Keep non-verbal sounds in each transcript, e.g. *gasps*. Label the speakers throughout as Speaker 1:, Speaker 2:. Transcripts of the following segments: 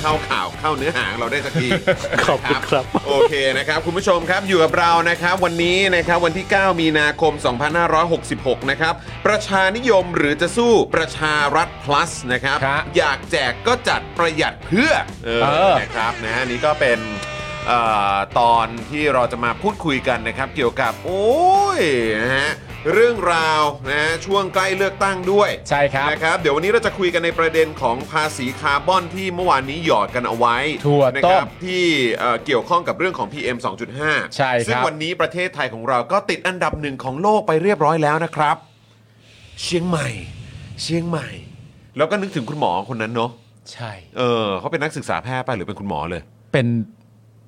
Speaker 1: เข้าข่าวเข้าเนื้อหาของเราได้
Speaker 2: *laughs*
Speaker 1: สักที
Speaker 2: ขอบคุณครับ
Speaker 1: โอเคนะครับ คุณผู้ชมครับอยู่กับเรานะครับ วันนี้นะครับวันที่ 9 มีนาคม 2566 นะครับ ประชานิยมหรือจะสู้ประชารัฐ plus นะครับ
Speaker 2: ครับ
Speaker 1: อยากแจกก็จัดประหยัดเพื่อเออ
Speaker 2: เออ
Speaker 1: นะครับนะฮะนี่ก็เป็นเอ่อตอนที่เราจะมาพูดคุยกันนะครับ เกี่ยวกับโอ้ยนะฮะเรื่องราวนะฮะช่วงใกล้เลือกตั้งด้วย
Speaker 2: ใช่ครับ
Speaker 1: นะครับเดี๋ยววันนี้เราจะคุยกันในประเด็นของภาษีคาร์บอนที่เมื่อวานนี้หยอดกันเอาไว้
Speaker 2: ถั่ว
Speaker 1: นะ
Speaker 2: ต้
Speaker 1: ค
Speaker 2: ม
Speaker 1: รัที่เอ่อเกี่ยวข้องกับเรื่องของ PM 2.5
Speaker 2: ใช่ครับ
Speaker 1: ซึ่งวันนี้ประเทศไทยของเราก็ติดอันดับหนึ่งของโลกไปเรียบร้อยแล้วนะครับ เชียงใหม่ เชียงใหม่ แล้วก็นึกถึงคุณหมอคนนั้นเนาะ
Speaker 2: ใช่
Speaker 1: เออเขาเป็นนักศึกษาแพทย์ป่ะหรือเป็นคุณหมอเลย
Speaker 2: เป็น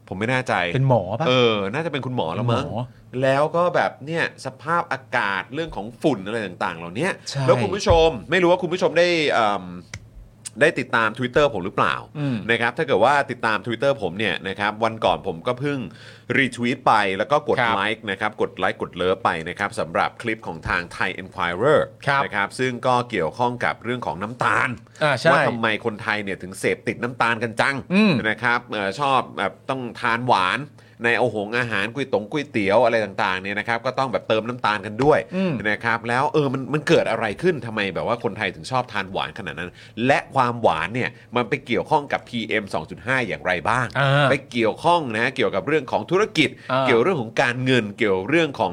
Speaker 1: ผมไม่แน่ใจ
Speaker 2: เป็นหมอป่ะ
Speaker 1: เออ น่าจะเป็นคุณหมอแล้วมั้ง
Speaker 2: เป็นหมอ
Speaker 1: แล้วก็แบบเนี่ยสภาพอากาศเรื่องของฝุ่นอะไรต่าง ๆ เหล่าเนี้ย
Speaker 2: ใช่
Speaker 1: แล้วคุณผู้ชมไม่รู้ว่าคุณผู้ชมได้เอิ่มได้ติดตาม Twitter ผมหรือเปล่า
Speaker 2: อืม
Speaker 1: นะครับ ถ้าเกิดว่าติดตาม Twitter ผมเนี่ยนะครับวันก่อนผมก็เพิ่งรีทวีตไปแล้วก็กด
Speaker 2: ครับ
Speaker 1: ไลค์นะครับกดไลค์กดเลิฟไปนะครับสำหรับคลิปของทาง Thai Enquirer
Speaker 2: ครับ
Speaker 1: นะครับซึ่งก็เกี่ยวข้องกับเรื่องของน้ำตาล
Speaker 2: อ่าใช่
Speaker 1: ว่าทำไมคนไทยเนี่ยถึงเสพติดน้ำตาลกันจัง
Speaker 2: อืม
Speaker 1: นะครับเออชอบแบบต้องทานหวานในโอาหงอาหารก๋วยตงก๋วยเตี๋ยวอะไรต่างๆเนี่ยนะครับก็ต้องแบบเติมน้ำตาลกันด้วย
Speaker 2: อืม
Speaker 1: นะครับแล้วเออมันมันเกิดอะไรขึ้นทำไมแบบว่าคนไทยถึงชอบทานหวานขนาดนั้น และความหวานเนี่ยมันไปเกี่ยวข้องกับ PM 2.5 อย่างไรบ้าง
Speaker 2: อ่า
Speaker 1: ไปเกี่ยวข้องนะเกี่ยวกับเรื่องของธุรกิจ
Speaker 2: อ่า
Speaker 1: เกี่ยวเรื่องของการเงินเกี่ยวเรื่องของ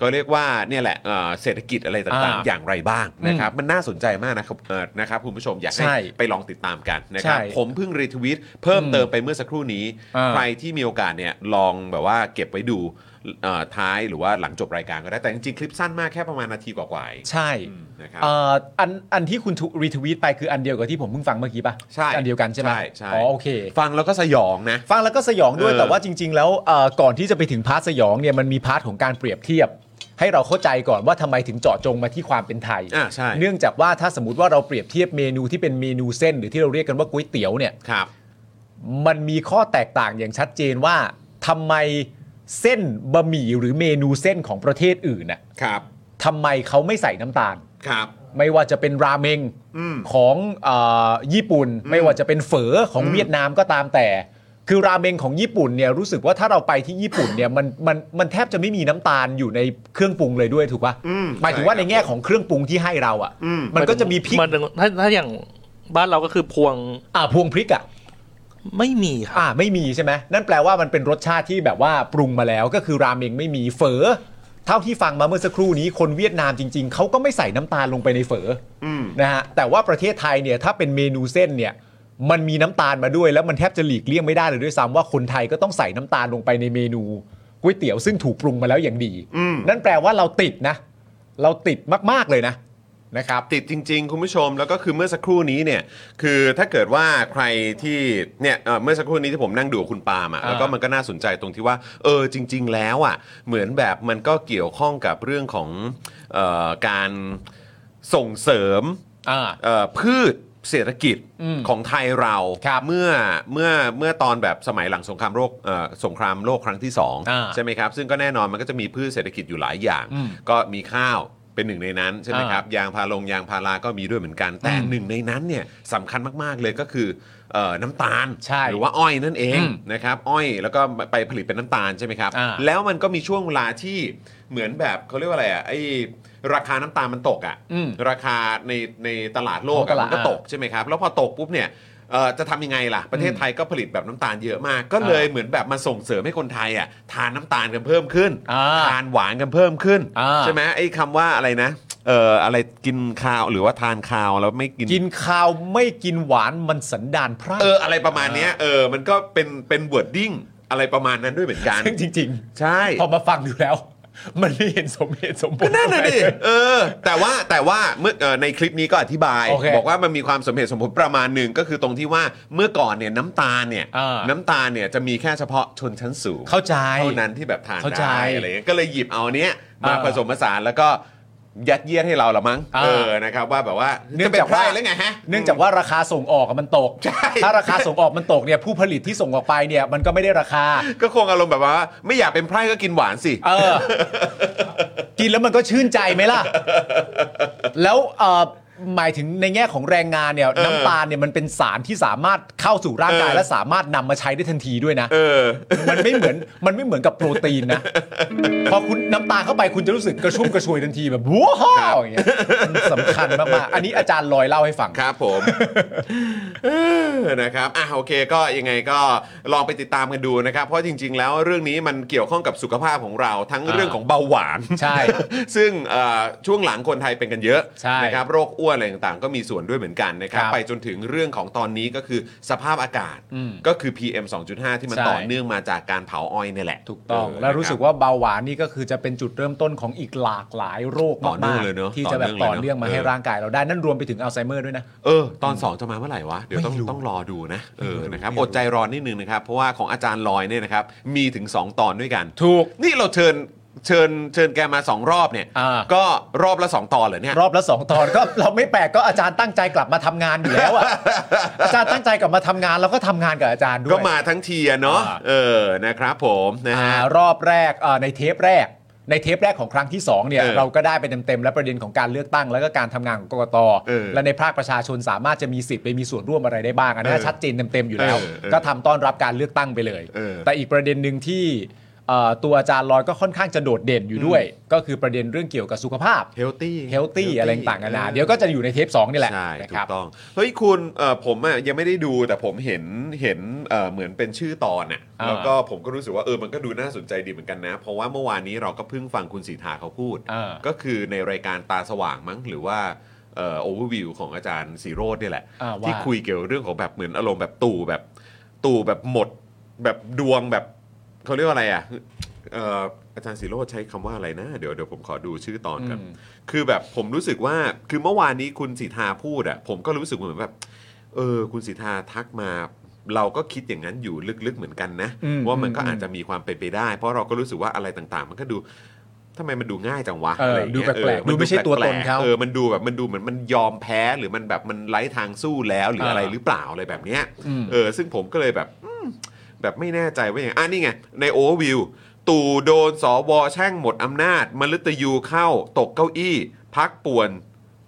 Speaker 1: ก็เรียกว่าเนี่ยแหละเอ่อเศรษฐกิจอะไรต่างๆ
Speaker 2: อ่า
Speaker 1: อย่างไรบ้างนะครับมันน่าสนใจมากนะครับเอ่อนะครับคุณผู้ชมอยากให้
Speaker 2: ใช่
Speaker 1: ไปลองติดตามกันนะครับ
Speaker 2: ใช่
Speaker 1: ผมเพิ่งรีทวิตเพิ่มเติมไปเมื่อสักครู่นี้
Speaker 2: อ่า
Speaker 1: ใครที่มีโอกาสเนี่ยลองแบบว่าเก็บไว้ดูเอ่อท้ายหรือว่าหลังจบรายการก็ได้แต่จริงๆคลิปสั้นมากแค่ประมาณนาทีกว่าๆเอง
Speaker 2: ใช่
Speaker 1: อืมนะครับ
Speaker 2: เอ่ออันอันที่คุณรีทวีตไปคืออันเดียวกับที่ผมเพิ่งฟังเมื่อกี้ป่ะ
Speaker 1: ใช่
Speaker 2: อันเดียวกันใช่ไหม
Speaker 1: ใช่ใช่
Speaker 2: อ๋อโอเค
Speaker 1: ฟังแล้วก็สยองนะ
Speaker 2: ฟังแล้วก็สยองด้วย
Speaker 1: เออ
Speaker 2: แต่ว่าจริง ๆ แล้วเอ่อก่อนที่จะไปถึงพาร์ทสยองเนี่ยมันมีพาร์ทของการเปรียบเทียบ ให้เราเข้าใจก่อนว่าทำไมถึงเจาะจงมาที่ความเป็นไทย
Speaker 1: อ่าใช่
Speaker 2: เนื่องจากว่าถ้าสมมติว่าเราเปรียบเทียบเมนูที่เป็นเมนูเส้น หรือที่เราเรียกกันว่าก๋วยเตี๋ยวเนี่ย
Speaker 1: ครับ
Speaker 2: มันมีข้อแตกต่างอย่างชัดเจนว่าทำไมเส้นบะหมี่หรือเมนูเส้นของประเทศอื่นน่ะ
Speaker 1: ครับ
Speaker 2: ทำไมเขาไม่ใส่น้ำตาล
Speaker 1: ครับ
Speaker 2: ไม่ว่าจะเป็นราเมง
Speaker 1: อืม
Speaker 2: ของเออญี่ปุ่น ไม่ว่าจะเป็นเฝอของเวียดนามก็ตามแต่ คือราเมงของญี่ปุ่นเนี่ยรู้สึกว่าถ้าเราไปที่ญี่ปุ่นเนี่ยมันมันมันแทบจะไม่มีน้ำตาลอยู่ในเครื่องปรุงเลยด้วยถูกปะ
Speaker 1: อืม
Speaker 2: หมายถึงว่าในแง่ของเครื่องปรุงที่ให้เรา
Speaker 1: อืม
Speaker 2: อะ่ะมันก็จะมีพริก
Speaker 3: นถึงถ้าถ้าอย่างบ้านเราก็คือพวง
Speaker 2: อ่าพวงพริกอ่ะ
Speaker 3: ไม่มีครับ
Speaker 2: อ่าไม่มีใช่ไหมนั่นแปลว่ามันเป็นรสชาติที่แบบว่าปรุงมาแล้วก็คือราเมงไม่มีเฝอเท่าที่ฟังมาเมื่อสักครู่นี้คนเวียดนามจริง ๆเขาก็ไม่ใส่น้ำตาลลงไปในเฝออ
Speaker 1: ม
Speaker 2: นะฮะแต่ว่าประเทศไทยเนี่ยถ้าเป็นเมนูเส้นเนี่ยมันมีน้ำตาลมาด้วยแล้วมันแทบจะหลีกเลี่ยงไม่ได้เลยด้วยซ้ำว่าคนไทยก็ต้องใส่น้ำตาลลงไปในเมนูก๋วยเตี๋ยวซึ่งถูกปรุงมาแล้วอย่างดี นั่นแปลว่าเราติดนะ เราติดมากๆเลยนะนะครับ
Speaker 1: ติดจริง ๆ คุณผู้ชมแล้วก็คือเมื่อสักครู่นี้เนี่ยคือถ้าเกิดว่าใครที่เนี่ยเอ่อเมื่อสักครู่นี้ที่ผมนั่งดูกับคุณปาล์มอ่ะ
Speaker 2: อ่า
Speaker 1: แล้วก็มันก็น่าสนใจตรงที่ว่าเออจริง ๆ แล้วอ่ะเหมือนแบบมันก็เกี่ยวข้องกับเรื่องของเออการส่งเสริม
Speaker 2: อ่า
Speaker 1: เอ่อพืช เศรษฐกิจ
Speaker 2: อืม
Speaker 1: ของไทยเรา
Speaker 2: ครับ
Speaker 1: เมื่อเมื่อเมื่อตอนแบบสมัยหลังสงครามโลกเอ่อสงครามโลกครั้งที่สอง
Speaker 2: อ่า
Speaker 1: ใช่ไหมครับซึ่งก็แน่นอนมันก็จะมีพืชเศรษฐกิจอยู่หลายอย่าง
Speaker 2: อืม
Speaker 1: ก็มีข้าวเป็นหนึ่งในนั้นใช่ไหม
Speaker 2: อ่า
Speaker 1: ครับยางพาลงยางพาราก็มีด้วยเหมือนกัน แต่
Speaker 2: อืม
Speaker 1: หนึ่งในนั้นเนี่ยสำคัญมากๆเลยก็คือเอ่อน้ำตาล
Speaker 2: ใช่
Speaker 1: หรือว่าอ้อยนั่นเอง
Speaker 2: อืม
Speaker 1: นะครับอ้อยแล้วก็ไปผลิตเป็นน้ำตาลใช่ไหมครับ
Speaker 2: อ่า
Speaker 1: แล้วมันก็มีช่วงเวลาที่เหมือนแบบเขาเรียกว่าอะไรอ่ะไอราคาน้ำตาลมันตกอ่ะ
Speaker 2: อืม
Speaker 1: ราคาในในตลาดโลก
Speaker 2: ของต
Speaker 1: อะ
Speaker 2: ลาด
Speaker 1: มันก็ตกใช่ไหมครับ แล้วพอตกปุ๊บเนี่ยเอ่อจะทำยังไงล่ะ ประเทศไทยก็ผลิตแบบน้ำตาลเยอะมาก ก็เลยเหมือนแบบมาส่งเสริมให้คนไทยอ่ะทานน้ำตาลกันเพิ่มขึ้น
Speaker 2: อ่า
Speaker 1: ทานหวานกันเพิ่มขึ้น
Speaker 2: อ่า
Speaker 1: ใช่ไหมไอ้คำว่าอะไรนะเอ่ออะไรกินข้าวหรือว่าทานข้าวแล้วไม่กิน
Speaker 2: กินข้าวไม่กินหวานมันสันดานพระ
Speaker 1: เอออะไรประมาณเนี้ยเออมันก็เป็นเป็นวอร์ดดิ้งอะไรประมาณนั้นด้วยเหมือนกัน
Speaker 2: ซึ่งจริง
Speaker 1: ใช่
Speaker 2: ๆ พอมาฟังดูแล้ว มันไม่เห็นสมเหตุสมผล
Speaker 1: ก็นั่นน่ะดิเออ แต่ว่าแต่ว่าเมื่อเอ่อในคลิปนี้ก็อธิบาย
Speaker 2: โอเค
Speaker 1: บอกว่ามันมีความสมเหตุสมผลประมาณหนึ่งก็คือตรงที่ว่าเมื่อก่อนเนี่ยน้ำตาลเนี่ย
Speaker 2: อ่า
Speaker 1: น้ำตาลเนี่ยจะมีแค่เฉพาะชนชั้นสูง
Speaker 2: เข้าใจ
Speaker 1: เท่านั้นที่แบบทาน
Speaker 2: เข้าใจ
Speaker 1: ได้อะไรเงี้ยก็เลยหยิบเอาเนี้ยมา
Speaker 2: เออ
Speaker 1: ผสมผสานแล้วก็ยัดเยียดให้เราละมั้ง
Speaker 2: อ่า
Speaker 1: เออนะครับว่าแบบว่า
Speaker 2: เนื่อ
Speaker 1: จะ
Speaker 2: ง
Speaker 1: เป็
Speaker 2: จาก
Speaker 1: น
Speaker 2: ว่า
Speaker 1: ไพร่หรือไงฮะ
Speaker 2: เนื่องจากว่าราคาส่งออกอะมันตก
Speaker 1: ใช่
Speaker 2: ถ้าราคาส่งออกมันตกเนี่ยผู้ผลิตที่ส่งออกไปเนี่ยมันก็ไม่ได้ราคา
Speaker 1: ก็คงอารมณ์แบบว่า ไม่อยากเป็นไพร่ก็กินหวานสิ
Speaker 2: เออ กินแล้วมันก็ชื่นใจไหมล่ะ แล้วเออหมายถึงในแง่ของแรงงานเนี่ยน้ำตาลเนี่ยมันเป็นสารที่สามารถเข้าสู่ร่างกาย
Speaker 1: เออ
Speaker 2: และสามารถนำมาใช้ได้ทันทีด้วยนะ
Speaker 1: เออ
Speaker 2: มันไม่เหมือนมันไม่เหมือนกับโปรตีนนะ พอคุณน้ำตาลเข้าไปคุณจะรู้สึกกระชุ่มกระชวยทันทีแบบว้าวอย่างเงี้ยมันสำคัญมากๆอันนี้อาจารย์ลอยเล่าให้ฟัง
Speaker 1: ครับผมเออนะครับอ่ะโอเคก็ยังไงก็ลองไปติดตามกันดูนะครับ เพราะจริง ๆ แล้วเรื่องนี้มันเกี่ยวข้องกับสุขภาพของเราทั้ง
Speaker 2: อ่า
Speaker 1: เรื่องของเบาหวาน
Speaker 2: ใช่
Speaker 1: *laughs* ซึ่งเอ่อช่วงหลังคนไทยเป็นกันเยอะ
Speaker 2: ใช่
Speaker 1: นะครับโรคอ้วนอะไรต่างๆ ก็มีส่วนด้วยเหมือนกันนะครับ
Speaker 2: ครับ
Speaker 1: ไปจนถึงเรื่องของตอนนี้ก็คือสภาพอากาศ
Speaker 2: อืม
Speaker 1: ก็คือ PM 2.5 ที่มัน
Speaker 2: ใช่
Speaker 1: ต่อเนื่องมาจากการเผาอ้อยเนี่ยแหละ
Speaker 2: ถูกต้อง
Speaker 1: เ
Speaker 2: แล้วรู้สึก
Speaker 1: นะคบ
Speaker 2: ว่าเบาหวานนี่ก็คือจะเป็นจุดเริ่มต้นของอีกหลากหลายโรค
Speaker 1: ต่อเนื่อ
Speaker 2: มาง ก
Speaker 1: เลยเนอะ
Speaker 2: ๆที่จะแบบ
Speaker 1: ต่
Speaker 2: ต่
Speaker 1: อ
Speaker 2: อ
Speaker 1: เนื่องเลยเนอะ
Speaker 2: เนื่องมาให้
Speaker 1: เออ
Speaker 2: ร่างกายเราได้นั่นรวมไปถึงอัลไซเมอร์ด้วยนะ
Speaker 1: เออตอน 2 จะมาเมื่อไหร่วะ เดี๋ยวต้อง
Speaker 2: ไม่รู้
Speaker 1: ต้องรอดูนะเออ
Speaker 2: ไม่รู้
Speaker 1: นะครับอ
Speaker 2: ไม่รู้
Speaker 1: ดใจรอนิดนึงนะครับ เพราะว่าของอาจารย์ลอยเนี่ยนะครับมีถึง 2 ตอนด้วยกัน
Speaker 2: ถูก
Speaker 1: นี่เราเชิญเชิญเชิญแกมา 2 รอบเนี่ย
Speaker 2: อ่า
Speaker 1: ก็รอบละ 2 ตอนเหรอเนี่ย
Speaker 2: *laughs* รอบละสองตอนก็ เราไม่แปลกก็อาจารย์ตั้งใจกลับมาทำงานอยู่แล้ว
Speaker 1: *laughs*
Speaker 2: อะ อาจารย์ตั้งใจกลับมาทำงานเราก็ทำงานกับอาจารย์ด้วย
Speaker 1: ก็มาทั้งทีอะเนาะ
Speaker 2: อ่า
Speaker 1: เออนะครับผมนะ
Speaker 2: อ่า
Speaker 1: ฮะ
Speaker 2: รอบแรกเอ่อในเทปแรก ในเทปแรกของครั้งที่สองเนี่ย
Speaker 1: เออ
Speaker 2: เราก็ได้ไปเต็มๆและประเด็นของการเลือกตั้ง แล้วก็การทำงานของกกต
Speaker 1: เออ
Speaker 2: และในภาคประชาชนสามารถจะมีสิทธิ์ไปมีส่วนร่วมอะไรได้บ้างอันนั้น
Speaker 1: เออ
Speaker 2: ชัดเจนเต็มๆอยู่แล้ว
Speaker 1: เออเออ
Speaker 2: ก็ทำต้อนรับการเลือกตั้งไปเลย
Speaker 1: เออ
Speaker 2: แต่อีกประเด็นหนึ่งที่เอ่อตัวอาจารย์ลอยก็ค่อนข้างจะโดดเด่นอยู่ด้วย ก็คือประเด็นเรื่องเกี่ยวกับสุขภาพ
Speaker 1: Healthy
Speaker 2: เฮลตี้
Speaker 1: Healthy
Speaker 2: อะไรต่างๆนานา
Speaker 1: เออ
Speaker 2: เดี๋ยวก็จะอยู่ในเทปสองนี่แหละ
Speaker 1: ใช่
Speaker 2: นะ
Speaker 1: ถู
Speaker 2: ครั
Speaker 1: ก
Speaker 2: บ
Speaker 1: ต้องเฮ้ยคุณเอ่อผมอ่ะยังไม่ได้ดูแต่ผมเห็นเห็นเอ่อเหมือนเป็นชื่อตอนอ่ะ
Speaker 2: อ่า
Speaker 1: แล้วก็ผมก็รู้สึกว่าเออมันก็ดูน่าสนใจดีเหมือนกันนะ เพราะว่าเมื่อวานนี้เราก็เพิ่งฟังคุณสีทาเขาพูด
Speaker 2: อ่า
Speaker 1: ก็คือในรายการตาสว่างมั้งหรือว่าเอ่อโอเวอร์วิวของอาจารย์สีโรดเนี่ยแหละ
Speaker 2: อ่าว่า
Speaker 1: ที่คุยเกี่ยวเรื่องของแบบเหมือนอารมณ์แบบตู่แบบตู่แบบหมด แบบดวงแบบเขาเรียกว่าอะไรอ่ะเอ่ออาจารย์สีโรดใช้คำว่าอะไรนะเดี๋ยวเดี๋ยวผมขอดูชื่อตอนก่อน
Speaker 2: อืม
Speaker 1: คือแบบผมรู้สึกว่าคือเมื่อวานนี้คุณสิทธาพูดอะผมก็รู้สึกเหมือนแบบ เออ คุณสิทธาทักมา เราก็คิดอย่างนั้นอยู่ลึกๆเหมือนกันนะ
Speaker 2: อืม
Speaker 1: ว่ามันก็
Speaker 2: อืม
Speaker 1: อาจจะมีความเป็นไปได้ เพราะเราก็รู้สึกว่าอะไรต่างๆ มันก็ดูทำไมมันดูง่ายจังวะ
Speaker 2: เออ
Speaker 1: อะไรอย่าง
Speaker 2: ดู
Speaker 1: เงี้ย
Speaker 2: แปลก
Speaker 1: เออ
Speaker 2: ๆ
Speaker 1: น
Speaker 2: ดูไม่ใช่ตัวตนเขา
Speaker 1: แปลกๆเออมันดูแบบมันดูเหมือนมันยอมแพ้หรือมันแบบมันไร้ทางสู้แล้วหรืออะไรหรือเปล่าอะไรแบบเนี้ย
Speaker 2: อืม
Speaker 1: เออซึ่งผมก็เลยแบบอืมแบบไม่แน่ใจว่าอย่างอ่ะนี่ไง ในโอเวอร์วิว ตู่โดนสวแช่งหมดอำนาจมฤตยูเข้า ตกเก้าอี้ พักป่วน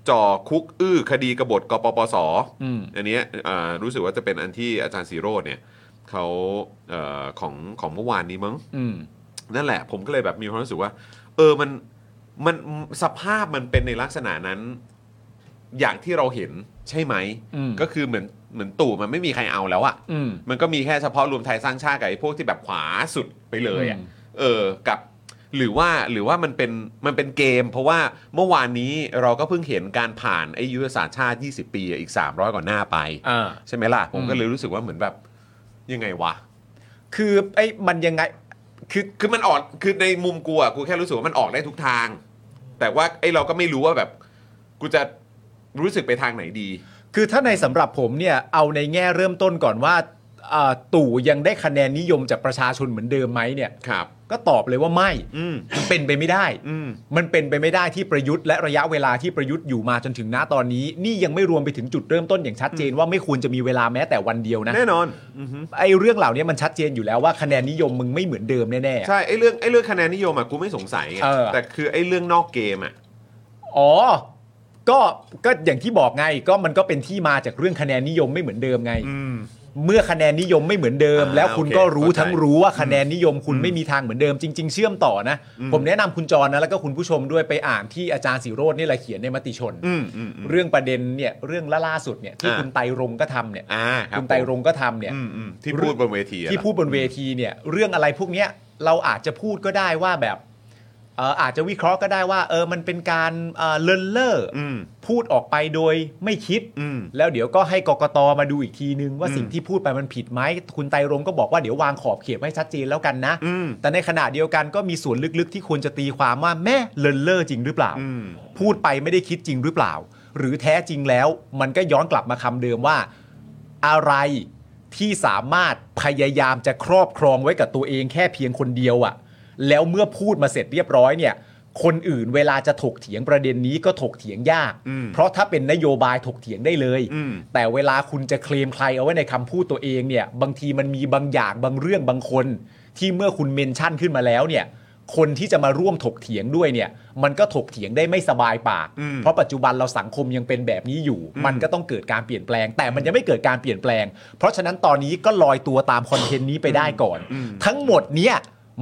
Speaker 1: จ่อคุกอื้อ คดีกบฏกปปส
Speaker 2: อืม
Speaker 1: อันเนี้ยอ่ารู้สึกว่าจะเป็นอันที่อาจารย์สีโรดเนี่ยเขาเอ่อของของเมื่อวานนี้มั้ง
Speaker 2: อืม
Speaker 1: นั่นแหละผมก็เลยแบบมีความรู้สึกว่า เออมันมันสภาพมันเป็นในลักษณะนั้น อย่างที่เราเห็นใช่ไหม
Speaker 2: อืม
Speaker 1: ก็คือเหมือนเหมือนตู่มันไม่มีใครเอาแล้วอะ
Speaker 2: อืม
Speaker 1: มันก็มีแค่เฉพาะรวมไทยสร้างชาติกับไอ้พวกที่แบบขวาสุดไปเลยอ่ะ
Speaker 2: อืม
Speaker 1: เออกับ หรือว่าหรือว่ามันเป็นมันเป็นเกม เพราะว่าเมื่อวานนี้เราก็เพิ่งเห็นการผ่านไอ้ยุทธศาสตร์ชาติ 20 ปีอ่ะอีก 300 กว่าหน้าไป
Speaker 2: อ่า
Speaker 1: ใช่ไหมล่ะ ผม
Speaker 2: อืม
Speaker 1: ก็เลยรู้สึกว่าเหมือนแบบยังไงวะ
Speaker 2: คือไอ้มันยังไง
Speaker 1: คือคือมันออกคือในมุมกูอ่ะกูแค่รู้สึกว่ามันออกได้ทุกทาง แต่ว่าไอ้เราก็ไม่รู้ว่าแบบ กูจะรู้สึกไปทางไหนดี
Speaker 2: คือถ้าในสำหรับผมเนี่ยเอาในแง่เริ่มต้นก่อนว่าอ่าตู่ยังได้คะแนนนิยมจากประชาชนเหมือนเดิมไหมเนี่ย
Speaker 1: ครับ
Speaker 2: ก็ตอบเลยว่าไม่
Speaker 1: อืม
Speaker 2: มันเป็นไปไม่ได้
Speaker 1: อืม
Speaker 2: มันเป็นไปไม่ได้ที่ประยุทธ์และระยะเวลาที่ประยุทธ์อยู่มาจนถึงณตอนนี้ นี่ยังไม่รวมไปถึงจุดเริ่มต้นอย่างชัดเจนว่าไม่ควรจะมีเวลาแม้แต่วันเดียวนะ
Speaker 1: แน่นอน
Speaker 2: ไอ้เรื่องเหล่านี้มันชัดเจนอยู่แล้วว่าคะแนนนิยมมึงไม่เหมือนเดิมแน่
Speaker 1: ใช่ ไอ้เรื่องไอ้เรื่องคะแนนนิยมอ่ะกูไม่สงสัยไง
Speaker 2: เออ
Speaker 1: แต่คือไอ้เรื่องนอกเกมอ่ะ
Speaker 2: ๆอ๋อ ก็ก็อย่างที่บอกไงก็มันก็เป็นที่มาจากเรื่องคะแนนนิยมไม่เหมือนเดิมไง เมื่อคะแนนนิยมไม่เหมือนเดิม
Speaker 1: อ่า
Speaker 2: แล้วคุณก็
Speaker 1: โอเค
Speaker 2: รู้
Speaker 1: เข้าใจ
Speaker 2: ทั้งรู้ว่าคะแนนนิยมคุณไม่มีทางเหมือนเดิมจริง ๆ เชื่อมต่อนะ ผมแนะนำคุณจรนะแล้วก็คุณผู้ชมด้วยไปอ่านที่อาจารย์สีโรจน์นี่แหละเขียนในมติชน
Speaker 1: อืมอืมอืม
Speaker 2: เรื่องประเด็นเนี่ยเรื่องล่าล่าสุดเนี่ยที่
Speaker 1: อ่า
Speaker 2: คุณไตรรงค์ก็ทำเนี่ย
Speaker 1: อ่าครับ
Speaker 2: คุณไตรรงค์ก็ทำเนี่ย
Speaker 1: อืมอืมที่พูดบนเวทีอะ
Speaker 2: ที่พูดบนเวทีเนี่ยเรื่องอะไรพวกเนี้ยเราอาจจะพูดก็ได้ว่าแบบเอ่ออาจจะวิเคราะห์ก็ได้ว่าเออมันเป็นการเอ่อเลินเล่ออ
Speaker 1: อืม
Speaker 2: พูดออกไปโดยไม่คิด
Speaker 1: อืม
Speaker 2: แล้วเดี๋ยวก็ให้กกตมาดูอีกทีนึงว่าสิ่งที่พูดไปมันผิดไหมคุณไตรรงค์ก็บอกว่าเดี๋ยววางขอบเขตไว้ชัดเจนแล้วกันนะ
Speaker 1: อืม
Speaker 2: แต่ในขณะเดียวกันก็มีส่วนลึกๆ ที่ควรจะตีความว่าแม่เลินเล่อจริงหรือเปล่า
Speaker 1: อืม
Speaker 2: พูดไปไม่ได้คิดจริงหรือเปล่า หรือแท้จริงแล้วมันก็ย้อนกลับมาคำเดิมว่า อะไรที่สามารถพยายามจะครอบครองไว้กับตัวเองแค่เพียงคนเดียวอะ่ะ แล้วเมื่อพูดมาเสร็จเรียบร้อยเนี่ย คนอื่นเวลาจะถกเถียงประเด็นนี้ก็ถกเถียงยาก
Speaker 1: อืม
Speaker 2: เพราะถ้าเป็นนโยบายถกเถียงได้เลย
Speaker 1: อืม
Speaker 2: แต่เวลาคุณจะเคลมใครเอาไว้ในคำพูดตัวเองเนี่ย บางทีมันมีบางอย่างบางเรื่องบางคน ที่เมื่อคุณเมนชั่นขึ้นมาแล้วเนี่ย คนที่จะมาร่วมถกเถียงด้วยเนี่ย มันก็ถกเถียงได้ไม่สบายปาก
Speaker 1: อืม
Speaker 2: เพราะปัจจุบันเราสังคมยังเป็นแบบนี้อยู่ มันก็ต้องเกิดการเปลี่ยนแปลง แต่มันยังไม่เกิดการเปลี่ยนแปลง เพราะฉะนั้นตอนนี้ก็ลอยตัวตามคอนเทนต์นี้ไปได้ก่อน ทั้งหมดเนี่ย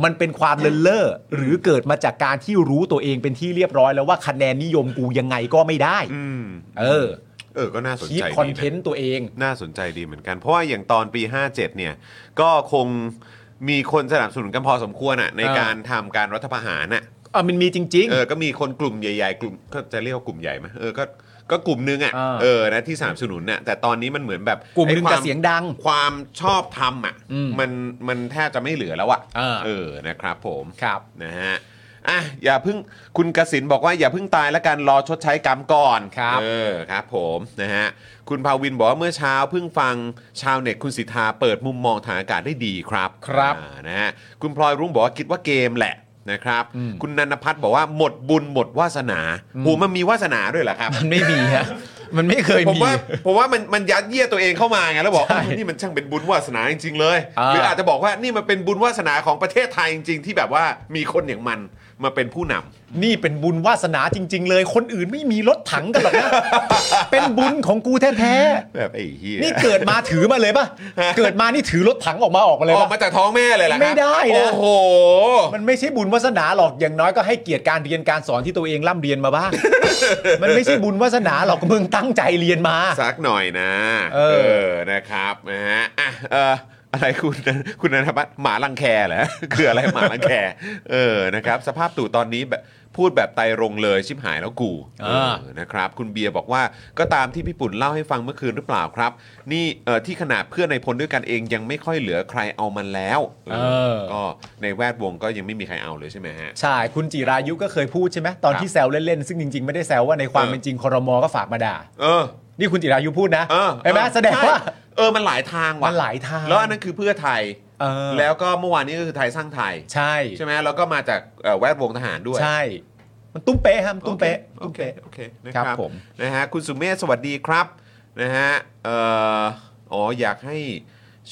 Speaker 2: มันเป็นความเลินเล่อหรือเกิดมาจากการที่รู้ตัวเองเป็นที่เรียบร้อยแล้วว่าคะแนนนิยมกูยังไงก็ไม่ได้
Speaker 1: อืม
Speaker 2: เออ
Speaker 1: เออก็น่าสน
Speaker 2: คี
Speaker 1: ใจ
Speaker 2: บ
Speaker 1: ดีะ
Speaker 2: คอนเทนต์ตัวเอง
Speaker 1: น่าสนใจดีเหมือนกัน เพราะว่าอย่างตอนปี 57 เนี่ย ก็คงมีคนสนับสนุนกันพอสมควรอ่ะใน
Speaker 2: อ่า
Speaker 1: การทำการรัฐประหารน่ะ
Speaker 2: เอ่ะมันมีจริง
Speaker 1: เออก็มีคนกลุ่มใหญ่ๆ กลุ่มก็จะเรียกว่ากลุ่มใหญ่ไหมเออก็ก็กลุ่มนึงอ่ะ
Speaker 2: อ่า
Speaker 1: เออนะที่สนับสนุนน่ะแต่ตอนนี้มันเหมือนแบบ
Speaker 2: ๆ กลุ่มหนึง
Speaker 1: ไอ้ค
Speaker 2: จะ
Speaker 1: วา
Speaker 2: เสียงดัง
Speaker 1: ความชอบทำอ่ะ
Speaker 2: อืม
Speaker 1: มันมันแทบจะไม่เหลือแล้วอ่ะ
Speaker 2: อ่า
Speaker 1: เออนะครับผม
Speaker 2: ครับ
Speaker 1: นะฮะอ่ะอย่าเพิ่งคุณกสินบอกว่าอย่าเพิ่งตายแล้วกันรอชดใช้กรรมก่อน
Speaker 2: ครับ
Speaker 1: เออครับผมนะฮะคุณภาวินบอกว่าเมื่อเช้าเพิ่งฟังชาวเน็ตคุณสิทธาเปิดมุมมองทางอากาศได้ดีครับ
Speaker 2: ครับ
Speaker 1: อ่านะฮะคุณพลอยรุ้งบอกว่าคิดว่าเกมแหละนะครับ คุณนันพัฒน์บอกว่าหมดบุญหมดวาสนาโหมันมีวาสนาด้วยเหรอครับ
Speaker 2: มันไม่มีฮะมันไม่เคย
Speaker 1: ผม
Speaker 2: มี
Speaker 1: ว่าผมว่ามันมันยัดเยียดตัวเองเข้ามาไงแล้วบอก
Speaker 2: ใช่
Speaker 1: เออนี่มันช่างเป็นบุญวาสนาจริงๆเลย
Speaker 2: อ่า
Speaker 1: หรืออาจจะบอกว่านี่มันเป็นบุญวาสนาของประเทศไทยจริง ๆ ที่แบบว่ามีคนอย่างมันมาเป็นผู้นำ
Speaker 2: นี่เป็นบุญวาสนาจริง ๆ เลย คนอื่นไม่มีรถถังกันหรอกนะ เป็นบุญของกูแท้
Speaker 1: แบบไอ้เหี้ย
Speaker 2: ๆ นี่เกิดมาถือมาเลยป่ะ เกิดมานี่ถือรถถังออกมาออกมาเลย
Speaker 1: ออ
Speaker 2: ป่ะ
Speaker 1: กมาจากท้องแม่เลยล่ะครับ
Speaker 2: ไม่ได้นะ
Speaker 1: โอ้โห
Speaker 2: มันไม่ใช่บุญวาสนาหรอก อย่างน้อยก็ให้เกียรติการเรียนการสอนที่ตัวเองร่ำเรียนมาบ้าง มันไม่ใช่บุญวาสนาหรอกมึงตั้งใจเรียนมา
Speaker 1: สักหน่อยนะ
Speaker 2: เออ
Speaker 1: นะครับนะฮะอ่ะเอออะไรคุณคุณนันทพัฒน์หมาลังแคเหรอ *laughs* คืออะไรหมาลังแคเออนะครับ สภาพตู่ตอนนี้แบบพูดแบบไตรรงเลยชิบหายแล้วกู
Speaker 2: อ่า
Speaker 1: เออนะครับ คุณเบียร์บอกว่าก็ตามที่พี่ปุ่นเล่าให้ฟังเมื่อคืนหรือเปล่าครับ นี่เออที่ขนาดเพื่อนในพลด้วยกันเองยังไม่ค่อยเหลือใครเอามันแล้วเออก็ในแวดวงก็ยังไม่มีใครเอาเลยใช่ไหมฮะ
Speaker 2: ใช่ คุณจิรายุก็เคยพูดใช่ไหมตอน
Speaker 1: ครับ
Speaker 2: ที่แซวเล่นๆ ซึ่งจริงๆ ไม่ได้แซวว่าในความเป็นจริงครมก็ฝากมาด่า
Speaker 1: เออ
Speaker 2: นี่คุณจิรายุพูดนะ
Speaker 1: เออ
Speaker 2: เห็นไหม
Speaker 1: เออ
Speaker 2: แสดงว่า
Speaker 1: ใช่เออมันหลายทางว่ะ
Speaker 2: มันหลายทาง
Speaker 1: แล้วอันนั้นคือเพื่อไทย
Speaker 2: เออ
Speaker 1: แล้วก็เมื่อวานนี้ก็คือไทยสร้างไทย
Speaker 2: ใช่
Speaker 1: ใช่ไหมแล้วก็มาจากเอ่อแวดวงทหารด้วย
Speaker 2: ใช่ มันตุ้มเป๊ะครับมันตุ้มเป๊ะ
Speaker 1: โอ
Speaker 2: ตุ้ม
Speaker 1: เค
Speaker 2: เป๊ะ
Speaker 1: โอเคนะครั
Speaker 2: ครับ บผม
Speaker 1: นะฮะคุณสุเมธสวัสดีครับนะฮะเอ่ออ๋ออยากให้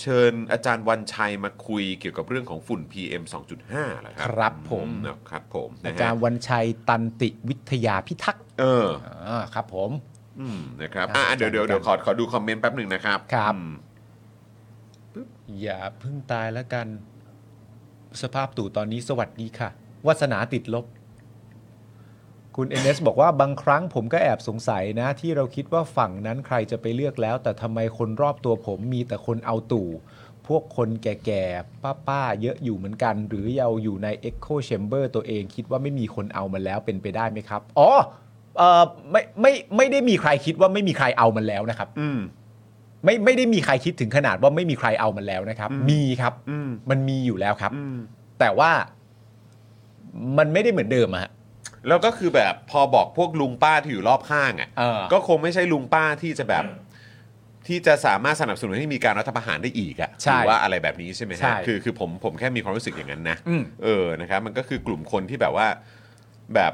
Speaker 1: เชิญอาจารย์วันชัยมาคุยเกี่ยวกับเรื่องของฝุ่น PM 2.5เหรอค
Speaker 2: ครับ รับผม
Speaker 1: นะครับผม
Speaker 2: อา
Speaker 1: นะ
Speaker 2: จา
Speaker 1: ฮะ
Speaker 2: รย์วันชัยตันติวิทยาพิทักษ์
Speaker 1: เออ
Speaker 2: อ่าครับผม
Speaker 1: อืมนะครับอ่ะเดี๋ยวเดี๋ยวเดี๋ยวขอขอดูคอมเมนต์แป๊บหนึ่งนะครับ
Speaker 2: ครับ
Speaker 1: อืม
Speaker 2: อย่าเพิ่งตายแล้วกัน สภาพตู่ตอนนี้สวัสดีค่ะวาสนาติดลบ คุณ NS บอกว่าบางครั้งผมก็แอบสงสัยนะ ที่เราคิดว่าฝั่งนั้นใครจะไปเลือกแล้ว แต่ทำไมคนรอบตัวผมมีแต่คนเอาตู่ พวกคนแก่ๆ ป้าๆ เยอะอยู่เหมือนกัน หรือเราอยู่ใน Echo Chamber ตัวเองคิดว่าไม่มีคนเอามันแล้วเป็นไปได้ไหมครับ อ๋อเออไม่ไม่ไม่ได้มีใครคิดว่าไม่มีใครเอามันแล้วนะครับ
Speaker 1: อืม
Speaker 2: ไม่ไม่ได้มีใครคิดถึงขนาดว่าไม่มีใครเอามันแล้วนะครับ มีครับ
Speaker 1: อืม
Speaker 2: มันมีอยู่แล้วครับ
Speaker 1: อืม
Speaker 2: แต่ว่ามันไม่ได้เหมือนเดิมอะฮะ
Speaker 1: แล้วก็คือแบบพอบอกพวกลุงป้าที่อยู่รอบข้าง
Speaker 2: เออ
Speaker 1: อะ่ะก็คงไม่ใช่ลุงป้าที่จะแบบ ที่จะสามารถสนับสนุนให้มีการรัฐประหารได้อีกอะ
Speaker 2: ใช่
Speaker 1: หรือว่าอะไรแบบนี้ใช่ไหม
Speaker 2: ใช่
Speaker 1: ฮะคือคือผมผมแค่มีความรู้สึกอย่างนั้นนะ
Speaker 2: อืม
Speaker 1: เออนะครับมันก็คือกลุ่มคนที่แบบว่าแบบ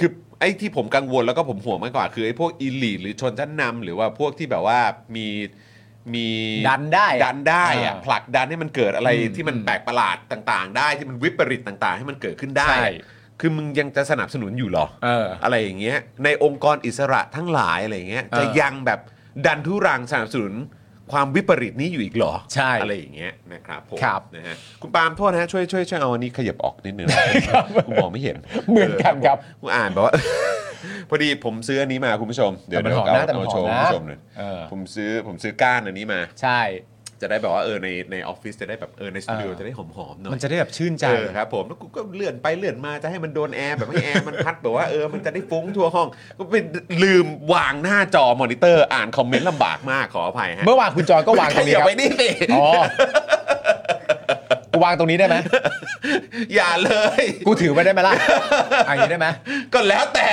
Speaker 1: คือไอ้ที่ผมกังวลแล้วก็ผมห่วงมากกว่าคือไอ้พวกอีลีหรือชนชั้นนำหรือว่าพวกที่แบบว่ามีมี
Speaker 2: ดันได้อะ
Speaker 1: ดันได้อะ
Speaker 2: อ่า
Speaker 1: ผลักดันให้มันเกิดอะไร
Speaker 2: อืม
Speaker 1: ที่มันแปลกประหลาดต่าง ๆ ได้ที่มันวิปริตต่าง ๆ ให้มันเกิดขึ้นได้
Speaker 2: ใช่
Speaker 1: คือมึงยังจะสนับสนุนอยู่เหรอ
Speaker 2: เออ
Speaker 1: อะไรอย่างเงี้ยในองค์กรอิสระทั้งหลายอะไรอย่างเงี้ย
Speaker 2: เออ
Speaker 1: จะยังแบบดันทุรังสนับสนุนความวิปริตนี้อยู่อีกเหรอ
Speaker 2: ใช่
Speaker 1: อะไรอย่างเงี้ยนะครับผม
Speaker 2: ครับ
Speaker 1: นะฮะคุณปาล์มโทษนะฮะช่วยช่วยช่วยเอาอันนี้ขยับออกนิดนึง
Speaker 2: *laughs*
Speaker 1: คุณมองไม่เห็น
Speaker 2: เหมือนกันครับ
Speaker 1: ผมอ่านแบบว่า *laughs* พอดีผมซื้ออันนี้มาคุณผู้ชม เดี๋ยว
Speaker 2: แต่มั
Speaker 1: เดี๋ยวเอา
Speaker 2: นหอมนะแต่มัน
Speaker 1: เอาโช
Speaker 2: หอม
Speaker 1: ว์
Speaker 2: นะ
Speaker 1: คุณผู้ชมหน่อย
Speaker 2: เออ
Speaker 1: ผมซื้อผมซื้อก้านอันนี้มา
Speaker 2: ใช่
Speaker 1: จะได้แบบว่าเออในในออฟฟิศจะได้แบบเออในสตูดิโอ
Speaker 2: เออ
Speaker 1: จะได้หอมๆหน่อย
Speaker 2: มันจะได้แบบชื่นใจ
Speaker 1: เออครับผมแล้วกูก็เลื่อนไปเลื่อนมาจะให้มันโดนแอร์แบบให้แอร์มันพัดแบบว่าเออมันจะได้ฟุ้งทั่วห้อง ก็ไปลืมวางหน้าจอมอนิเตอร์ อ่านคอมเมนต์ลำบากมากขออภัยฮะ
Speaker 2: เมื่อวานคุณจอนก็วางตรงนี้
Speaker 1: อย่า
Speaker 2: ครับ
Speaker 1: ไปนี่สิ
Speaker 2: อ๋อกูวางตรงนี้ได้ไหม
Speaker 1: อย่าเลย
Speaker 2: กูถือไว้ได้ไหมล่ะอะอย่างนี้ได้ไหม
Speaker 1: ก็แล้วแต่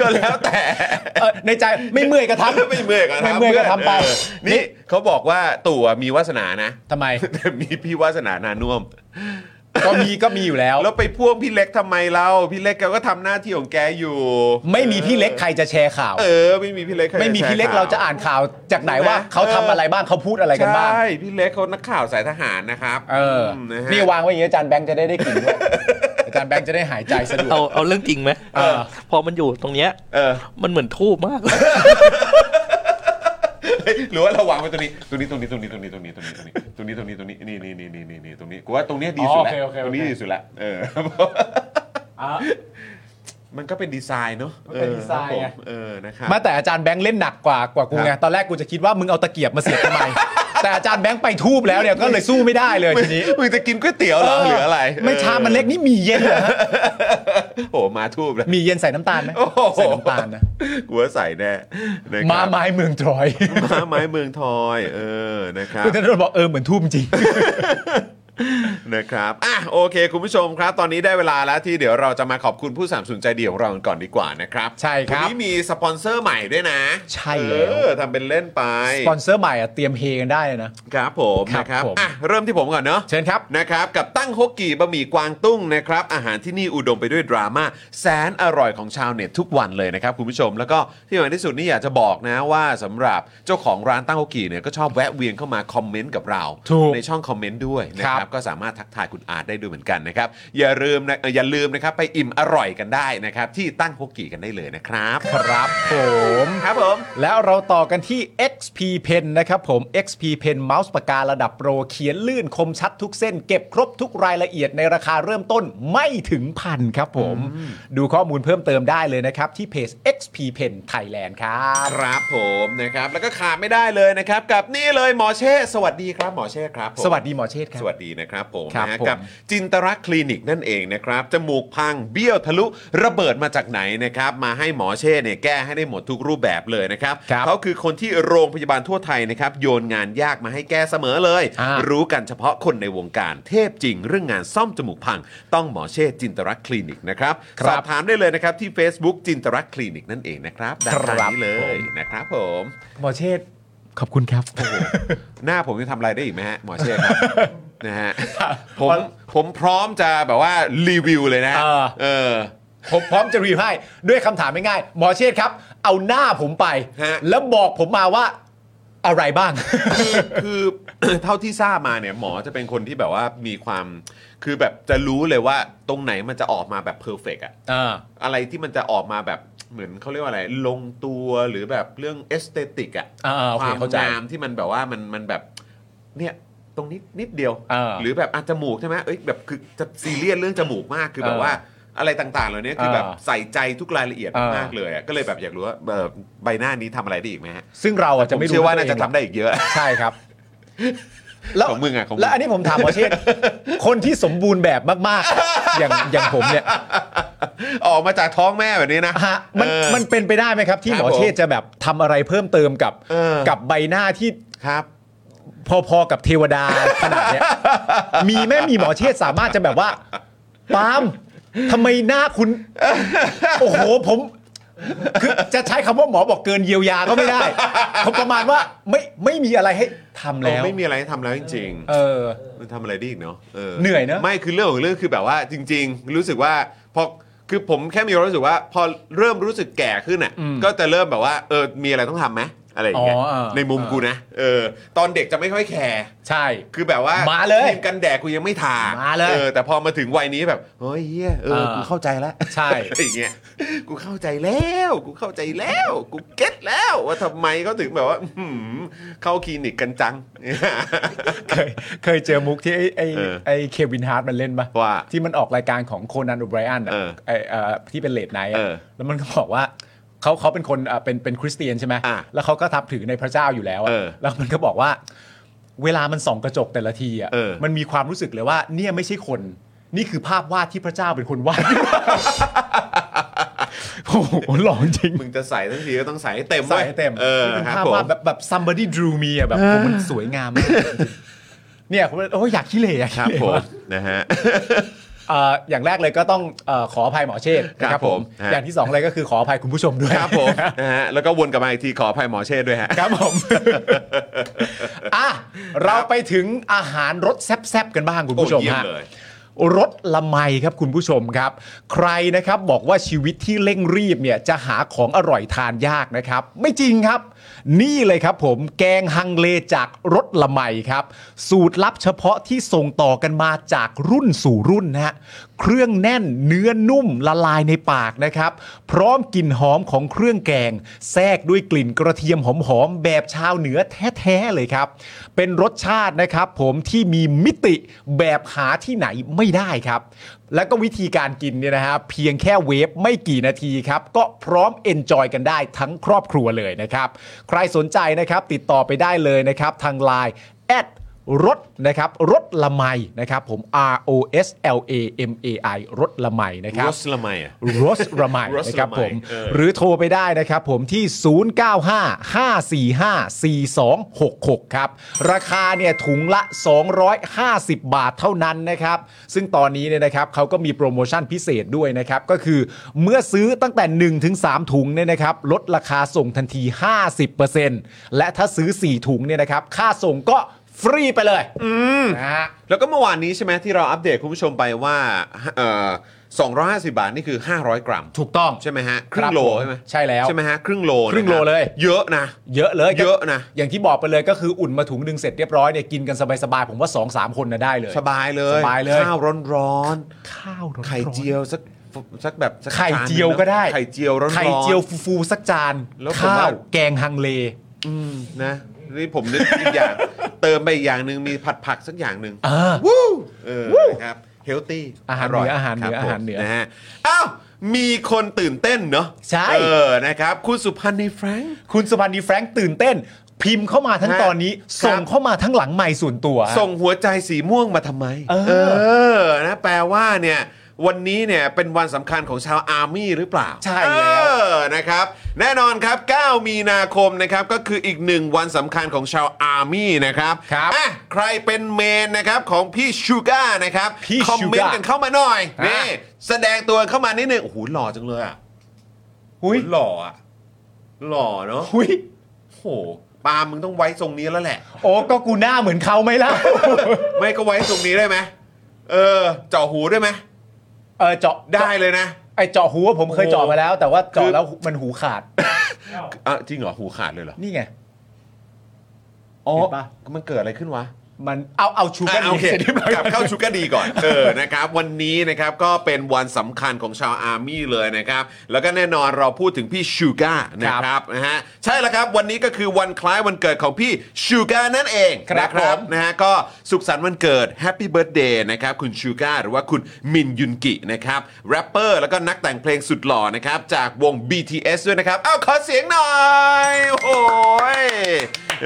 Speaker 1: ก็แล้วแต่
Speaker 2: เออในใจไม่เมื่อยก็ทำ
Speaker 1: ไม่เมื่อยก็ทำ
Speaker 2: ไม่เมื่อยก็ทำไป
Speaker 1: เออนี่เขาบอกว่าตู่อะมีวาสนานะ *laughs*
Speaker 2: ทำไม
Speaker 1: แต่มีพี่วาสนานานุ่วม
Speaker 2: ก็มีก็มีอยู่แล้ว
Speaker 1: แล้วไปพ่วงพี่เล็กทำไมเรา พี่เล็กแกก็ทำหน้าที่ของแกอยู่
Speaker 2: ไม่มีพี่เล็กใครจะแชร์ข่าว
Speaker 1: เออไม่มีพี่เล็กใคร
Speaker 2: ไม่มี
Speaker 1: จะแช
Speaker 2: พี่เล็ก
Speaker 1: ข่ว
Speaker 2: เราจะอ่านข่าวจากไหนว่า
Speaker 1: ใช่ไหม
Speaker 2: เขาทำอะไรบ้างเขาพูดอะไรกันบ้าง
Speaker 1: ใช่ พี่เล็กเขานักข่าวสายทหารนะครับ
Speaker 2: เออ
Speaker 1: มะฮะ
Speaker 2: นี่วางไว้อย่างนี้อาจารย์แบงค์จะได้ได้กลิ่น
Speaker 1: *laughs*
Speaker 2: ด้วยอาจารย์แบงค์จะได้หายใจสะดวก
Speaker 3: เอาเอาเรื่องจริงไหม
Speaker 2: เออ
Speaker 3: พอมันอยู่ตรงเนี้ย
Speaker 1: เออ *laughs*
Speaker 3: มันเหมือนทูบมากเลย
Speaker 1: เฮ้ยหรือว่าเราวางไว้ตรงนี้ตรงนี้ตรงนี้ตรงนี้ตรงนี้ตรงนี้ตรงนี้ตรงนี้ตรงนี้ตรงนี้ตรงนี้นี่นี่นี่นี่นี่นี่ตรงนี้กูว่าตรงเนี้ยดีสุดแล้ว
Speaker 2: อ๋อโอเคโอเคโอเค
Speaker 1: ตรงนี้ดีสุดแล้วเออ *laughs*
Speaker 2: อ่ะ
Speaker 1: มันก็เป็นดีไซน์เนาะ
Speaker 2: มันเป็นดีไซน์
Speaker 1: เออครับผมเออ
Speaker 2: ไง
Speaker 1: นะครับ
Speaker 2: ไมาแต่อาจารย์แบงค์เล่นหนักกว่ากว่ากูไงตอนแรกกูจะคิดว่ามึงเอาตะเกียบมาเสียบ
Speaker 1: *laughs*
Speaker 2: ทำไม แต่อาจารย์แบงค์ไปทูบแล้วเนี่ยก็เลยสู้ไม่ได้เลยทีนี้
Speaker 1: มึงจะกินก๋วยเตี๋ยวเหรอหรืออะไร
Speaker 2: ไม่ชามันเล็กนี่มีเย็นเหรอฮะ
Speaker 1: โอ้โหมาทูบแล้ว
Speaker 2: มีเย็นใส่น้ำตาลไหม
Speaker 1: โอ้โห
Speaker 2: ใส่น้ำตาลนะ
Speaker 1: *laughs* กูว่าใส่แน่นะครับ
Speaker 2: มาไม้เมืองตรอย
Speaker 1: มาไม้เมืองทอยเออนะครับ
Speaker 2: คุณธนรบอกเออเหมือนทูบจริง
Speaker 1: นะครับ อ่ะ โอเค คุณผู้ชมครับ ตอนนี้ได้เวลาแล้วที่เดี๋ยวเราจะมาขอบคุณผู้สามสนุนใจเดียวของเรากันก่อนดีกว่านะครับ
Speaker 2: ใช่ครับ
Speaker 1: วันนี้มีสปอนเซอร์ใหม่ด้วยนะ
Speaker 2: ใช่แล้ว
Speaker 1: เออทำเป็นเล่นไป
Speaker 2: สปอนเซอร์ใหม่อะเตรียมเฮกันได้เลยนะ
Speaker 1: ครับผม
Speaker 2: ครับ
Speaker 1: นะครับ
Speaker 2: ผม
Speaker 1: อ่ะ เริ่มที่ผมก่อนเนาะ
Speaker 2: เชิญครับ
Speaker 1: นะครับกับตั้งฮกกี่บะหมี่กวางตุ้งนะครับอาหารที่นี่อุดมไปด้วยดราม่าแสนอร่อยของชาวเน็ตทุกวันเลยนะครับคุณผู้ชมแล้วก็ที่สำคัญที่สุดนี่อยากจะบอกนะว่าสำหรับเจ้าของร้านตั้งฮกกี่เนี่ยก็ชอบแวะเวียนเข้ามาคอมเมนต์กับเรา
Speaker 2: ถูก
Speaker 1: ในช่องคอมเมนต์ด้วยนะค
Speaker 2: ครั
Speaker 1: รับบ ก็สามารถทักทายคุณอาร์ตได้ด้วยเหมือนกันนะครับอย่าลืมนะเอ่ออย่าลืมนะครับไปอิ่มอร่อยกันได้นะครับที่ตั้งฮกกี่กันได้เลยนะครับ
Speaker 2: ครับผม
Speaker 1: ครับผม
Speaker 2: แล้วเราต่อกันที่ XP Pen นะครับผม XP Pen เมาส์ปากการะดับโปรเขียนลื่นคมชัดทุกเส้น เก็บครบทุกรายละเอียดในราคาเริ่มต้นไม่ถึงพันครับผม ดูข้อมูลเพิ่ม점เติมได้เลยนะครับ ที่เพจ XP Pen Thailand ครับ
Speaker 1: ครับผมนะครับแล้วก็ขาดไม่ได้เลยนะครับกับนี่เลยหมอเช่สวัสดีครับหมอเช่ครับผม
Speaker 2: สวัสดีหมอเชษฐ์ครับ
Speaker 1: สวัสดีนะครับผม
Speaker 2: ครับ
Speaker 1: นะฮะ
Speaker 2: ผม
Speaker 1: กับจินตรักษณ์คลินิกนั่นเองนะครับ จมูกพังเบี้ยวทะลุระเบิดมาจากไหนนะครับ มาให้หมอเช่เนี่ยแก้ให้ได้หมดทุกรูปแบบเลยนะครับ
Speaker 2: ครับ
Speaker 1: เขาคือคนที่โรงพยาบาลทั่วไทยนะครับ โยนงานยากมาให้แก้เสมอเลย
Speaker 2: อ่า
Speaker 1: รู้กันเฉพาะคนในวงการเทพจริง เรื่องงานซ่อมจมูกพัง ต้องหมอเช่จินตรักษณ์คลินิกนะครับ
Speaker 2: ครับ
Speaker 1: สอบถามได้เลยนะครับที่ Facebook จินตรักษณ์คลินิกนั่นเองนะครับด้านล่างนี้เล
Speaker 2: ครั
Speaker 1: ย
Speaker 2: บผม
Speaker 1: นะครับผม
Speaker 2: หมอเชษฐ์ขอบคุณครับ
Speaker 1: *laughs* หน้าผมจะทำอะไรได้อีกไหมฮะหมอเช่ครับ นะฮะผมผมพร้อมจะแบบว่ารีวิวเลยนะ
Speaker 2: เออ
Speaker 1: เออ
Speaker 2: ผมพร้อมจะรีวิวให้ด้วยคำถามง่ายๆหมอเชษฐ์ครับ เอาหน้าผมไป
Speaker 1: ฮะ
Speaker 2: แล้วบอกผมมาว่าอะไรบ้าง
Speaker 1: คือคือ *coughs* เท่าที่ทราบมาเนี่ยหมอจะเป็นคนที่แบบว่ามีความ คือแบบจะรู้เลยว่าตรงไหนมันจะออกมาแบบเพอร์เฟกอะ
Speaker 2: อ่า
Speaker 1: อะไรที่มันจะออกมาแบบเหมือนเขาเรียกว่าอะไร ลงตัวหรือแบบเรื่องเอสเตติกอะ
Speaker 2: อ่าๆโอ
Speaker 1: ค
Speaker 2: เความเข้าใจ
Speaker 1: งามที่มันแบบว่ามันมันแบบเนี่ยตรงนี้นิดเดียว
Speaker 2: เออ
Speaker 1: หรือแบบอาจมูกใช่ไหมเอ้ยแบบคือจะซีเรียสเรื่องจมูกมากคือแบบว่าอะไรต่างๆเหล่านี้คือแบบ
Speaker 2: เออ
Speaker 1: ใส่ใจทุกรายละเอียด
Speaker 2: เออ
Speaker 1: มากเลยอะก็เลยแบบอยากรู้ว่าเอ่อใบหน้านี้ทำอะไรได้อีกไหมฮะ
Speaker 2: ซึ่งเราอ่ะจะ
Speaker 1: ผม
Speaker 2: ไม่รู้
Speaker 1: เชื่อว่าน่า
Speaker 2: ตั
Speaker 1: จะ
Speaker 2: เงหร
Speaker 1: ทำ
Speaker 2: ก
Speaker 1: ได้อีกเยอะ
Speaker 2: ใช่ครับ
Speaker 1: ของมึงอะของมึง
Speaker 2: แล้วอันนี้ผมถามหมอเช
Speaker 1: *laughs*
Speaker 2: ษฐ์ คนที่สมบูรณ์แบบมากๆ อย่างอย่างผมเนี่ย
Speaker 1: ออกมาจากท้องแม่แบบนี้นะ
Speaker 2: ฮะมัน
Speaker 1: เออ
Speaker 2: มันเป็นไปได้ไหมครับ ที่
Speaker 1: ครับ
Speaker 2: หมอเชษฐ์จะแบบทำอะไรเพิ่มเติมกับ
Speaker 1: เออ
Speaker 2: กับใบหน้าที่
Speaker 1: ครับ
Speaker 2: พอๆกับเทวดาขนาดเนี้ยมีแม่มีหมอเชษฐ์สามารถจะแบบว่าปาล์มทำไมหน้าคุณ โอ้โหผม คือจะใช้คำว่าหมอบอกเกินเยียวยาก็ไม่ได้ ผมประมาณว่าไม่ไม่มีอะไรให้ทำแล้ว
Speaker 1: เออไม่มีอะไรให้ทำแล้วจริง
Speaker 2: เออ
Speaker 1: ๆ มันทำอะไรได้อีกเนาะเออ
Speaker 2: เหนื่อยเนอะ
Speaker 1: ไม่คือเรื่องของเรื่องคือแบบว่าจริง ๆ รู้สึกว่าพอคือผมแค่มีความรู้สึกว่า พอเริ่มรู้สึกแก่ขึ้นอ่ะก็จะเริ่มแบบว่าเออมีอะไรต้องทำไหมอะไรอย่างเงี้ย
Speaker 2: อ๋อเออ
Speaker 1: ในมุมกูนะเออตอนเด็กจะไม่ค่อยแคร์
Speaker 2: ใช่
Speaker 1: คือแบบว่า
Speaker 2: มาเลย
Speaker 1: ครีมกันแดดกูยังไม่ทามา
Speaker 2: าเลย
Speaker 1: ออแต่พอมาถึงวัยนี้แบบเฮ้ยเฮียเออ
Speaker 2: เออ
Speaker 1: กูเข้าใจแล้ว
Speaker 2: ใช่
Speaker 1: อย่างเงี้ยกูเข้าใจแล้ว กูเข้าใจแล้ว กูเก็ตแล้ว ว่าทำไมเขาถึงแบบว่าอื้อหือเข้าคลินิกกันจัง
Speaker 2: *laughs*
Speaker 1: *laughs*
Speaker 2: เคยเคยเจอมุกที่ไอ้ไอ้
Speaker 1: เออ
Speaker 2: ไอ้เควินฮาร์ดมันเล่นปะ
Speaker 1: ว่า
Speaker 2: ที่มันออกรายการของโคนันอุไบรอัน
Speaker 1: เออ
Speaker 2: ที่เป็นเลดไนท์
Speaker 1: เออ
Speaker 2: แล้วมันก็บอกว่าเขาเขาเป็นคนอ่ะเป็นเป็นคริสเตียนใช่ไหม
Speaker 1: อ่ะ
Speaker 2: แล้วเขาก็ทับถือในพระเจ้าอยู่แล้วอ่ะ
Speaker 1: เออ
Speaker 2: แล้วมันก็บอกว่า เวลามันส่องกระจกแต่ละทีอ่ะ
Speaker 1: เออ
Speaker 2: มันมีความรู้สึกเลยว่า เนี่ยไม่ใช่คน นี่คือภาพวาดที่พระเจ้าเป็นคนวาด *laughs* โอ้โหหลอนจริง
Speaker 1: มึงจะใส่ทั้งทีก็ต้องใส่ให้เต็มว้
Speaker 2: ใส่
Speaker 1: ย
Speaker 2: ให้เต็ม
Speaker 1: เออ
Speaker 2: นี่เป็น
Speaker 1: ครับ
Speaker 2: ภาพ
Speaker 1: ผม
Speaker 2: วาดแบบแบบ somebody drew me อ่ะแบบโอ้โหมันสวยงาม *laughs* มากเนี่ยผมโอ้ยอยากขี้เหร่อยาก
Speaker 1: ค
Speaker 2: ขี้
Speaker 1: รับ
Speaker 2: เหร่
Speaker 1: ผมนะฮะ
Speaker 2: เอ่ออย่างแรกเลยก็ต้องเออขออภัยหมอเชษฐ์
Speaker 1: ค
Speaker 2: นะค
Speaker 1: รั
Speaker 2: รั
Speaker 1: บบ ผ
Speaker 2: ผม ม
Speaker 1: ฮะ
Speaker 2: อย่างที่สองเลยก็คือขออภัยคุณผู้ชมด้วย
Speaker 1: ครับผมนะฮะแล้วก็วนกลับมาอีกทีขออภัยหมอเชษฐ์ด้วยฮะ
Speaker 2: ครับผมอ่ะเราไปถึงอาหารรสแซ่บๆกันบ้างคุณผู้ชม
Speaker 1: โอ้เยี่ยม
Speaker 2: ฮะ
Speaker 1: เลย
Speaker 2: รสละไมครับคุณผู้ชมครับ ใครนะครับบอกว่าชีวิตที่เร่งรีบเนี่ยจะหาของอร่อยทานยากนะครับ ไม่จริงครับ นี่เลยครับผมแกงฮังเลจากรสละไมครับ สูตรลับเฉพาะที่ส่งต่อกันมาจากรุ่นสู่รุ่นนะฮะ เครื่องแน่นเนื้อนุ่มละลายในปากนะครับ พร้อมกลิ่นหอมของเครื่องแกง แทรกด้วยกลิ่นกระเทียมหอมๆแบบชาวเหนือแท้ๆเลยครับ เป็นรสชาตินะครับผมที่มีมิติแบบหาที่ไหนไม่ได้ครับ แล้วก็วิธีการกินเนี่ยนะฮะเพียงแค่เวฟไม่กี่นาทีครับ ก็พร้อมเอนจอยกันได้ทั้งครอบครัวเลยนะครับ ใครสนใจนะครับติดต่อไปได้เลยนะครับ ทางไลน์ รถนะครับรถละไมนะครับผม R O S L A M A I รถละไมนะครับ
Speaker 1: สละไมอ่ะ
Speaker 2: รสระไม
Speaker 1: รสละไม
Speaker 2: นะครับผม
Speaker 1: เออ
Speaker 2: หรือโทรไปได้นะครับผมที่ 0955454266 ครับ ราคาเนี่ยถุงละ 250 บาทเท่านั้นนะครับ ซึ่งตอนนี้เนี่ยนะครับเขาก็มีโปรโมชั่นพิเศษด้วยนะครับ ก็คือเมื่อซื้อตั้งแต่ 1-3 ถุงเนี่ยนะครับ ลดราคาส่งทันที 50%และถ้าซื้อ 4 ถุงเนี่ยนะครับ ค่าส่งก็ฟรีไปเลยนะฮะ
Speaker 1: แล้วก็เมื่อวานนี้ใช่ไหมที่เราอัปเดตคุณผู้ชมไปว่าเอ่อ250 บาทนี่คือ 500 กรัม
Speaker 2: ถูกต้อง
Speaker 1: ใช่ไหมฮะ ครึ่งโลใช่ไหม
Speaker 2: ใช่แล้ว
Speaker 1: ใช่ไหมฮะ ครึ่งโลนะ
Speaker 2: ครึ่งโลเลย
Speaker 1: เยอะนะ
Speaker 2: เยอะเลย
Speaker 1: เยอะนะ
Speaker 2: อย่างที่บอกไปเลยก็คืออุ่นมาถุงหนึ่งเสร็จเรียบร้อยเนี่ยกินกันสบายๆ ผมว่า 2 3 คนนะได้เลย
Speaker 1: สบายเลย
Speaker 2: สบายเลย
Speaker 1: ข้าวร้อน
Speaker 2: ข้าว
Speaker 1: ๆ
Speaker 2: ร้อนๆ
Speaker 1: ไข่เจียวสักสักแบบสัก
Speaker 2: ไข่
Speaker 1: จานหนึ่งนะ
Speaker 2: เจียวก็ได้
Speaker 1: ไข่เจียวร้อนๆ
Speaker 2: ไข่เจียวฟูๆสักจาน
Speaker 1: แล้วผม
Speaker 2: ข้า
Speaker 1: ว่า
Speaker 2: วแกงฮังเล
Speaker 1: อืมนะนี่ผมนึกอีกอย่าง เติมไปอีกอย่างหนึ่งมีผัดผักสักอย่างหนึ่ง
Speaker 2: เออ
Speaker 1: วู้เออนะครับเฮลตี้
Speaker 2: อาหารเหนืออาหารเหนืออาหารเหนือ
Speaker 1: นะฮะอ้าวมีคนตื่นเต้นเนาะ
Speaker 2: ใช่
Speaker 1: เออนะครับคุณสุพันธ์ในแฟรงค์
Speaker 2: คุณสุพันธ์ดีแฟรงค์ตื่นเต้น พิมพ์เข้ามาทั้ง
Speaker 1: ฮะ
Speaker 2: ตอนนี้
Speaker 1: ครับ
Speaker 2: ส่งเข้ามาทั้งหลังใหม่ส่วนตัว
Speaker 1: ส่งหัวใจสีม่วงมาทำไม
Speaker 2: เออ
Speaker 1: เออ นะ แปลว่าเนี่ย วันนี้เนี่ย เป็นวันสำคัญของชาวอาร์มี่หรือเปล่า
Speaker 2: ใช่แล้ว
Speaker 1: เออ นะครับ แน่นอนครับ 9 มีนาคมนะครับ ก็คืออีกหนึ่งวันสำคัญของชาวอาร์มี่นะครับ
Speaker 2: ครับ
Speaker 1: อ่ะใครเป็นเมนนะครับ ของพี่ชูก้านะครับ
Speaker 2: พี่
Speaker 1: คอมเมน
Speaker 2: Sugar
Speaker 1: ต์กันเข้ามาหน่อย
Speaker 2: ฮะ
Speaker 1: นี่ แสดงตัวเข้ามานิดนึง โอ้โห หล่อจังเลยอ่ะ
Speaker 2: หุย
Speaker 1: หล่ออ่ะ หล่อเนาะ
Speaker 2: หุย
Speaker 1: โอ้โหปาล์มมึงต้องไว้ทรงนี้แล้วแหละ
Speaker 2: โอ้ก็กูหน้าเหมือนเขาไหมล่ะ
Speaker 1: ไม่ก็ไว้ตรงนี้ได้ไหม เออ เจาะหูได้ไหม
Speaker 2: เออเจาะ
Speaker 1: ได้ *laughs* เลยนะ
Speaker 2: ไอเจาะหูว่าผมเคยเจาะมาแล้ว แต่ว่าเจาะแล้วมันหูขาด
Speaker 1: อ่ะจริงเหรอ หูขาดเลยเหรอ
Speaker 2: นี่ไง
Speaker 1: อ๋อ
Speaker 2: เห็นปะ
Speaker 1: มันเกิดอะไรขึ้นวะ
Speaker 2: มันเอาเอาชูกัน
Speaker 1: อ่ะโอเค
Speaker 2: สร็จรียร้อย
Speaker 1: กลับเข้าชุกก็ดีก่อน เออ นะครับ วันนี้นะครับก็เป็นวันสำคัญของชาวอาร์มี่เลยนะครับ แล้วก็แน่นอนเราพูดถึงพี่ชูก้านะครับนะฮะ ใช่แล้วครับ วันนี้ก็คือวันคล้ายวันเกิดของพี่ชูก้านั่นเอง
Speaker 2: ครับ
Speaker 1: นะ
Speaker 2: ผม
Speaker 1: นะฮะ ก็สุขสันต์วันเกิดแฮปปี้เบิร์ดเดย์นะครับ คุณชูก้าหรือว่าคุณมินยุนกินะครับแรปเปอร์แล้วก็นักแต่งเพลงสุดหล่อนะครับจากวง BTS ด้วยนะครับ อ้าวขอเสียงหน่อย โอ้ย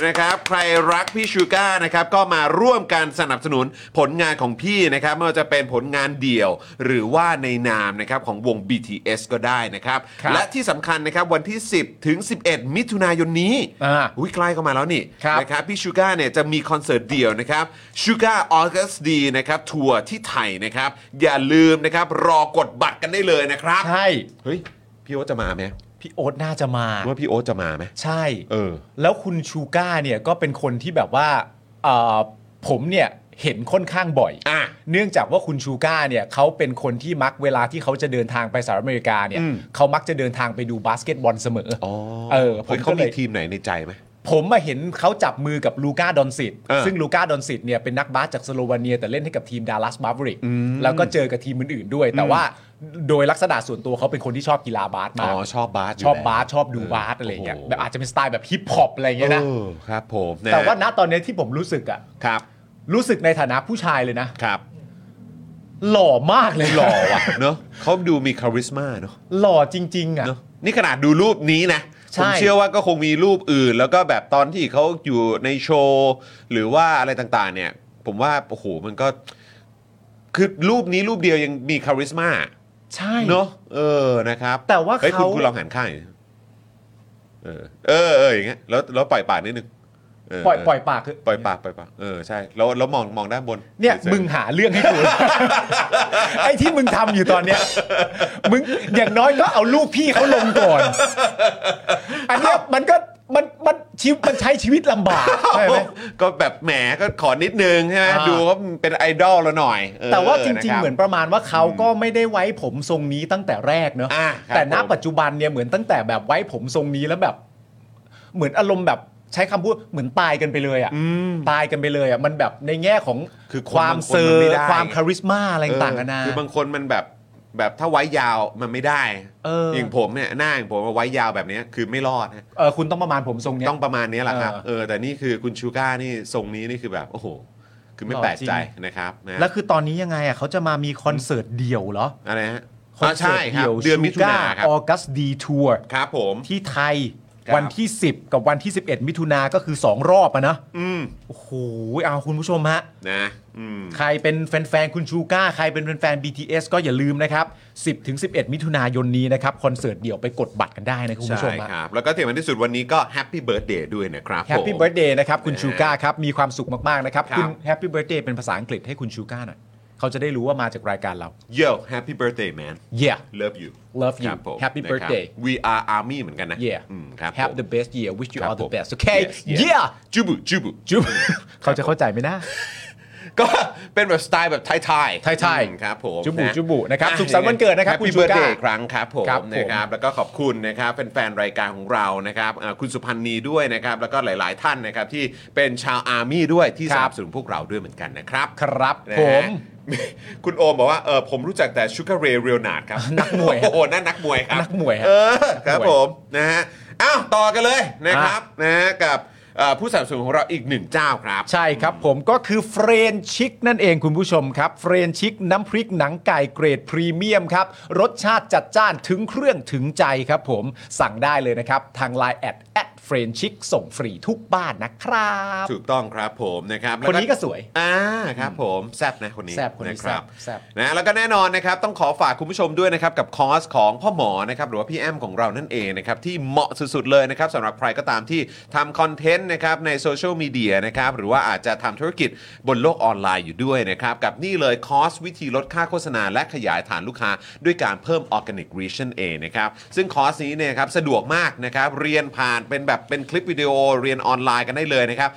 Speaker 1: นะครับใครรักพี่ชูก้านะครับก็มาร่วมกันสนับสนุนผลงานของพี่นะครับไม่ว่าจะเป็นผลงานเดี่ยว หรือว่าในนามนะครับของวง BTS ก็ได้นะครับ
Speaker 2: ครับ
Speaker 1: และที่สำคัญนะครับวันที่ 10 ถึง 11 มิถุนายนนี้
Speaker 2: อ่า
Speaker 1: อุ้ยใกล้เข้ามาแล้วนี่
Speaker 2: ครับ
Speaker 1: นะครับพี่ชูก้าเนี่ยจะมีคอนเสิร์ตเดี่ยวนะครับชูก้าออกัสดีนะครับทัวร์ที่ไทยนะครับ อย่าลืมนะครับ รอกดบัตรกันได้เลยนะครับ
Speaker 2: ใช่
Speaker 1: เฮ้ย พี่โอ๊ตจะมาไหม
Speaker 2: พี่โอ๊ตน่าจะมา
Speaker 1: ว่าพี่โอ๊ตจะมาไหม
Speaker 2: ใช่
Speaker 1: เออ
Speaker 2: แล้วคุณชูก้าเนี่ยก็เป็นคนที่แบบว่าเอ่อผมเนี่ยเห็นค่อนข้างบ่อย
Speaker 1: อ่ะ
Speaker 2: เนื่องจากว่าคุณชูก้าเนี่ยเขาเป็นคนที่มักเวลาที่เขาจะเดินทางไปสหรัฐอเมริกาเนี่ย
Speaker 1: อืม
Speaker 2: เขามักจะเดินทางไปดูบาสเกตบอลเสมออ
Speaker 1: อ๋อ
Speaker 2: เออผม
Speaker 1: ฮ้ยเขา
Speaker 2: ก็เล
Speaker 1: มี
Speaker 2: ย
Speaker 1: ทีมไหนในใจไหม
Speaker 2: ผมมาเห็นเขาจับมือกับลูก้าดอนซิต
Speaker 1: เออ
Speaker 2: ซึ่งลูก้าดอนซิตเนี่ยเป็นนักบาสจากสโลวาเนีย แต่เล่นให้กับทีมดัลลัสมาฟริก
Speaker 1: อืม
Speaker 2: แล้วก็เจอกับทีมอื่นๆด้วย แต่ว่าโดยลักษณะส่วนตัวเขาเป็นคนที่ชอบกีฬาบาส
Speaker 1: อ๋
Speaker 2: มา
Speaker 1: อก ชอบบาสยู่
Speaker 2: ชอบบาส
Speaker 1: แล้ว
Speaker 2: ชอบดูบาสอะไรอย่างเงี้ย
Speaker 1: โอ้โห
Speaker 2: แบบอาจจะเป็นสไตล์แบบฮิปฮอปอะไรอย่างเงี้ยนะ
Speaker 1: เออครับผมนะ
Speaker 2: แต่ว่าณตอนเนี้ยที่ผมรู้สึกอะ
Speaker 1: ครับ
Speaker 2: รู้สึกในฐานะผู้ชายเลยนะ
Speaker 1: ครับ
Speaker 2: หล่อมากเลยหล่อ
Speaker 1: *laughs*
Speaker 2: ว่ะ
Speaker 1: เนอะเขาดูมีคาริสมาเนอะ
Speaker 2: หล่อจริง ๆอะ
Speaker 1: เนอะนี่ขนาดดูรูปนี้นะ
Speaker 2: ใช่
Speaker 1: ผมเชื่อว่าก็คงมีรูปอื่น แล้วก็แบบตอนที่เขาอยู่ในโชว์ หรือว่าอะไรต่างๆ เนี่ย ผมว่าโอ้โหมันก็ คือรูปนี้รูปเดียวยังมีคาริสมา
Speaker 2: ใช่
Speaker 1: เนอะเออนะครับ
Speaker 2: แต่ว่า
Speaker 1: ฮ้ยคุณ
Speaker 2: เขา
Speaker 1: คุณลองหันข้างหน่อยเออเออเอออย่างเงี้ยแล้วแล้วปล่อยปากนิดนึงเ
Speaker 2: ปล่อยปล่อยปากคือ
Speaker 1: ปล่อยปากปล่อยปากเออใช่แล้วแล้วมองมองด้านบน
Speaker 2: เนี่ย
Speaker 1: ฉๆ
Speaker 2: มึงหาเรื่องให้กู *laughs* ไอ้ที่มึงทำอยู่ตอนเนี้ยมึงอย่างน้อยก็เอารูปพี่เขาลงก่อน อันเนี้ยมันก็มันมันชีวิตมันใช้ชีวิตลำบากใช่ไหม
Speaker 1: ก็แบบแหมก็ขอนิดนึงใช่ไหม
Speaker 2: อ่า
Speaker 1: ดูว่าเป็นไอดอลเราหน่อยเออ
Speaker 2: แต่ว่าจริง
Speaker 1: ะคบ
Speaker 2: ๆเหมือนประมาณว่าเขาก็ไม่ได้ไว้ผมทรงนี้ตั้งแต่แรกเนอะ
Speaker 1: อ่าครับ
Speaker 2: แต่ณ
Speaker 1: ผม
Speaker 2: ปัจจุบันเนี่ยเหมือนตั้งแต่แบบไว้ผมทรงนี้แล้วแบบ เหมือนอารมณ์แบบใช้คำพูดเหมือนตายกันไปเลยอะ่ะตายกันไปเลยอะ่ะมันแบบในแง่ของ
Speaker 1: คือคน
Speaker 2: ความ
Speaker 1: บางคน
Speaker 2: เซอ
Speaker 1: มันไม่
Speaker 2: ร์
Speaker 1: ได้
Speaker 2: ความคาริสมาอะไรต่างๆกันานา
Speaker 1: คือบางคนมันแบบแบบถ้าไว้ยาวมันไม่ได้
Speaker 2: เอออ
Speaker 1: ย่างผมเนี่ยหน้าอย่างผมเอาไว้ยาวแบบเนี้ยคือไม่รอดนะ
Speaker 2: เออคุณต้องประมาณผมทรงเนี้ย
Speaker 1: ต้องประมาณเนี้ยแหละครับ
Speaker 2: เออ
Speaker 1: เออแต่นี่คือคุณชูก้านี่ทรงนี้นี่คือแบบโอ้โห คือไม่
Speaker 2: หล่อ
Speaker 1: แปลกใจ
Speaker 2: จริง
Speaker 1: นะครับนะ
Speaker 2: แล้วคือตอนนี้ยังไงอ่ะเขาจะมามีคอนเสิร์ตเดี่ยวเหรอ
Speaker 1: อะไรฮะ
Speaker 2: คอน
Speaker 1: อ่า
Speaker 2: เสิ
Speaker 1: ใช่
Speaker 2: ร์ต
Speaker 1: ครับ
Speaker 2: เดี่ยว
Speaker 1: เดือนมิถุนาครับ
Speaker 2: ออกัสดีทัวร์
Speaker 1: ครับผม
Speaker 2: ที่ไทย
Speaker 1: ครับ
Speaker 2: วันที่ 10 กับวันที่ 11 มิถุนาก็คือ 2 รอบอะนะ
Speaker 1: อืม
Speaker 2: โอ้โห เอาคุณผู้ชมฮะ
Speaker 1: นะอืม
Speaker 2: ใครเป็นแฟนๆ คุณชูก้า ใครเป็นแฟนๆ BTS ก็อย่าลืมนะครับ 10ถึง11 มิถุนายนนี้นะครับ คอนเสิร์ตเดี่ยวไปกดบัตรกันได้นะคุณผู้ชม
Speaker 1: ใช่ครับ แล้วก็ที่สำคัญที่สุดวันนี้ก็แฮปปี้เบิร์ดเดย์ด้วยนะครับ
Speaker 2: แฮปปี้
Speaker 1: ผม
Speaker 2: เบิร์ดเดย์นะครับ คุณชูก้าครับ มีความสุขมาก ๆ นะครับ
Speaker 1: ครับ
Speaker 2: คุณแฮปปี้เบิร์ดเดย์เป็นภาษาอังกฤษให้คุณชูก้าหน่อย เขาจะได้รู้ว่ามาจากรายการเรา
Speaker 1: Yo Happy Birthday man
Speaker 2: yeah
Speaker 1: Love you
Speaker 2: love
Speaker 1: ค
Speaker 2: you
Speaker 1: รับผม
Speaker 2: happy
Speaker 1: นะครับ
Speaker 2: birthday
Speaker 1: We are army เหมือนกันนะ
Speaker 2: yeah
Speaker 1: อืมครับ
Speaker 2: have
Speaker 1: ผม
Speaker 2: the best year wish you
Speaker 1: ครับ
Speaker 2: all
Speaker 1: ผ
Speaker 2: the
Speaker 1: ม
Speaker 2: best okay
Speaker 1: Yes, yes.
Speaker 2: yeah
Speaker 1: จูบุจูบุ
Speaker 2: จุ๊บ *laughs* เขาจะเข้าใจไหมนะ
Speaker 1: ก็เป็นแบบสไตล์แบบไทยไทย
Speaker 2: ไทยๆ
Speaker 1: ครับผม
Speaker 2: จูบุ
Speaker 1: นะ
Speaker 2: จูบุนะครับ
Speaker 1: อ่
Speaker 2: สุขสันต์วันเกิดนะครับ
Speaker 1: แฮป
Speaker 2: คุณ
Speaker 1: ปี้
Speaker 2: ชู
Speaker 1: เบิร์ด
Speaker 2: ก้า
Speaker 1: เดย์ครั้งครับผม
Speaker 2: ครับผม
Speaker 1: นะครับแล้วก็ขอบคุณนะครับแฟนๆรายการของเรานะครับอ่าคุณสุพันธ์นีด้วยนะครับ แล้วก็หลาย ๆ ท่านนะครับที่เป็นชาวอาร์มี่ด้วยที่
Speaker 2: ค
Speaker 1: ส
Speaker 2: รับ
Speaker 1: นับสนุนพวกเราด้วยเหมือนกันนะครับ
Speaker 2: ครับ
Speaker 1: นะ
Speaker 2: ผ
Speaker 1: ฮะ
Speaker 2: ม
Speaker 1: *laughs* คุณโอมบอกว่าเออผมรู้จักแต่ชูการ์เรย์เรียลนาดครับ
Speaker 2: นักมวยฮะ
Speaker 1: โอ้โหนั่นนักมวยครับ
Speaker 2: นักมวยฮะ
Speaker 1: เออครับ
Speaker 2: นักม
Speaker 1: ผ
Speaker 2: วย
Speaker 1: มนะฮะอ้าวต่อกันเลยนะครับนะฮะกับเอ่อผู้สนับสนุนของเราอีกหนึ่งเจ้าครับ
Speaker 2: ใช่ครับผมก็คือเฟรนชิกนั่นเองคุณผู้ชมครับ เฟรนชิกน้ำพริกหนังไก่เกรดพรีเมียมครับ รสชาติจัดจ้านถึงเครื่องถึงใจครับผมสั่งได้เลยนะครับ ทาง Line แอดแอดเฟรนชิกส่งฟรีทุกบ้านนะครับ
Speaker 1: ถูกต้องครับผมนะครับแล้ว
Speaker 2: คนนี้ก็สวย
Speaker 1: อ่าครับผมแซบนะคนนี้
Speaker 2: แซ่บคนนี้
Speaker 1: ะรับ
Speaker 2: แซ่บแซ่บ
Speaker 1: นะแล้วก็แน่นอนนะครับต้องขอฝากคุณผู้ชมด้วยนะครับกับคอร์สของพ่อหมอนะครับหรือว่าพี่แอมของเรานั่นเองนะครับที่เหมาะสุดๆเลยนะครับสำหรับใครก็ตามที่ทำคอนเทนต์นะครับในโซเชียลมีเดียนะครับหรือว่าอาจจะทำธุรกิจบนโลกออนไลน์อยู่ด้วยนะครับกับนี่เลยคอร์สวิธีลดค่าโฆษณา และขยายฐานลูกค้าด้วยการเพิ่มออร์แกนิกรีชั่นเองนะครับซึ่งคอร์สนี้เนี่ยครับสะดวกมากนะครับเรียนผ่านเป็นแบบเป็นคลิปวิดีโอเรียนออนไลน์กันได้เลยนะครับ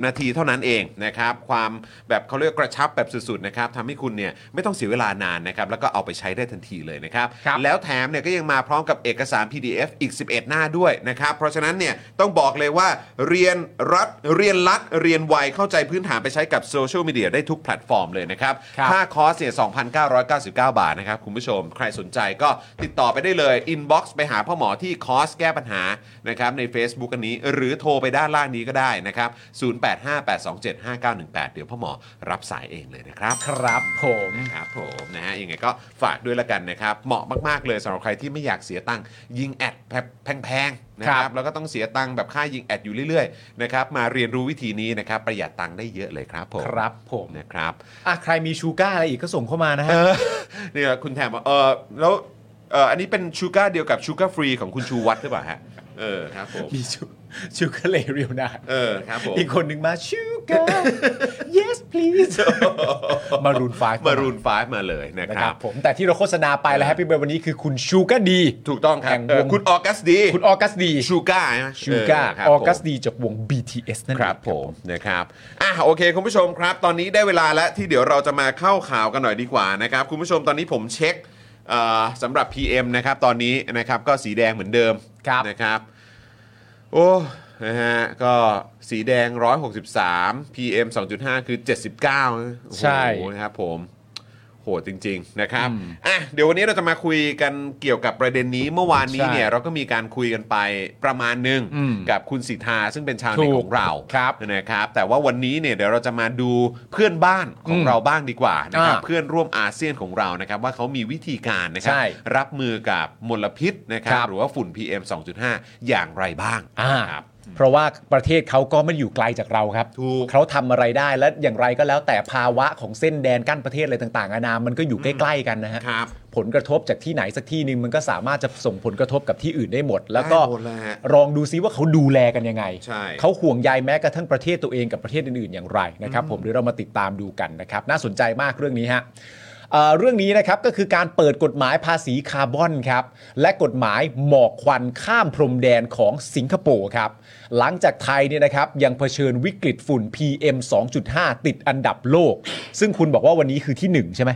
Speaker 1: 30 นาทีเท่านั้นเองนะครับความแบบเขาเรียกกระชับแบบสุดๆนะครับทำให้คุณเนี่ยไม่ต้องเสียเวลานานนะครับแล้วก็เอาไปใช้ได้ทันทีเลยนะครับ
Speaker 2: ครับ
Speaker 1: แล้วแถมเนี่ยก็ยังมาพร้อมกับเอกสาร PDF อีก 11 หน้าด้วยนะครับ เพราะฉะนั้นเนี่ยต้องบอกเลยว่าเรียนรัดเรียนรัดเรียนไวเข้าใจพื้นฐานไปใช้กับโซเชียลมีเดียได้ทุกแพลตฟอร์มเลยนะครับ
Speaker 2: ครับ
Speaker 1: ค่าคอร์สเนี่ย2,999 บาทนะครับ คุณผู้ชมใครสนใจก็ติดต่อไปได้เลย inbox ไปหาพ่อหมอที่คอร์สแก้ปัญหานะครับใน Facebook อันนี้ หรือโทรไปด้านล่างนี้ก็ได้นะครับ 0858275918 เดี๋ยวพ่อหมอรับสายเองเลยนะครับ
Speaker 2: ครับผม
Speaker 1: ครับผมนะฮะยังไงก็ฝากด้วยละกันนะครับ เหมาะมาก ๆ เลยสำหรับใครที่ไม่อยากเสียตังค์ยิงแอดแพงๆนะค
Speaker 2: ครั
Speaker 1: รับบ แล้วก็ต้องเสียตังค์แบบค่ายิงแอดอยู่เรื่อยๆนะครับมาเรียนรู้วิธีนี้นะครับ ประหยัดตังค์ได้เยอะเลยครับผม
Speaker 2: ครับผม
Speaker 1: นะครับ
Speaker 2: อ่ะใครมีชูก้าอะไรอีกก็ส่งเข้ามานะฮะ
Speaker 1: เออเนี่ยคุณแถมบอกเออแล้วเอออันนี้เป็นชูการ์เดียวกับชูการ์ฟรีของคุณชูวัตรหรือเปล่าฮะเออครับผม
Speaker 2: มีชูชูกาเลเรียวนา
Speaker 1: เออครับผม
Speaker 2: อีกคนหนึ่งมาชู girl yes please
Speaker 1: *laughs*
Speaker 2: มารูนไฟ
Speaker 1: มารูน5มาเลยนะ
Speaker 2: นะ
Speaker 1: ค
Speaker 2: ค
Speaker 1: รั
Speaker 2: รั
Speaker 1: บบ
Speaker 2: ผมแต่ที่เราโฆษณาไปแล้วแฮปปี้เบิร์วันนี้คือคุณชูก็ดี
Speaker 1: ถูกต้องครับ
Speaker 2: แห่งวง
Speaker 1: เออคุณออกัสดี
Speaker 2: คุณออกัสดี
Speaker 1: ชูก้าใช่ไหม
Speaker 2: ชูก้า
Speaker 1: เครับ
Speaker 2: ออกัส
Speaker 1: ผม
Speaker 2: ดีจากวง BTS นั่น
Speaker 1: ค
Speaker 2: เอง
Speaker 1: รับผมนะครับอ่ะโอเค คุณผู้ชมครับ ตอนนี้ได้เวลาแล้วที่เดี๋ยวเราจะมาเข้าข่าวกันหน่อยดีกว่านะครับ คุณผู้ชมตอนนี้ผมเช็คเอ่อสำหรับ PM นะครับตอนนี้นะครับก็สีแดงเหมือนเดิมนะครับ โอ้นะฮะก็สีแดง 163 PM 2.5 คือ 79นะโอ้โหนะครับผม โหดจริง ๆ นะครับ อ่ะ เดี๋ยววันนี้เราจะมาคุยกันเกี่ยวกับประเด็นนี้ เมื่อวานนี้เนี่ยเราก็มีการคุยกันไปประมาณหนึ่งกับคุณสิทธาซึ่งเป็นชาวเน็ตของเรา
Speaker 2: ครับ
Speaker 1: นะครับ แต่ว่าวันนี้เนี่ยเดี๋ยวเราจะมาดูเพื่อนบ้านของเราบ้างดีกว่านะครับ
Speaker 2: อ่า
Speaker 1: เพื่อนร่วมอาเซียนของเรานะครับ ว่าเขามีวิธีการนะครั
Speaker 2: ใช่
Speaker 1: รับมือกับมลพิษนะครั
Speaker 2: ครับ บ
Speaker 1: หรือว่าฝุ่น PM 2.5 อย่างไรบ้าง
Speaker 2: อ่า
Speaker 1: ครับ
Speaker 2: เพราะว่าประเทศเขาก็ไม่อยู่ไกลจากเราครับ
Speaker 1: ถูก
Speaker 2: เขาทำอะไรได้และอย่างไรก็แล้วแต่ภาวะของเส้นแดนกั้นประเทศอะไรต่างๆนานามันก็อยู่ใกล้ๆกันนะฮะ
Speaker 1: ครับ
Speaker 2: ผลกระทบจากที่ไหนสักที่หนึ่งมันก็สามารถจะส่งผลกระทบกับที่อื่นได้หมด แล้วก็
Speaker 1: ได้หมดเลยฮะ
Speaker 2: ลองดูซิว่าเขาดูแลกันยังไง
Speaker 1: ใช่
Speaker 2: เขาห่วงใยแม้กระทั่งประเทศตัวเองกับประเทศอื่นๆอย่างไรนะครับผมเดี๋ยวเรามาติดตามดูกันนะครับ น่าสนใจมากเรื่องนี้ฮะเอ่อเรื่องนี้นะครับก็คือการเปิดกฎหมายภาษีคาร์บอนครับและกฎหมายหมอกควันข้ามพรมแดนของสิงคโปร์ครับหลังจากไทยเนี่ยนะครับยังเผชิญวิกฤตฝุ่น PM 2.5 ติดอันดับโลก ซึ่งคุณบอกว่าวันนี้คือที่หนึ่งใช่ไหม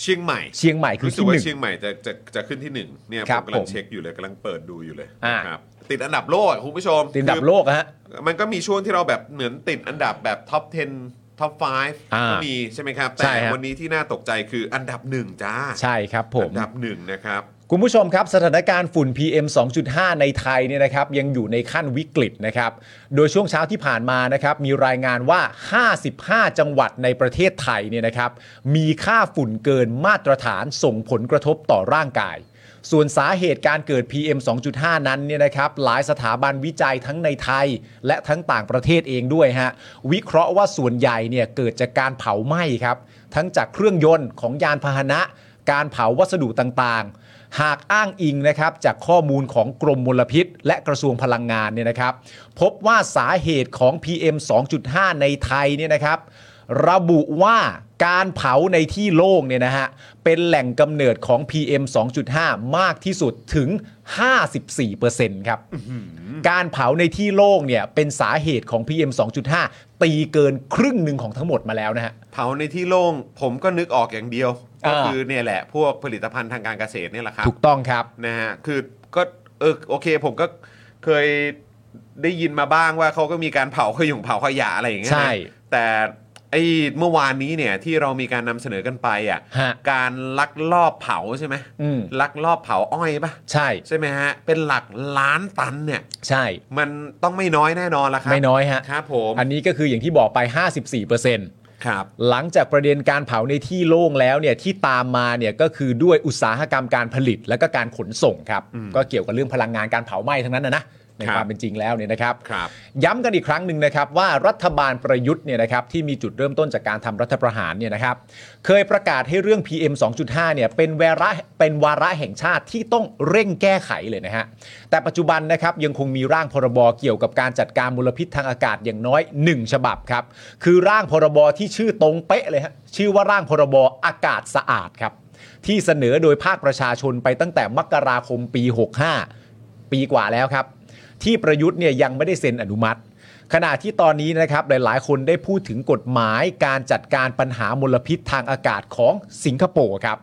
Speaker 1: เชียงใหม่
Speaker 2: เชียงใหม่คือ
Speaker 1: รู้สึก
Speaker 2: ที่
Speaker 1: ว่า
Speaker 2: หนึ่ง
Speaker 1: เชียงใหม่จะจะจะขึ้นที่หนึ่งเนี่ยผ
Speaker 2: ครับ
Speaker 1: มกำลั
Speaker 2: ผ
Speaker 1: ง
Speaker 2: ม
Speaker 1: เช็คอยู่เลยกำลังเปิดดูอยู่เลย
Speaker 2: อ่า
Speaker 1: ครับติดอันดับโลกอะคุณผู้ชม
Speaker 2: ติดอันดับโลกอะฮะ
Speaker 1: คือมันก็มีช่วงที่เราแบบเหมือนติดอันดับแบบท็อป 10 ท็อป
Speaker 2: อ่า
Speaker 1: 5 ก็มีใช่ไหมครับ
Speaker 2: ใช่
Speaker 1: แต่
Speaker 2: ครับ
Speaker 1: วันนี้ที่น่าตกใจคืออันดับหนึ่งจ้า
Speaker 2: ใช่ครับผม
Speaker 1: อันดับหนึ่งนะครับ
Speaker 2: คุณผู้ชมครับสถานการณ์ฝุ่น PM 2.5 ในไทยเนี่ยนะครับยังอยู่ในขั้นวิกฤตนะครับ โดยช่วงเช้าที่ผ่านมานะครับมีรายงานว่า 55 จังหวัดในประเทศไทยเนี่ยนะครับมีค่าฝุ่นเกินมาตรฐานส่งผลกระทบต่อร่างกาย ส่วนสาเหตุการเกิด PM 2.5 นั้นเนี่ยนะครับหลายสถาบันวิจัยทั้งในไทย และทั้งต่างประเทศเองด้วยฮะวิเคราะห์ว่าส่วนใหญ่เนี่ยเกิดจากการเผาไหม้ครับทั้งจากเครื่องยนต์ของยานพาหนะ การเผาวัสดุต่างๆ หากอ้างอิงนะครับจากข้อมูลของกรมมลพิษ และกระทรวงพลังงานเนี่ยนะครับ พบว่าสาเหตุของ PM 2.5 ในไทยเนี่ยนะครับ ระบุว่าการเผาในที่โล่งเนี่ยนะฮะเป็นแหล่งกำเนิดของ PM 2.5 มากที่สุดถึง 54%ครับ การเผาในที่โล่งเนี่ยเป็นสาเหตุของ PM 2.5 ตีเกินครึ่งหนึ่งของทั้งหมดมาแล้วนะฮะ
Speaker 1: เผาในที่โล่งผมก็นึกออกอย่างเดียว
Speaker 2: อ่า
Speaker 1: ก็คือเนี่ยแหละ พวกผลิตภัณฑ์ทางการเกษตรเนี่ยแหละครับ
Speaker 2: ถูกต้องครับ
Speaker 1: นะฮะ คือก็เออโอเค ผมก็เคยได้ยินมาบ้างว่าเขาก็มีการเผาขยงเผาขยะอะไรอย่างเงี้ยนะ
Speaker 2: ใช่
Speaker 1: แต่ไอ้เมื่อวานนี้เนี่ยที่เรามีการนำเสนอกันไปอ่ะ
Speaker 2: ฮะ
Speaker 1: การลักลอบเผาใช่ไหม
Speaker 2: อืม
Speaker 1: ลักลอบเผาอ้อยปะ
Speaker 2: ใช่
Speaker 1: ใช่ไหมฮะ เป็นหลักล้านตันเนี่ย
Speaker 2: ใช่
Speaker 1: มันต้องไม่น้อยแน่นอนละครับ
Speaker 2: ไม่น้อยฮะ
Speaker 1: ครับผม
Speaker 2: อันนี้ก็คืออย่างที่บอกไป 54%
Speaker 1: ครับ
Speaker 2: หลังจากประเด็นการเผาในที่โล่งแล้วเนี่ยที่ตามมาเนี่ยก็คือด้วยอุตสาหกรรมการผลิตและก็การขนส่งครับก็เกี่ยวกับเรื่องพลังงานการเผาไหม้ทั้งนั้นนะนะใน
Speaker 1: ครับ
Speaker 2: ความเป็นจริงแล้วเนี่ยนะครับ
Speaker 1: ครับ
Speaker 2: ย้ำกันอีกครั้งหนึ่งนะครับว่ารัฐบาลประยุทธ์เนี่ยนะครับที่มีจุดเริ่มต้นจากการทำรัฐประหารเนี่ยนะครับเคยประกาศให้เรื่อง PM 2.5เนี่ยเป็นวาระเป็นวาระแห่งชาติที่ต้องเร่งแก้ไขเลยนะฮะแต่ปัจจุบันนะครับยังคงมีร่างพรบเกี่ยวกับการจัดการมลพิษทางอากาศอย่างน้อย 1 ฉบับครับคือร่างพรบที่ชื่อตรงเป๊ะเลยฮะชื่อว่าร่างพรบอากาศสะอาดครับที่เสนอโดยภาคประชาชนไปตั้งแต่มกราคมปี 65 ปีกว่าแล้วครับ ที่ประยุทธ์เนี่ยยังไม่ได้เซ็นอนุมัติ ขณะที่ตอนนี้นะครับหลาย ๆ คนได้พูดถึงกฎหมายการจัดการปัญหามลพิษทางอากาศของสิงคโปร์ครับ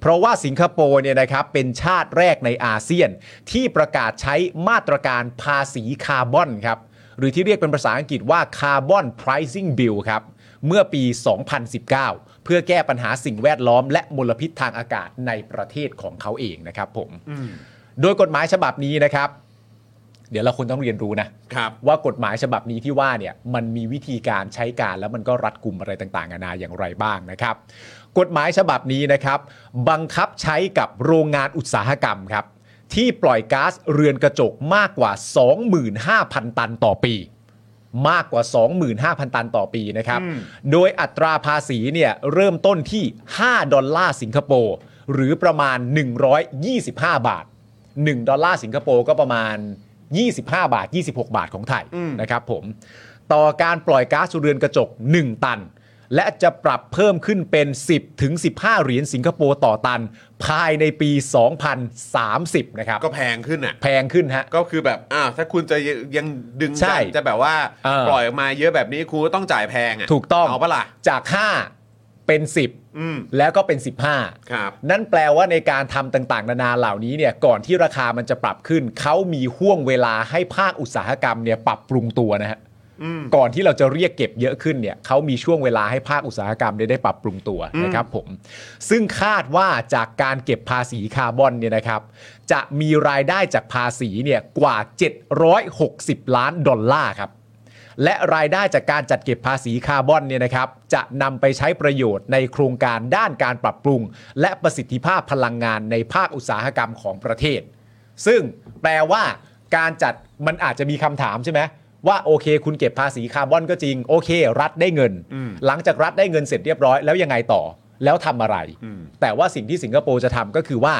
Speaker 2: เพราะว่าสิงคโปร์เนี่ยนะครับเป็นชาติแรกในอาเซียน ที่ประกาศใช้มาตรการภาษีคาร์บอนครับ หรือที่เรียกเป็นภาษาอังกฤษว่า Carbon Pricing Bill ครับ เมื่อปี 2019 เพื่อแก้ปัญหาสิ่งแวดล้อม และมลพิษทางอากาศในประเทศของเขาเองนะครับผมโดยกฎหมายฉบับนี้นะครับ เดี๋ยวเราควรต้องเรียนรู้นะ
Speaker 1: ครับ
Speaker 2: ว่ากฎหมายฉบับนี้ที่ว่าเนี่ยมันมีวิธีการใช้การแล้วมันก็รัดกุมอะไรต่างๆนานาอย่างไรบ้างนะครับ กฎหมายฉบับนี้นะครับ บังคับใช้กับโรงงานอุตสาหกรรมครับ ที่ปล่อยก๊าซเรือนกระจกมากกว่า 25,000 ตันต่อปี มากกว่า 25,000 ตันต่อปีนะครับ โดยอัตราภาษีเนี่ยเริ่มต้นที่ 5 ดอลลาร์สิงคโปร์หรือประมาณ 125 บาท 1 ดอลลาร์สิงคโปร์ก็ประมาณ 25 บาท 26 บาทของไทยนะครับผม ต่อการปล่อยก๊าซเรือนกระจก 1 ตัน และจะปรับเพิ่มขึ้นเป็น 10ถึง15 เหรียญสิงคโปร์ต่อตัน ภายในปี 2030 นะครับ
Speaker 1: ก็แพงขึ้นอ่ะ
Speaker 2: แพงขึ้นฮะ
Speaker 1: ก็คือแบบอ้าวถ้าคุณจะยังดึง
Speaker 2: ใช่
Speaker 1: จะแบบว่า
Speaker 2: เออ
Speaker 1: ปล่อยออกมาเยอะแบบนี้คุณก็ต้องจ่ายแพงอ่ะ
Speaker 2: ถูกต้อง
Speaker 1: เอาปะล่ะ
Speaker 2: จาก 5 เป็น
Speaker 1: อืม
Speaker 2: 10 แล้วก็เป็น
Speaker 1: ครับ
Speaker 2: 15 นั่นแปลว่าในการทำต่างๆ นานาเหล่านี้เนี่ยก่อนที่ราคามันจะปรับขึ้น เขามีห่วงเวลาให้ภาคอุตสาหกรรมเนี่ยปรับปรุงตัวนะฮะ
Speaker 1: อืม
Speaker 2: ก่อนที่เราจะเรียกเก็บเยอะขึ้นเนี่ยเขามีช่วงเวลาให้ภาคอุตสาหกรรมได้ได้ปรับปรุงตัวนะครับผม ซึ่งคาดว่าจากการเก็บภาษีคาร์บอนเนี่ยนะครับ จะมีรายได้จากภาษีเนี่ยกว่า 760 ล้านดอลลาร์ครับ และรายได้จากการจัดเก็บภาษีคาร์บอนเนี่ยนะครับ จะนำไปใช้ประโยชน์ในโครงการด้านการปรับปรุง และประสิทธิภาพพลังงานในภาคอุตสาหกรรมของประเทศ ซึ่งแปลว่าการจัดมันอาจจะมีคำถามใช่ไหมว่าโอเค คุณเก็บภาษีคาร์บอนก็จริง โอเค รัฐได้เงิน หลังจากรัฐได้เงินเสร็จเรียบร้อยแล้วยังไงต่อ แล้วทำอะไร แต่ว่าสิ่งที่สิงคโปร์จะทำก็คือว่า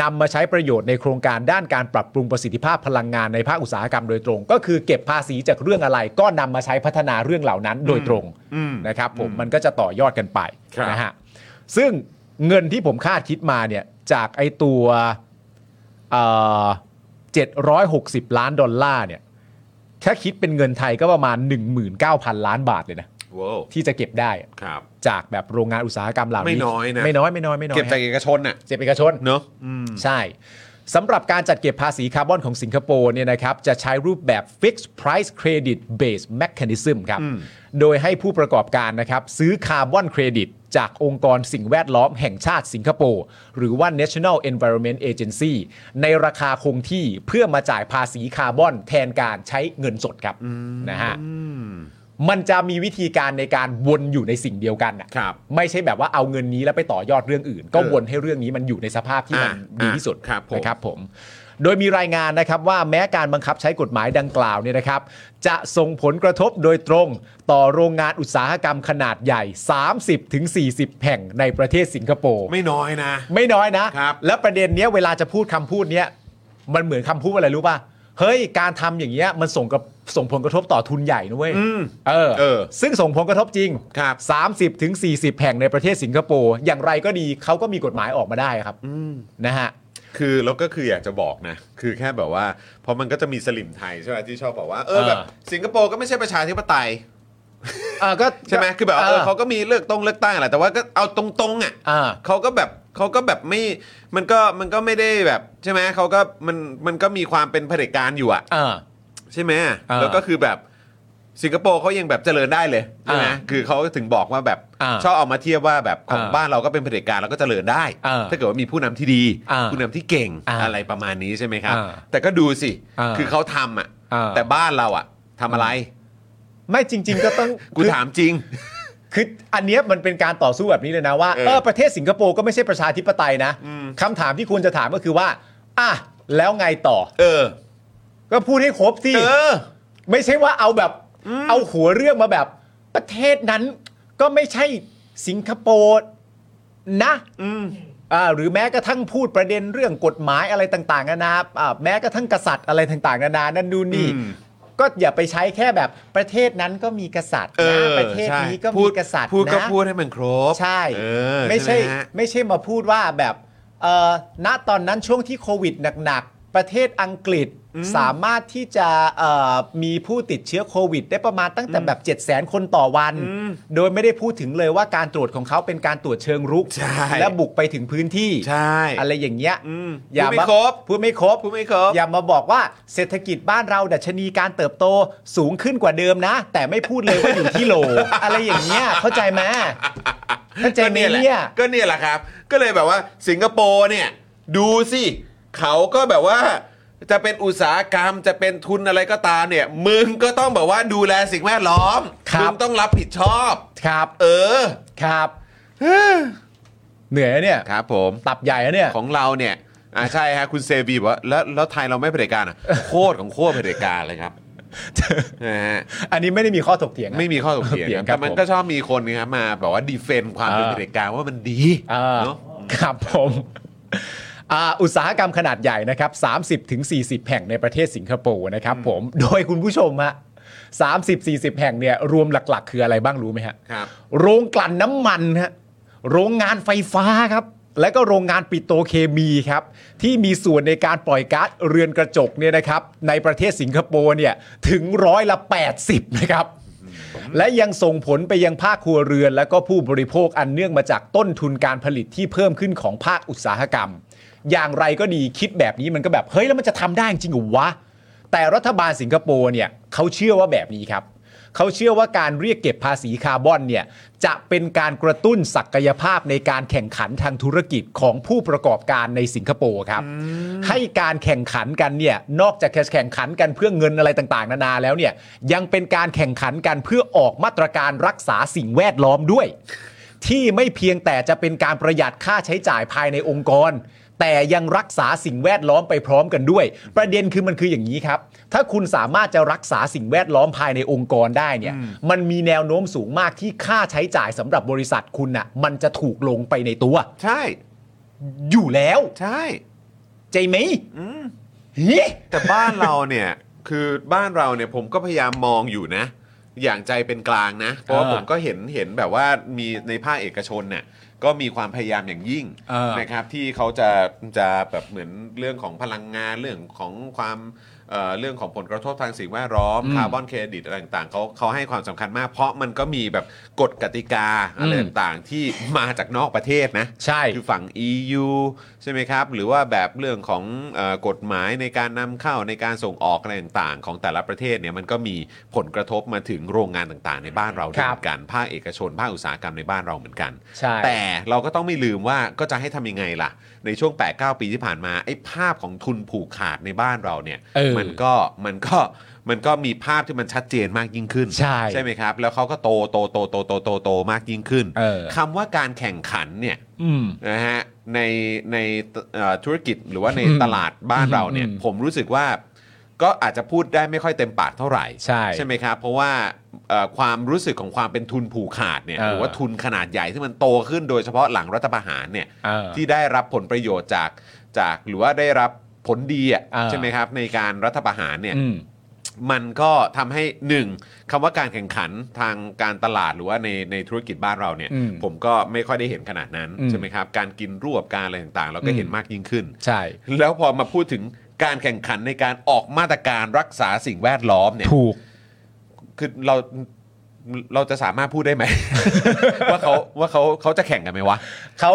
Speaker 2: นำมาใช้ประโยชน์ในโครงการด้านการปรับปรุงประสิทธิภาพพลังงานในภาคอุตสาหกรรมโดยตรง ก็คือเก็บภาษีจากเรื่องอะไร ก็นำมาใช้พัฒนาเรื่องเหล่านั้นโดยตรง
Speaker 1: อืม
Speaker 2: นะครับ ผมมันก็จะต่อยอดกันไป
Speaker 1: ครับ
Speaker 2: นะฮะซึ่งเงินที่ผมคาดคิดมาเนี่ยจากไอตัว เจ็ดร้อยหกสิบล้านดอลลาร์เนี่ยถ้าคิดเป็นเงินไทยก็ประมาณ 19,000 ล้านบาทเลยนะ
Speaker 1: ว้าว
Speaker 2: ที่จะเก็บได้อะ
Speaker 1: ครับ
Speaker 2: จากแบบโรงงานอุตสาหกรรมเหล่านี้
Speaker 1: ไม่น้อยนะ
Speaker 2: ไม่น้อยไม่น้อยไม่น้อย
Speaker 1: เก็บจากเอกชนน่ะ
Speaker 2: เจ็บเอกชน
Speaker 1: เนอะ
Speaker 2: ใช่สำหรับการจัดเก็บภาษีคาร์บอนของสิงคโปร์เนี่ยนะครับจะใช้รูปแบบ Fixed Price Credit Based Mechanism ครับ โดยให้ผู้ประกอบการนะครับซื้อคาร์บอนเครดิตจากองค์กรสิ่งแวดล้อมแห่งชาติสิงคโปร์ หรือว่า National Environment Agency ในราคาคงที่เพื่อมาจ่ายภาษีคาร์บอนแทนการใช้เงินสดครับนะฮะมันจะมีวิธีการในการวนอยู่ในสิ่งเดียวกันน่ะ
Speaker 1: ครับ
Speaker 2: ไม่ใช่แบบว่าเอาเงินนี้แล้วไปต่อยอดเรื่องอื่น ก็วนให้เรื่องนี้มันอยู่ในสภาพ ที่มัน
Speaker 1: อ่ะ
Speaker 2: ดีที่สุด
Speaker 1: อ่ะครับผม
Speaker 2: นะครับผมโดยมีรายงานนะครับว่าแม้การบังคับใช้กฎหมายดังกล่าวเนี่ยนะครับ จะส่งผลกระทบโดยตรงต่อโรงงานอุตสาหกรรมขนาดใหญ่ 30-40 แห่งในประเทศสิงคโปร์
Speaker 1: ไม่น้อยนะ
Speaker 2: ไม่น้อยนะ
Speaker 1: ครับ
Speaker 2: แล้วประเด็นเนี้ยเวลาจะพูดคำพูดเนี้ยมันเหมือนคำพูดอะไรรู้ป่ะ เฮ้ย การทำอย่างเงี้ยมันส่งกับส่งผลกระทบต่อทุนใหญ่นะเว้ย
Speaker 1: อืม
Speaker 2: เออ
Speaker 1: เออ
Speaker 2: ซึ่งส่งผลกระทบจริง
Speaker 1: ครับ
Speaker 2: สามสิบถึงสี่สิบแห่งในประเทศสิงคโปร์ อย่างไรก็ดีเขาก็มีกฎหมายออกมาได้ครับนะฮะ
Speaker 1: คือแล้วก็คืออยากจะบอกนะ คือแค่แบบว่าเพราะมันก็จะมีสลิมไทยใช่ไหมที่ชอบบอกว่าเออ
Speaker 2: เออ
Speaker 1: แบบสิงคโปร์ก็ไม่ใช่ประชาธิปไตย
Speaker 2: เออก็
Speaker 1: ใช่ไหมคือแบบว่าเออเขาก็มีเลือกตรงเลือกตั้งแหละแต่ว่าก็เอาตรงๆอ่ะ
Speaker 2: อ่า
Speaker 1: เขาก็แบบเขาก็แบบไม่ มันก็มันก็ไม่ได้แบบใช่ไหมเขาก็มันมันก็มีความเป็นเผด็จการอยู่อะ
Speaker 2: อ่า
Speaker 1: ใช่ไหม
Speaker 2: อ่า
Speaker 1: แล้วก็คือแบบสิงคโปร์เขายังแบบเจริญได้เลยใช่ไหม
Speaker 2: อ่า
Speaker 1: คือเขาถึงบอกว่าแบบ
Speaker 2: อ่า
Speaker 1: ชอบเอามาเทียบว่าแบบของ
Speaker 2: อ่า
Speaker 1: บ้านเราก็เป็นเผด็จการเราก็เจริญได้
Speaker 2: อ่า
Speaker 1: ถ้าเกิดว่ามีผู้นำที่ดี
Speaker 2: อ่า
Speaker 1: ผู้นำที่เก่ง
Speaker 2: อ่า
Speaker 1: อะไรประมาณนี้ใช่ไหมครับ
Speaker 2: อ่า
Speaker 1: แต่ก็ดูสิ
Speaker 2: อ่า
Speaker 1: คือเขาทำอ่ะ
Speaker 2: อ่า
Speaker 1: แต่บ้านเราอ่ะทำอะไร
Speaker 2: ไม่จริง ๆ ก็ต้อง
Speaker 1: *laughs* กูถามจริง
Speaker 2: คืออันเนี้ยมันเป็นการต่อสู้แบบนี้เลยนะว่า
Speaker 1: เออ
Speaker 2: เออประเทศสิงคโปร์ก็ไม่ใช่ประชาธิปไตยนะ
Speaker 1: อืม
Speaker 2: คำถามที่ควรจะถามก็คือว่า อ่ะ แล้วไงต่อ
Speaker 1: เออ
Speaker 2: ก็พูดให้ครบสิ
Speaker 1: เออ
Speaker 2: ไม่ใช่ว่าเอาแบบ เอาหัวเรื่องมาแบบ ประเทศนั้นก็ไม่ใช่สิงคโปร์นะอ่าหรือแม้กระทั่งพูดประเด็นเรื่องกฎหมายอะไรต่างๆนานาอ่าแม้กระทั่งกษัตริย์อะไรต่างๆนานานั่นดูนนี่
Speaker 1: อืม
Speaker 2: ก็อย่าไปใช้แค่แบบประเทศนั้นก็มีกษัตริย์
Speaker 1: เอ
Speaker 2: นะ
Speaker 1: อ
Speaker 2: ประเทศ
Speaker 1: ใช่
Speaker 2: นี้ก็
Speaker 1: พู
Speaker 2: มี
Speaker 1: ด
Speaker 2: กษัตริย์
Speaker 1: พูดก็
Speaker 2: นะ
Speaker 1: พูดให้มันครบ
Speaker 2: ใช่
Speaker 1: เออ
Speaker 2: ไม่ใช่
Speaker 1: หฮะ
Speaker 2: ไม่ใช่มาพูดว่าแบบเอ่อณตอนนั้นช่วงที่โควิดหนักๆ ประเทศอังกฤษสามารถที่จะเอ่อมีผู้ติดเชื้อโควิด ได้ประมาณตั้งแต่แบบ 7 0 0 0 0 0 คนต่อวัน โดยไม่ได้พูดถึงเลยว่าการตรวจของเขาเป็นการตรวจเชิงรุก
Speaker 1: ใช่
Speaker 2: และบุกไปถึงพื้นที่
Speaker 1: ใช่
Speaker 2: อะไรอย่างเงี้ย
Speaker 1: อืม
Speaker 2: อย่า
Speaker 1: พูด
Speaker 2: มา
Speaker 1: ไม่ครบ
Speaker 2: พูดไม่ครบ
Speaker 1: พูดไม่ครบ
Speaker 2: อย่ามาบอกว่าเศรษฐกิจบ้านเราดัชนีการเติบโตสูงขึ้นกว่าเดิมนะ แต่ไม่พูดเลยว่าอยู่ที่
Speaker 1: *laughs*
Speaker 2: โล อะไรอย่างเงี้ยเข้าใจไหมเข้าใจ
Speaker 1: ก็
Speaker 2: ไห
Speaker 1: เนี่ยแห
Speaker 2: ม
Speaker 1: ละ
Speaker 2: เนี่ย
Speaker 1: ก็เนี่ยแหละครับ ก็เลยแบบว่าสิงคโปร์เนี่ย ดูสิเขาก็แบบว่า จะเป็นอุตสาหกรรมจะเป็นทุนอะไรก็ตามเนี่ย มึงก็ต้องแบบว่าดูแลสิ่งแวดล้อม
Speaker 2: ครับ
Speaker 1: มึงต้องรับผิดชอบ
Speaker 2: ครับ
Speaker 1: เออ
Speaker 2: ครับเหนื่อยนะเนี่ย
Speaker 1: ครับผม
Speaker 2: ตับใหญ่นะเนี่ย
Speaker 1: ของเราเนี่ยอ่าใช่ฮะคุณเซบีบอกว่าแล้วแล้วไทยเราไม่เผด็จการอ่ะ โคตรของโคตรเผด็จการเลยครับนะฮะ
Speaker 2: *laughs* อันนี้ไม่ได้มีข้อถกเถียงนะ
Speaker 1: ไม่มีข้อถกเถียง
Speaker 2: เถียง
Speaker 1: นะ
Speaker 2: ครั
Speaker 1: แต่
Speaker 2: บ
Speaker 1: มัน
Speaker 2: ผม
Speaker 1: ก็ชอบมีคนนะครับมาแบบว่าดีเฟนต์ความเป็น
Speaker 2: เออ
Speaker 1: เผด็จการว่ามันดี
Speaker 2: อ่า
Speaker 1: เนาะ
Speaker 2: ครับผมอ่าอุตสาหกรรมขนาดใหญ่นะครับ 30-40 แห่งในประเทศสิงคโปร์นะครับผม โดยคุณผู้ชมฮะ 30 40 แห่งเนี่ยรวมหลัก ๆ คืออะไรบ้างรู้ไหมฮะ
Speaker 1: ครับ
Speaker 2: โรงกลั่นน้ำมันฮะโรงงานไฟฟ้าครับ และก็โรงงานปิโตรเคมีครับ ที่มีส่วนในการปล่อยก๊าซเรือนกระจกเนี่ยนะครับ ในประเทศสิงคโปร์เนี่ยถึงร้อยละ 80 นะครับ และยังส่งผลไปยังภาคครัวเรือน และก็ผู้บริโภคอันเนื่องมาจากต้นทุนการผลิตที่เพิ่มขึ้นของภาคอุตสาหกรรม อย่างไรก็ดีคิดแบบนี้มันก็แบบเฮ้ยแล้วมันจะทำได้จริงเหรอวะ แต่รัฐบาลสิงคโปร์เนี่ยเขาเชื่อว่าแบบนี้ครับ เขาเชื่อว่าการเรียกเก็บภาษีคาร์บอนเนี่ยจะเป็นการกระตุ้นศักยภาพในการแข่งขันทางธุรกิจของผู้ประกอบการในสิงคโปร์ครับ ให้การแข่งขันกันเนี่ยนอกจากแข่งขันกันเพื่อเงินอะไรต่างๆ นานาแล้วเนี่ยยังเป็นการแข่งขันกันเพื่อออกมาตรการรักษาสิ่งแวดล้อมด้วย ที่ไม่เพียงแต่จะเป็นการประหยัดค่าใช้จ่ายภายในองค์กร แต่ยังรักษาสิ่งแวดล้อมไปพร้อมกันด้วย ประเด็นคือมันคืออย่างนี้ครับ ถ้าคุณสามารถจะรักษาสิ่งแวดล้อมภายในองค์กรได้เนี่ยมันมีแนวโน้มสูงมากที่ค่าใช้จ่ายสำหรับบริษัทคุณน่ะมันจะถูกลงไปในตัว
Speaker 1: ใช่
Speaker 2: อยู่แล้ว
Speaker 1: ใช่
Speaker 2: ใจไหมหิ
Speaker 1: แต่บ้านเราเนี่ย คือบ้านเราเนี่ยผมก็พยายามมองอยู่นะ อย่างใจเป็นกลางนะ เพราะว่าผมก็เห็นเห็นแบบว่ามีในภาคเอกชนเนี่ยก็มีความพยายามอย่างยิ่ง
Speaker 2: เออ
Speaker 1: นะครับที่เขาจะจะแบบเหมือนเรื่องของพลังงานเรื่องของความเอ่อเรื่องของผลกระทบทางสิ่งแวดล้อม
Speaker 2: อืม
Speaker 1: คาร์บอนเครดิตอะไรต่างๆเขาเขาให้ความสำคัญมาก เพราะมันก็มีแบบกฎกติกาอะไร
Speaker 2: อืม
Speaker 1: ต่างๆที่มาจากนอกประเทศนะ
Speaker 2: ใช่
Speaker 1: คือฝั่ง EU ใช่ไหมครับ หรือว่าแบบเรื่องของเออกฎหมายในการนำเข้าในการส่งออกอะไรต่างๆ ของแต่ละประเทศเนี่ยมันก็มีผลกระทบมาถึงโรงงานต่างๆ ในบ้านเราด้วย
Speaker 2: ครั
Speaker 1: เห
Speaker 2: บ
Speaker 1: มือนกัน ภาคเอกชน ภาคอุตสาหกรรมในบ้านเราเหมือนกัน
Speaker 2: ใช่
Speaker 1: แต่เราก็ต้องไม่ลืมว่าก็จะให้ทำยังไงล่ะ ในช่วง 8 9 ปีที่ผ่านมาไอ้ภาพของทุนผูกขาดในบ้านเราเนี่ย
Speaker 2: เออ
Speaker 1: มันก็มันก็มันก็มีภาพที่มันชัดเจนมากยิ่งขึ้น
Speaker 2: ใช่
Speaker 1: ใช่ไหมครับ แล้วเขาก็โตโตโตโตโตโตโตมากยิ่งขึ้น
Speaker 2: เออ
Speaker 1: คำว่าการแข่งขันเนี่ย
Speaker 2: อืม
Speaker 1: นะฮะในในเอ่อธุรกิจหรือว่าใน
Speaker 2: อืม
Speaker 1: ตลาดบ้านเราเนี่ย
Speaker 2: อืม
Speaker 1: ผมรู้สึกว่าก็อาจจะพูดได้ไม่ค่อยเต็มปากเท่าไหร่
Speaker 2: ใช่
Speaker 1: ใช่ไหมครับ เพราะว่าเอ่อความรู้สึกของความเป็นทุนผูกขาดเนี่ย
Speaker 2: เออ
Speaker 1: หรือว่าทุนขนาดใหญ่ที่มันโตขึ้นโดยเฉพาะหลังรัฐประหารเนี่ย
Speaker 2: เออ
Speaker 1: ที่ได้รับผลประโยชน์จากจากหรือว่าได้รับผลดีอ่ะ
Speaker 2: เออ
Speaker 1: ใช่ไหมครับ ในการรัฐประหารเนี่ย
Speaker 2: อืม
Speaker 1: มันก็ทำให้หนึ่งคำว่าการแข่งขันทางการตลาดหรือว่าในในธุรกิจบ้านเราเนี่ย
Speaker 2: อืม
Speaker 1: ผมก็ไม่ค่อยได้เห็นขนาดนั้น
Speaker 2: อืม
Speaker 1: ใช่ไหมครับ การกินรวบการอะไรต่างๆ เราก็
Speaker 2: อืม
Speaker 1: เห็นมากยิ่งขึ้น
Speaker 2: ใช่
Speaker 1: แล้วพอมาพูดถึงการแข่งขันในการออกมาตรการรักษาสิ่งแวดล้อมเนี่ย
Speaker 2: ถูก
Speaker 1: คือเราเราจะสามารถพูดได้ไหม *laughs* ว่าเขาว่าเขาเขาจะแข่งกันไหมวะ
Speaker 2: เขา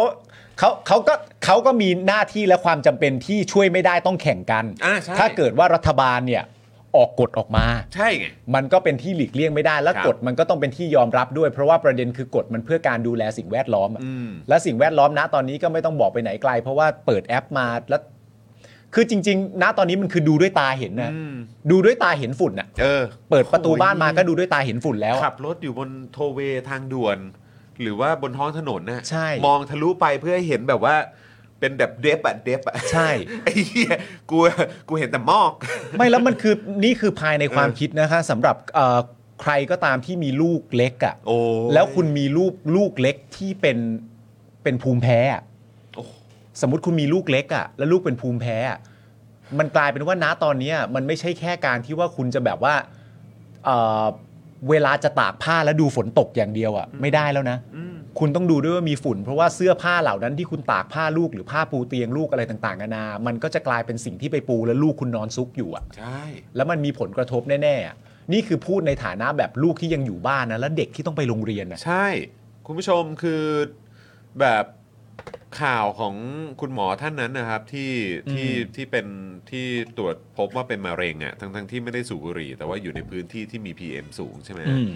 Speaker 2: เขาเขาก็เขาก็มีหน้าที่และความจำเป็นที่ช่วยไม่ได้ต้องแข่งกัน
Speaker 1: อ่าใช่
Speaker 2: ถ้าเกิดว่ารัฐบาลเนี่ยออกกฎออกมา
Speaker 1: ใช่ไง
Speaker 2: มันก็เป็นที่หลีกเลี่ยงไม่ได้ และ
Speaker 1: ครับ
Speaker 2: กฎมันก็ต้องเป็นที่ยอมรับด้วย เพราะว่าประเด็นคือกฎมันเพื่อการดูแลสิ่งแวดล้อมอะ
Speaker 1: อืม
Speaker 2: และสิ่งแวดล้อมนะตอนนี้ก็ไม่ต้องบอกไปไหนไกล เพราะว่าเปิดแอปมาแล้ว คือจริง ๆ นะตอนนี้มันคือดูด้วยตาเห็นนะดูด้วยตาเห็นฝุ่นอะ
Speaker 1: เออ
Speaker 2: เปิดประตูบ้านมาก็ดูด้วยตาเห็นฝุ่นแล้วอะ
Speaker 1: ขับรถอยู่บนโทเวทางด่วน หรือว่าบนท้องถนนนะ
Speaker 2: ใช่
Speaker 1: มองทะลุไปเพื่อให้เห็นแบบว่า เป็นแบบเดฟอะเดฟอะ
Speaker 2: ใช่
Speaker 1: ไอ้เหี้ยกูกูเห็นแต่มอก
Speaker 2: ไม่แล้วมันคือนี่คือภายในความคิดนะคะสำหรับเอ่อใครก็ตามที่มีลูกเล็กอะ่ะ
Speaker 1: โอ้ย
Speaker 2: แล้วคุณมีลูกลูกเล็กที่เป็นเป็นภูมิแพ้อะ
Speaker 1: โอ้
Speaker 2: สมมติคุณมีลูกเล็กอะ่ะ แล้วลูกเป็นภูมิแพ้อะมันกลายเป็นว่าณตอนเนี้ยมันไม่ใช่แค่การที่ว่าคุณจะแบบว่าเอ่อเวลาจะตากผ้าแล้วดูฝนตกอย่างเดียวอะ่ะไม่ได้แล้วนะ คุณต้องดูด้วยว่ามีฝุ่น เพราะว่าเสื้อผ้าเหล่านั้นที่คุณตากผ้าลูกหรือผ้าปูเตียงลูกอะไรต่างๆนานา มันก็จะกลายเป็นสิ่งที่ไปปูแล้วลูกคุณนอนซุกอยู่อ่ะ
Speaker 1: ใช่
Speaker 2: แล้วมันมีผลกระทบแน่ๆอะนี่คือพูดในฐานะแบบลูกที่ยังอยู่บ้านนะ แล้วเด็กที่ต้องไปโรงเรียนนะ
Speaker 1: ใช่ คุณผู้ชมคือแบบข่าวของคุณหมอท่านนั้นนะครับ ที่
Speaker 2: อืม
Speaker 1: ที่ที่เป็นที่ตรวจพบว่าเป็นมะเร็งอะ่ะทั้งทั้งที่ไม่ได้สูบบุหรี่แต่ว่าอยู่ในพื้นที่ที่มี PM สูงใช่ไหม
Speaker 2: อืม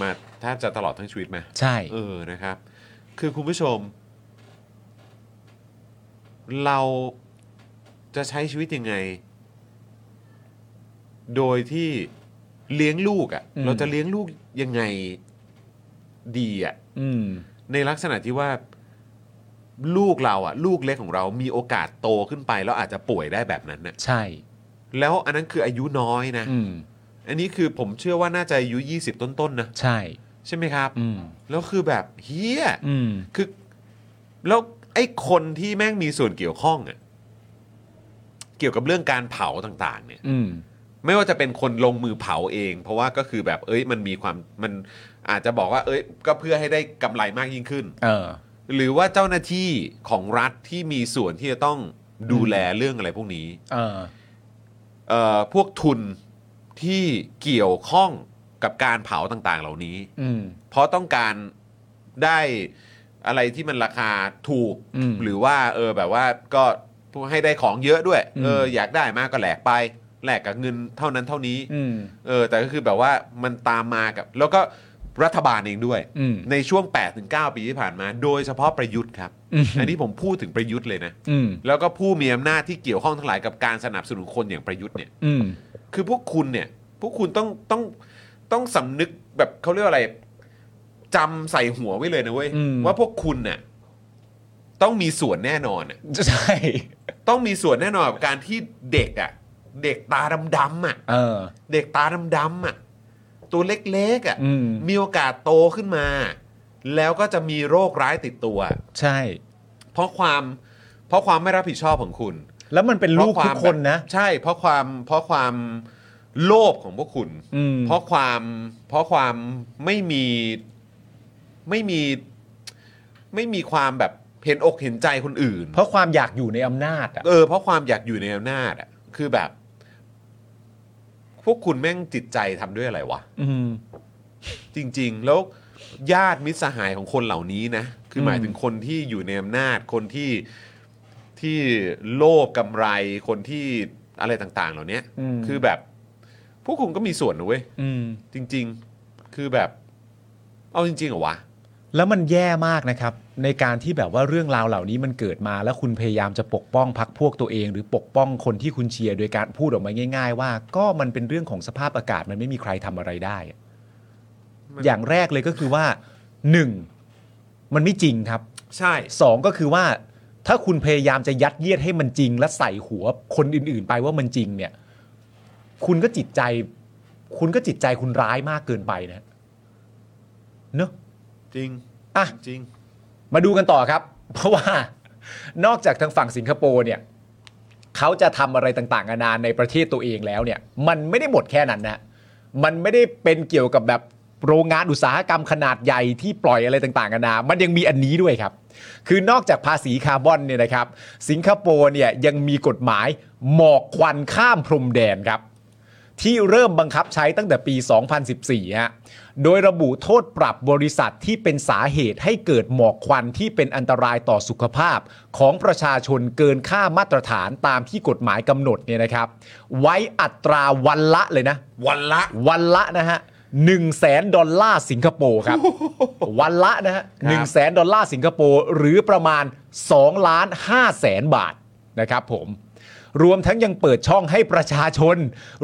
Speaker 1: มาแทบจะตลอดทั้งชีวิตไหม
Speaker 2: ใช่
Speaker 1: เออ นะครับ คือคุณผู้ชม เราจะใช้ชีวิตยังไง โดยที่เลี้ยงลูกอะ่ะ
Speaker 2: อืม
Speaker 1: เราจะเลี้ยงลูกยังไงดีอะ่ะ
Speaker 2: อืม
Speaker 1: ในลักษณะที่ว่าลูกเราอะ่ะ ลูกเล็กของเรามีโอกาสโตขึ้นไป แล้วอาจจะป่วยได้แบบนั้นน่ะ
Speaker 2: ใช่
Speaker 1: แล้วอันนั้นคืออายุน้อยนะ
Speaker 2: อืม
Speaker 1: อันนี้คือผมเชื่อว่าน่าจะอายุ 20 ต้นๆนะ
Speaker 2: ใช่
Speaker 1: ใช่ไหมครับ
Speaker 2: อืม
Speaker 1: แล้วคือแบบเฮีย
Speaker 2: อืม
Speaker 1: คือแล้วไอ้คนที่แม่งมีส่วนเกี่ยวข้องอะเกี่ยวกับเรื่องการเผาต่าง ๆ เนี่ย
Speaker 2: อืม
Speaker 1: ไม่ว่าจะเป็นคนลงมือเผาเอง เพราะว่าก็คือแบบเอ้ยมันมีความมันอาจจะบอกว่าเอ้ยก็เพื่อให้ได้กำไรมากยิ่งขึ้น
Speaker 2: เออ
Speaker 1: หรือว่าเจ้าหน้าที่ของรัฐที่มีส่วนที่จะต้องดูแลเรื่องอะไรพวกนี้
Speaker 2: เออ
Speaker 1: เอ่อพวกทุนที่เกี่ยวข้องกับการเผาต่างๆ เหล่านี้
Speaker 2: อืม
Speaker 1: เพราะต้องการได้อะไรที่มันราคาถูก
Speaker 2: อืม
Speaker 1: หรือว่าเออแบบว่าก็ให้ได้ของเยอะด้วย
Speaker 2: อืม
Speaker 1: เอออยากได้มากก็แหลกไปแลกกับเงินเท่านั้นเท่านี้
Speaker 2: อืม
Speaker 1: เออแต่ก็คือแบบว่ามันตามมากับ แล้วก็รัฐบาลเองด้วย
Speaker 2: อืม
Speaker 1: ในช่วง 8-9 ปีที่ผ่านมา โดยเฉพาะประยุทธ์ครับ
Speaker 2: อืม
Speaker 1: อันนี้ผมพูดถึงประยุทธ์เลยนะ
Speaker 2: อืม
Speaker 1: แล้วก็ผู้มีอำนาจที่เกี่ยวข้องทั้งหลายกับการสนับสนุนคนอย่างประยุทธ์เนี่ย
Speaker 2: อืม
Speaker 1: คือพวกคุณเนี่ย พวกคุณต้องต้องต้องสำนึกแบบเขาเรียกว่าอะไรจำใส่หัวไว้เลยนะเว้ย
Speaker 2: อืม
Speaker 1: ว่าพวกคุณเนี่ยต้องมีส่วนแน่นอนน่ะ
Speaker 2: ใช่
Speaker 1: ต้องมีส่วนแน่นอนกับการที่เด็กอ่ะ เด็กตาดำๆอ่ะ
Speaker 2: เออ
Speaker 1: เด็กตาดำๆอ่ะ ตัวเล็กๆอ่ะ
Speaker 2: อืม
Speaker 1: มีโอกาสโตขึ้นมา แล้วก็จะมีโรคร้ายติดตัว
Speaker 2: ใช่
Speaker 1: เพราะความเพราะความไม่รับผิดชอบของคุณ
Speaker 2: แล้วมันเป็นลูกทุกคนนะ
Speaker 1: เพราความแบบใช่เพราะความเพราะความโลภของพวกคุณ
Speaker 2: อืม
Speaker 1: เพราะความเพราะความไม่มีไม่มีไม่มีความแบบเห็นอกเห็นใจคนอื่น
Speaker 2: เพราะความอยากอยู่ในอำนาจอ่ะ
Speaker 1: เออเพราะความอยากอยู่ในอำนาจอ่ะคือแบบ พวกคุณแม่งจิตใจทำด้วยอะไรวะ
Speaker 2: อืม
Speaker 1: จริง ๆ แล้วญาติมิตรสหายของคนเหล่านี้นะคือหมาย
Speaker 2: อืม
Speaker 1: ถึงคนที่อยู่ในอำนาจคนที่ที่โลภกำไรคนที่อะไรต่าง ๆ เหล่านี้
Speaker 2: ม
Speaker 1: คือแบบ พวกคุณก็มีส่วนนะเว้ย
Speaker 2: อืม
Speaker 1: จริง ๆ คือแบบ เอาจริงๆเหรอวะ
Speaker 2: แล้วมันแย่มากนะครับ ในการที่แบบว่าเรื่องราวเหล่านี้มันเกิดมา แล้วคุณพยายามจะปกป้องพักพวกตัวเอง หรือปกป้องคนที่คุณเชียร์โดยการพูดออกมาง่าย ๆ ว่า ก็มันเป็นเรื่องของสภาพอากาศมันไม่มีใครทำอะไรได้อะ
Speaker 1: มัน
Speaker 2: อย่างแรกเลยก็คือว่าหนึ่งมันไม่จริงครับ
Speaker 1: ใช่
Speaker 2: สองก็คือว่าถ้าคุณพยายามจะยัดเยียดให้มันจริง และใส่หัวคนอื่น ๆ ไปว่ามันจริงเนี่ย คุณก็จิตใจ คุณก็จิตใจคุณร้ายมากเกินไปนะเนอะ
Speaker 1: จริง
Speaker 2: อ่ะ
Speaker 1: จริง
Speaker 2: มาดูกันต่อครับ *laughs* เพราะว่า นอกจากทางฝั่งสิงคโปร์เนี่ยเขาจะทำอะไรต่างๆนานาในประเทศตัวเองแล้วเนี่ย มันไม่ได้หมดแค่นั้นนะมันไม่ได้เป็นเกี่ยวกับแบบโรงงานอุตสาหกรรมขนาดใหญ่ที่ปล่อยอะไรต่างๆนานา มันยังมีอันนี้ด้วยครับ คือนอกจากภาษีคาร์บอนเนี่ยนะครับ สิงคโปร์เนี่ยยังมีกฎหมายหมอกควันข้ามพรมแดนครับ ที่เริ่มบังคับใช้ตั้งแต่ปี 2014ฮะ โดยระบุโทษปรับบริษัทที่เป็นสาเหตุให้เกิดหมอกควันที่เป็นอันตรายต่อสุขภาพ ของประชาชนเกินค่ามาตรฐานตามที่กฎหมายกำหนดเนี่ยนะครับ ไว้อัตราวันละเลยนะ
Speaker 1: วันละ
Speaker 2: วันละนะฮะ1 0 0 0 0แสนดอลลาร์สิงคโปร์ครับ วันละนะฮะหนึ่งแสนดอลลาร์สิงคโปร์หรือประมาณ2ล้าน5แสนบาทนะครับผม รวมทั้งยังเปิดช่องให้ประชาชน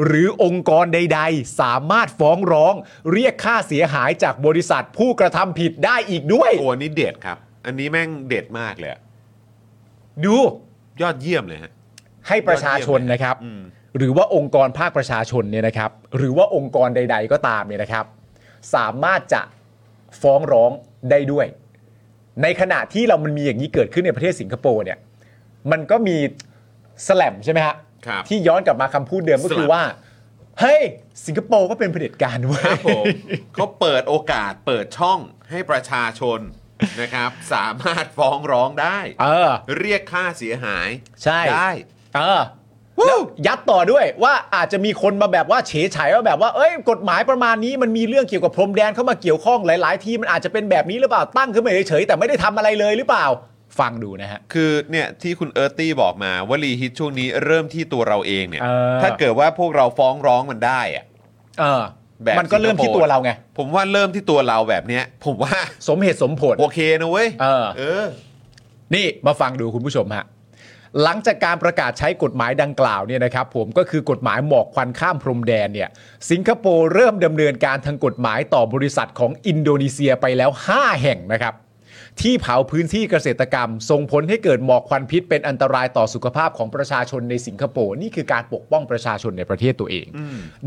Speaker 2: หรือองค์กรใดๆ สามารถฟ้องร้อง เรียกค่าเสียหายจากบริษัทผู้กระทำผิดได้อีกด้วย
Speaker 1: โอ้อันนี้เด็ดครับ อันนี้แม่งเด็ดมากเลยอะ
Speaker 2: ดู
Speaker 1: ยอดเยี่ยมเลยฮะ
Speaker 2: ให้ประชาชนนะครับ
Speaker 1: อืม
Speaker 2: หรือว่าองค์กรภาคประชาชนเนี่ยนะครับ หรือว่าองค์กรใด ๆ ก็ตามเนี่ยนะครับ สามารถจะฟ้องร้องได้ด้วย ในขณะที่เรามันมีอย่างนี้เกิดขึ้นในประเทศสิงคโปร์เนี่ย มันก็มีสแลมใช่ไหมฮะ
Speaker 1: ครับ
Speaker 2: ที่ย้อนกลับมาคำพูดเดิมก็คือ
Speaker 1: สแลม
Speaker 2: ว่า เฮ้ย สิงคโปร์ก็เป็นเผด็จการเว้ย
Speaker 1: ครับผม เขาเปิดโอกาสเปิดช่องให้ประชาชนนะครับ สามารถฟ้องร้องได้
Speaker 2: เออ
Speaker 1: เรียกค่าเสียหาย
Speaker 2: ใช่
Speaker 1: ได้
Speaker 2: เออแล้วยัดต่อด้วยว่าอาจจะมีคนมาแบบว่าเฉยไฉว่าแบบว่าเอ้ยกฎหมายประมาณนี้มันมีเรื่องเกี่ยวกับพรมแดนเข้ามาเกี่ยวข้องหลาย ๆ ที่มันอาจจะเป็นแบบนี้หรือเปล่าตั้งขึ้นมาเฉยๆแต่ไม่ได้ทำอะไรเลยหรือเปล่า ฟังดูนะฮะ
Speaker 1: คือเนี่ยที่คุณเอิร์ตตี้บอกมาวลีฮิตช่วงนี้เริ่มที่ตัวเราเองเนี่ย
Speaker 2: เออ
Speaker 1: ถ้าเกิดว่าพวกเราฟ้องร้องมันได้อะ
Speaker 2: เออ
Speaker 1: แบบ
Speaker 2: มันก็เริ่ม
Speaker 1: สิ
Speaker 2: ที่
Speaker 1: งคโปร์
Speaker 2: ตัวเราไง
Speaker 1: ผมว่าเริ่มที่ตัวเราแบบเนี้ย ผมว่า
Speaker 2: สมเหตุสมผล
Speaker 1: โอเคนะเว้ย
Speaker 2: เออ
Speaker 1: เออ
Speaker 2: นี่มาฟังดูคุณผู้ชมฮะ หลังจากการประกาศใช้กฎหมายดังกล่าวเนี่ยนะครับผมก็คือกฎหมายหมอกควันข้ามพรมแดนเนี่ยสิงคโปร์เริ่มดำเนินการทางกฎหมายต่อบริษัทของอินโดนีเซียไปแล้ว 5 แห่งนะครับ ที่เผาพื้นที่เกษตรกรรม ส่งผลให้เกิดหมอกควันพิษเป็นอันตรายต่อสุขภาพของประชาชนในสิงคโปร์นี่คือการปกป้องประชาชนในประเทศตัวเอง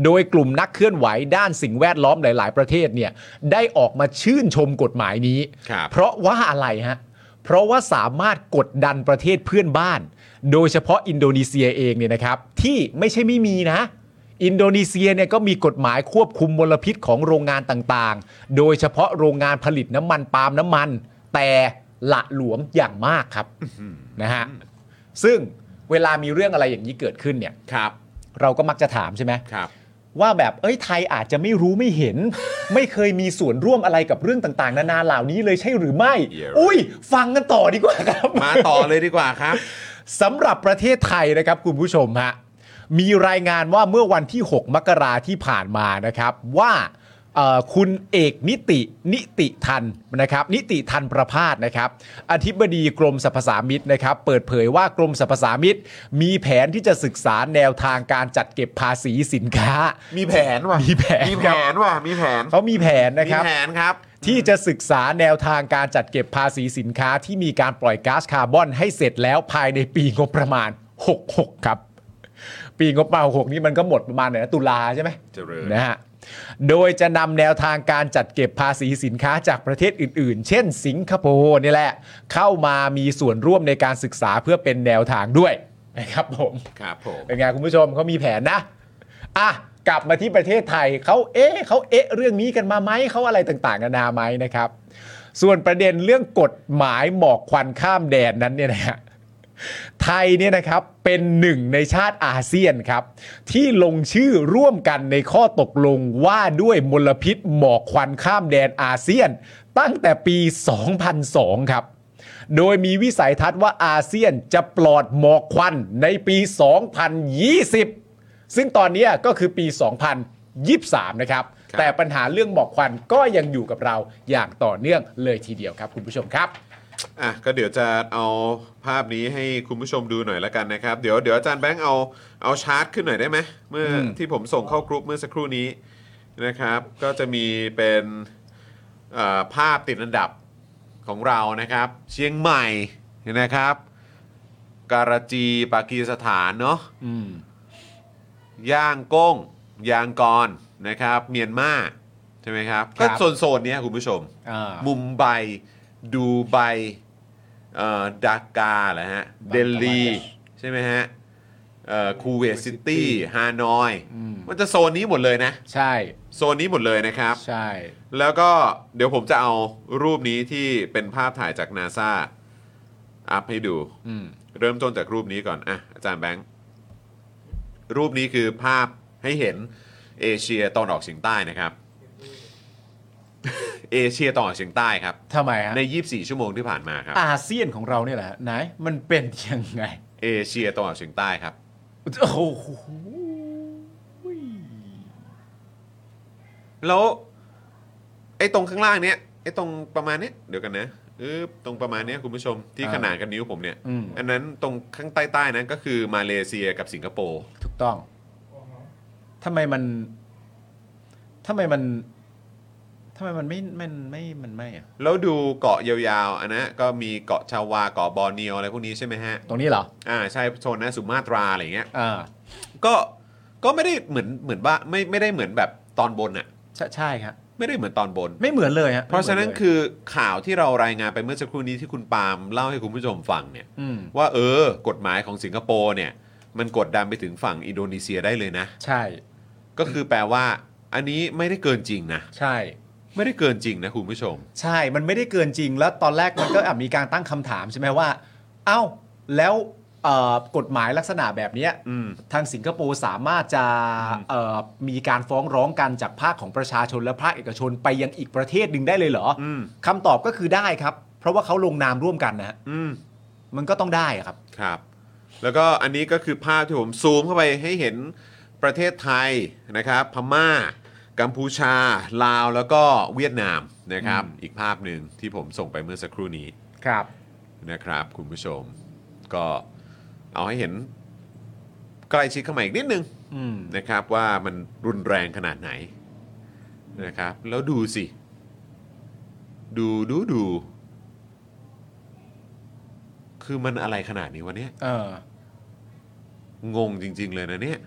Speaker 2: โดยกลุ่มนักเคลื่อนไหวด้านสิ่งแวดล้อมหลาย ๆ ประเทศเนี่ยได้ออกมาชื่นชมกฎหมายนี้
Speaker 1: ครับ
Speaker 2: เพราะว่าอะไรฮะ เพราะว่าสามารถกดดันประเทศเพื่อนบ้าน โดยเฉพาะอินโดนีเซียเองเนี่ยนะครับ ที่ไม่ใช่ไม่มีนะ อินโดนีเซียเนี่ยก็มีกฎหมายควบคุมมลพิษของโรงงานต่างๆ โดยเฉพาะโรงงานผลิตน้ำมันปาล์มน้ำมัน แต่ละหลวมอย่างมากครับนะฮะซึ่งเวลามีเรื่องอะไรอย่างนี้เกิดขึ้นเนี่ย
Speaker 1: ครับ
Speaker 2: เราก็มักจะถามใช่ไหม
Speaker 1: ครับ
Speaker 2: ว่าแบบเอ้ยไทยอาจจะไม่รู้ไม่เห็น *laughs* ไม่เคยมีส่วนร่วมอะไรกับเรื่องต่างๆ นานาเหล่านี้เลยใช่หรือไม่
Speaker 1: Yeah.
Speaker 2: อุ้ย ฟังกันต่อดีกว่าครับ
Speaker 1: มาต่อเลยดีกว่าครับ
Speaker 2: *laughs* สำหรับประเทศไทยนะครับคุณผู้ชมฮะมีรายงานว่าเมื่อวันที่ 6 มกราที่ผ่านมานะครับว่าเอ่อคุณเอกนิตินิติทันนะครับนิติทันประพาสนะครับอธิบดีกรมสรรพสามิตนะครับเปิดเผยว่ากรมสรรพสามิตมีแผนที่จะศึกษาแนวทางการจัดเก็บภาษีสินค้า
Speaker 1: มีแผนว่ะ
Speaker 2: มีแผน
Speaker 1: มี
Speaker 2: ค
Speaker 1: แผ
Speaker 2: รับ
Speaker 1: นว่ะมีแผน
Speaker 2: เขามีแผนนะ
Speaker 1: มี
Speaker 2: ครับ
Speaker 1: แผนครับ
Speaker 2: ที่จะศึกษาแนวทางการจัดเก็บภาษีสินค้าที่มีการปล่อยก๊าซคาร์บอนให้เสร็จแล้วภายในปีงบประมาณ 66 ครับ ปีงบประมาณ 66 นี้มันก็หมดประมาณไหนนะตุลาใช่ไหม
Speaker 1: เจริญ
Speaker 2: นะฮะโดยจะนำแนวทางการจัดเก็บภาษีสินค้าจากประเทศอื่นๆ เช่น สิงคโปร์นี่แหละ เข้ามามีส่วนร่วมในการศึกษาเพื่อเป็นแนวทางด้วยนะครับผม
Speaker 1: ครับผม
Speaker 2: เป็นไงคุณผู้ชมเขามีแผนนะ อ่ะ กลับมาที่ประเทศไทยเขาเอ๊ะเขาเอ๊ะเรื่องนี้กันมาไหมเขาอะไรต่างๆนานาไหมนะครับ ส่วนประเด็นเรื่องกฎหมายหมอกควันข้ามแดนนั้นเนี่ยนะฮะไทยเนี่ยนะครับเป็นหนึ่งในชาติอาเซียนครับ ที่ลงชื่อร่วมกันในข้อตกลงว่าด้วยมลพิษหมอกควันข้ามแดนอาเซียน ตั้งแต่ปี 2002 ครับ โดยมีวิสัยทัศน์ว่าอาเซียนจะปลอดหมอกควันในปี 2020 ซึ่งตอนเนี้ยก็คือปี 2023 นะครับ แต่ปัญหาเรื่องหมอกควันก็ยังอยู่กับเราอย่างต่อเนื่องเลยทีเดียวครับ คุณผู้ชมครับ
Speaker 1: อ่ะก็เดี๋ยวจะเอาภาพนี้ให้คุณผู้ชมดูหน่อยละกันนะครับ เดี๋ยวเดี๋ยวอาจารย์แบงค์เอาเอาชาร์ตขึ้นหน่อยได้ไหมเมื่ออที่ผมส่งเข้ากรุ๊ปเมื่อสักครู่นี้นะครับ ก็จะมีเป็นเอ่อภาพติดอันดับของเรานะครับ เชียงใหม่นะครับ การาจีปากีสถานเนาะ ย่างก้ง ยางกรนะครับ เมียนมาใช่ไหมครับ
Speaker 2: ครั
Speaker 1: ก็
Speaker 2: บ
Speaker 1: โซนโซนๆเนี้ยคุณผู้ชม
Speaker 2: อ่า
Speaker 1: มุมไบ ดูไบเอ่อดากาเหรอฮะ
Speaker 2: บังกะลา
Speaker 1: เดลี ใช่ไหมฮะเอ่อคูเวตซิตี้ ฮานอย
Speaker 2: อืม
Speaker 1: มันจะโซนนี้หมดเลยนะ
Speaker 2: ใช่
Speaker 1: โซนนี้หมดเลยนะครับ
Speaker 2: ใช่
Speaker 1: แล้วก็เดี๋ยวผมจะเอารูปนี้ที่เป็นภาพถ่ายจากนาซาอัพให้ดู
Speaker 2: อืม
Speaker 1: เริ่มต้นจากรูปนี้ก่อน อ่ะ อาจารย์แบงค์ รูปนี้คือภาพให้เห็นเอเชียตอนออกเฉียงใต้นะครับ *laughs* เอเชียตอนออกเฉียงใต้ครับ
Speaker 2: ทำไมฮะ
Speaker 1: ใน 24 ชั่วโมงที่ผ่านมาครับ
Speaker 2: อาเซียนของเราเนี่ยแหละฮะไหนมันเป็นยังไง
Speaker 1: เอเชียตอนออกเฉียงใต้ครับ
Speaker 2: โอ้โห
Speaker 1: แล้วไอ้ตรงข้างล่างเนี้ย ไอ้ตรงประมาณเนี้ย เดี๋ยวกันนะเออตรงประมาณเนี้ยคุณผู้ชมที่ขนานกับนิ้วผมเนี่ย
Speaker 2: อืม
Speaker 1: อันนั้นตรงข้างใต้ๆนั้นก็คือมาเลเซียกับสิงคโปร์
Speaker 2: ถูกต้องทำไมมันทำไมมันทำไมมันไม่มันไม่มันไม่อะ
Speaker 1: แล้วดูเกาะยาวๆ อันนะก็มีเกาะชาวาเกาะบอร์เนียวอะไรพวกนี้ใช่ไหมฮะ
Speaker 2: ตรงนี้เหรอ
Speaker 1: อ่าใช่โซนนะสุมาตรา อะไรอย่างเงี้ย
Speaker 2: อ่า
Speaker 1: ก็ก็ไม่ได้เหมือนเหมือนว่าไม่ไม่ได้เหมือนแบบตอนบนอะ
Speaker 2: ใช่ใช่ครับ
Speaker 1: ไม่ได้เหมือนตอนบน
Speaker 2: ไม่เหมือนเลยฮะ
Speaker 1: เพราะฉะนั้น
Speaker 2: ไม่หมืลย
Speaker 1: คือข่าวที่เรารายงานไปเมื่อสักครู่นี้ที่คุณปาล์มเล่าให้คุณผู้ชมฟังเนี่ย
Speaker 2: ม
Speaker 1: ว่าเออกฎหมายของสิงคโปร์เนี่ย มันกดดันไปถึงฝั่งอินโดนีเซียได้เลยนะ
Speaker 2: ใช่
Speaker 1: ก็คือแปลว่า อันนี้ไม่ได้เกินจริงนะ
Speaker 2: ใช่
Speaker 1: ไม่ได้เกินจริงนะคุณผู้ชม
Speaker 2: ใช่ มันไม่ได้เกินจริง แล้วตอนแรกมันก็ อ่ะมีการตั้งคำถามใช่ไหมว่า เอ้า แล้วเอ่อกฎหมายลักษณะแบบเนี้ย
Speaker 1: อืม
Speaker 2: ทางสิงคโปร์สามารถจะเอ่อมีการฟ้องร้องกันจากภาคของประชาชนและภาคเอกชนไปยังอีกประเทศหนึ่งได้เลยเหรออ
Speaker 1: อืม
Speaker 2: คำตอบก็คือได้ครับ เพราะว่าเขาลงนามร่วมกันนะฮะ
Speaker 1: อืม
Speaker 2: มันก็ต้องได้อะครับ
Speaker 1: ครับ แล้วก็อันนี้ก็คือภาพที่ผมซูมเข้าไปให้เห็นประเทศไทยนะครับ พม่า กัมพูชา ลาวแล้วก็เวียดนามนะครับ อีกภาพหนึ่งที่ผมส่งไปเมื่อสักครู่นี้
Speaker 2: ครับ
Speaker 1: นะครับ คุณผู้ชม ก็เอาให้เห็นใกล้ชิดเข้ามาอีกนิดนึง
Speaker 2: อืม
Speaker 1: นะครับว่ามันรุนแรงขนาดไหนนะครับ แล้วดูสิ ดูดูดู คือมันอะไรขนาดนี้วะเนี่ย
Speaker 2: เออง
Speaker 1: งจริง ๆ เลยนะเนี่ย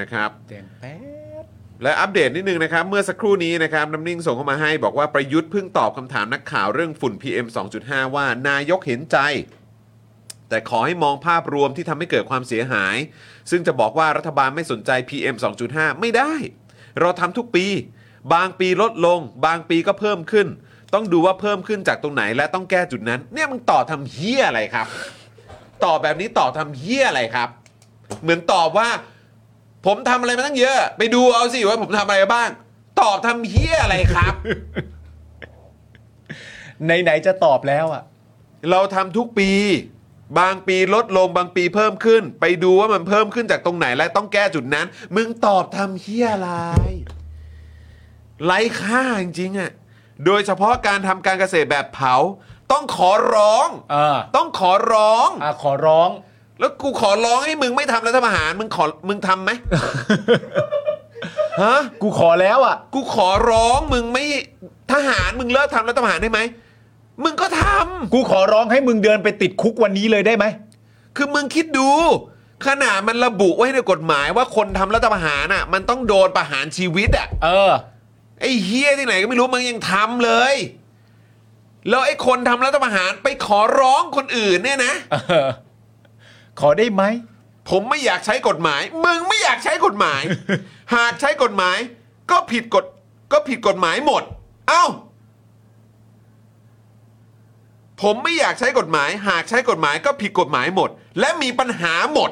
Speaker 1: นะครับ
Speaker 2: เต็มแป๊ด
Speaker 1: และอัปเดตนิดนึงนะครับ เมื่อสักครู่นี้นะครับน้ำนิ่งส่งเข้ามาให้บอกว่าประยุทธ์เพิ่งตอบคำถามนักข่าวเรื่องฝุ่น PM 2.5 ว่านายกเห็นใจ แต่ขอให้มองภาพรวมที่ทำให้เกิดความเสียหาย ซึ่งจะบอกว่ารัฐบาลไม่สนใจ PM 2.5 ไม่ได้ เราทำทุกปี บางปีลดลง บางปีก็เพิ่มขึ้น ต้องดูว่าเพิ่มขึ้นจากตรงไหนและต้องแก้จุดนั้น เนี่ยมึงต่อทำเฮี้ยอะไรครับ ตอบแบบนี้ตอบทำเฮี้ยอะไรครับ เหมือนตอบว่า ผมทำอะไรมาตั้งเยอะ ไปดูเอาสิว่าผมทำอะไรบ้าง ตอบทำเฮี้ยอะไรครับ
Speaker 2: ไหนๆจะตอบแล้วอ่ะ
Speaker 1: *laughs* เราทำทุกปี บางปีลดลงบางปีเพิ่มขึ้น ไปดูว่ามันเพิ่มขึ้นจากตรงไหนและต้องแก้จุดนั้น มึงตอบทำเฮียอะไรไร้ค่าจริงๆอะ่ะโดยเฉพาะการทำการเกษตรแบบเผา ต้องขอร้อง
Speaker 2: เออ
Speaker 1: ต้องขอร้อง
Speaker 2: อ่ะขอร้อง
Speaker 1: แล้วกูขอร้องให้มึงไม่ทำรัฐประหารมึงขอมึงทำไหม ฮะ
Speaker 2: กูขอแล้วอ่ะ
Speaker 1: กูขอร้องมึงไม่ทหารมึงเลิกทำรัฐประหารได้ไหมมึงก็ทำ
Speaker 2: กูขอร้องให้มึงเดินไปติดคุกวันนี้เลยได้ไหม
Speaker 1: คือมึงคิดดู ขนาดมันระบุไว้ในกฎหมายว่าคนทำรัฐประหารน่ะ มันต้องโดนประหารชีวิตอ่ะ
Speaker 2: เออ *laughs*
Speaker 1: ไอ้เฮียที่ไหนก็ไม่รู้มึงยังทำเลย แล้วไอ้คนทำรัฐประหารไปขอร้องคนอื่นเนี่ยนะ
Speaker 2: เออ ขอได้ไหม
Speaker 1: ผมไม่อยากใช้กฎหมาย มึงไม่อยากใช้กฎหมาย หากใช้กฎหมาย ก็ผิดกฎก็ผิดกฎหมายหมด เอ้า ผมไม่อยากใช้กฎหมาย หากใช้กฎหมายก็ผิดกฎหมายหมด และมีปัญหาหมด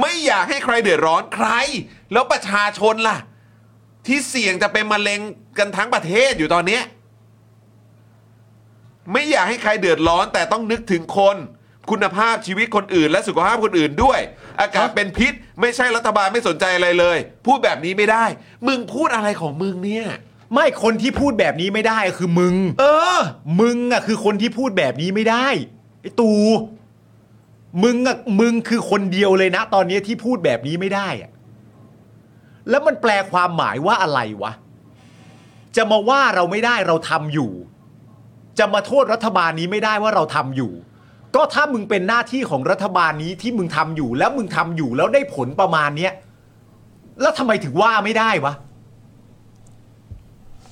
Speaker 1: ไม่อยากให้ใครเดือดร้อนใคร แล้วประชาชนล่ะ ที่เสี่ยงจะเป็นมะเร็งกันทั้งประเทศอยู่ตอนเนี้ย ไม่อยากให้ใครเดือดร้อนแต่ต้องนึกถึงคน คุณภาพชีวิตคนอื่น และสุขภาพคนอื่นด้วย อากาศเป็นพิษ ไม่ใช่รัฐบาลไม่สนใจอะไรเลย พูดแบบนี้ไม่ได้ มึงพูดอะไรของมึงเนี่ย
Speaker 2: ไม่คนที่พูดแบบนี้ไม่ได้คือมึง
Speaker 1: เออ
Speaker 2: มึงอ่ะคือคนที่พูดแบบนี้ไม่ได้ไอ้ตูมึงอ่ะมึงคือคนเดียวเลยนะ ตอนนี้ที่พูดแบบนี้ไม่ได้อ่ะแล้วมันแปลความหมายว่าอะไรวะ จะมาว่าเราไม่ได้เราทำอยู่ จะมาโทษรัฐบาลนี้ไม่ได้ว่าเราทำอยู่ ก็ถ้ามึงเป็นหน้าที่ของรัฐบาลนี้ที่มึงทำอยู่ แล้วมึงทำอยู่แล้วได้ผลประมาณเนี้ยแล้วทำไมถึงว่าไม่ได้วะ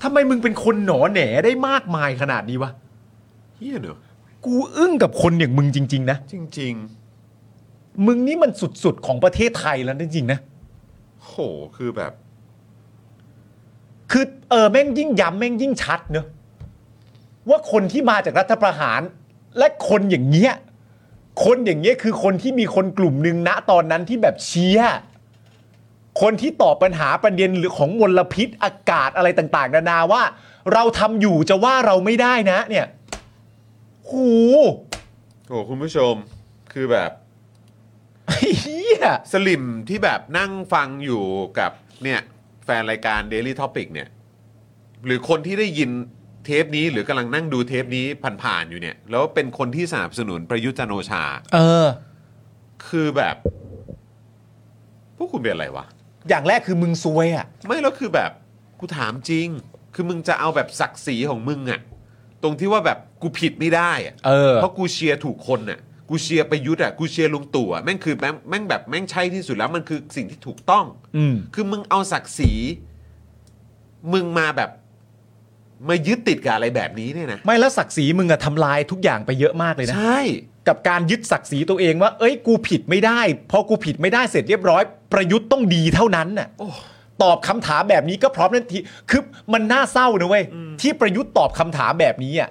Speaker 2: ทำไมมึงเป็นคนหนอแหนได้มากมายขนาดนี้วะ
Speaker 1: เฮียเนอะ
Speaker 2: กูอึ้งกับคนอย่างมึงจริง ๆ นะ
Speaker 1: จริง
Speaker 2: มึงนี่มันสุด ๆ ของประเทศไทยแล้วนะจริงๆนะ
Speaker 1: ๆ โห คือแบบ
Speaker 2: คือเออแม่งยิ่งย้ำแม่งยิ่งชัดเนอะว่าคนที่มาจากรัฐประหาร และคนอย่างเงี้ยคนอย่างเงี้ยคือคนที่มีคนกลุ่มหนึ่งณตอนนั้นที่แบบเชียร์คนที่ตอบปัญหาประเด็นหรือของมลพิษอากาศอะไรต่าง ๆ นานาว่า เราทำอยู่จะว่าเราไม่ได้นะ เนี่ยโหู
Speaker 1: โห คุณผู้ชม คือแบบ
Speaker 2: เฮีย
Speaker 1: สลิมที่แบบนั่งฟังอยู่กับเนี่ย แฟนรายการ Daily Topic เนี่ย หรือคนที่ได้ยินเทปนี้หรือกำลังนั่งดูเทปนี้ผ่านๆอยู่เนี่ย แล้วเป็นคนที่สนับสนุนประยุทธ์จันทร์โอชา
Speaker 2: เออ
Speaker 1: คือแบบ พวกคุณเป็นอะไรวะ
Speaker 2: อย่างแรกคือมึงซวยอ่ะ
Speaker 1: ไม่แล้วคือแบบกูถามจริง คือมึงจะเอาแบบศักดิ์ศรีของมึงอะตรงที่ว่าแบบกูผิดไม่ได้อะ
Speaker 2: เออ
Speaker 1: เพราะกูเชียร์ถูกคนน่ะ กูเชียร์ประยุทธ์อะกูเชียร์ลุงตู่อะแม่งคือแม่งแม่งแบบแม่งใช่ที่สุดแล้วมันคือสิ่งที่ถูกต้อง
Speaker 2: อืม
Speaker 1: คือมึงเอาศักดิ์ศรีมึงมาแบบมายึดติดกับอะไรแบบนี้เนี่ยนะ
Speaker 2: ไม่แล้วศักดิ์ศรีมึงอะทำลายทุกอย่างไปเยอะมากเลยนะ
Speaker 1: ใช่
Speaker 2: กับการยึดศักดิ์ศรีตัวเองว่า เอ้ย กูผิดไม่ได้ พอกูผิดไม่ได้เสร็จเรียบร้อย ประยุทธ์ต้องดีเท่านั้นน่ะ
Speaker 1: โอ้
Speaker 2: ตอบคำถามแบบนี้ก็พร้อมทันที คือมันน่าเศร้านะเว้ย ที่ประยุทธ์ตอบคำถามแบบนี้อ่ะ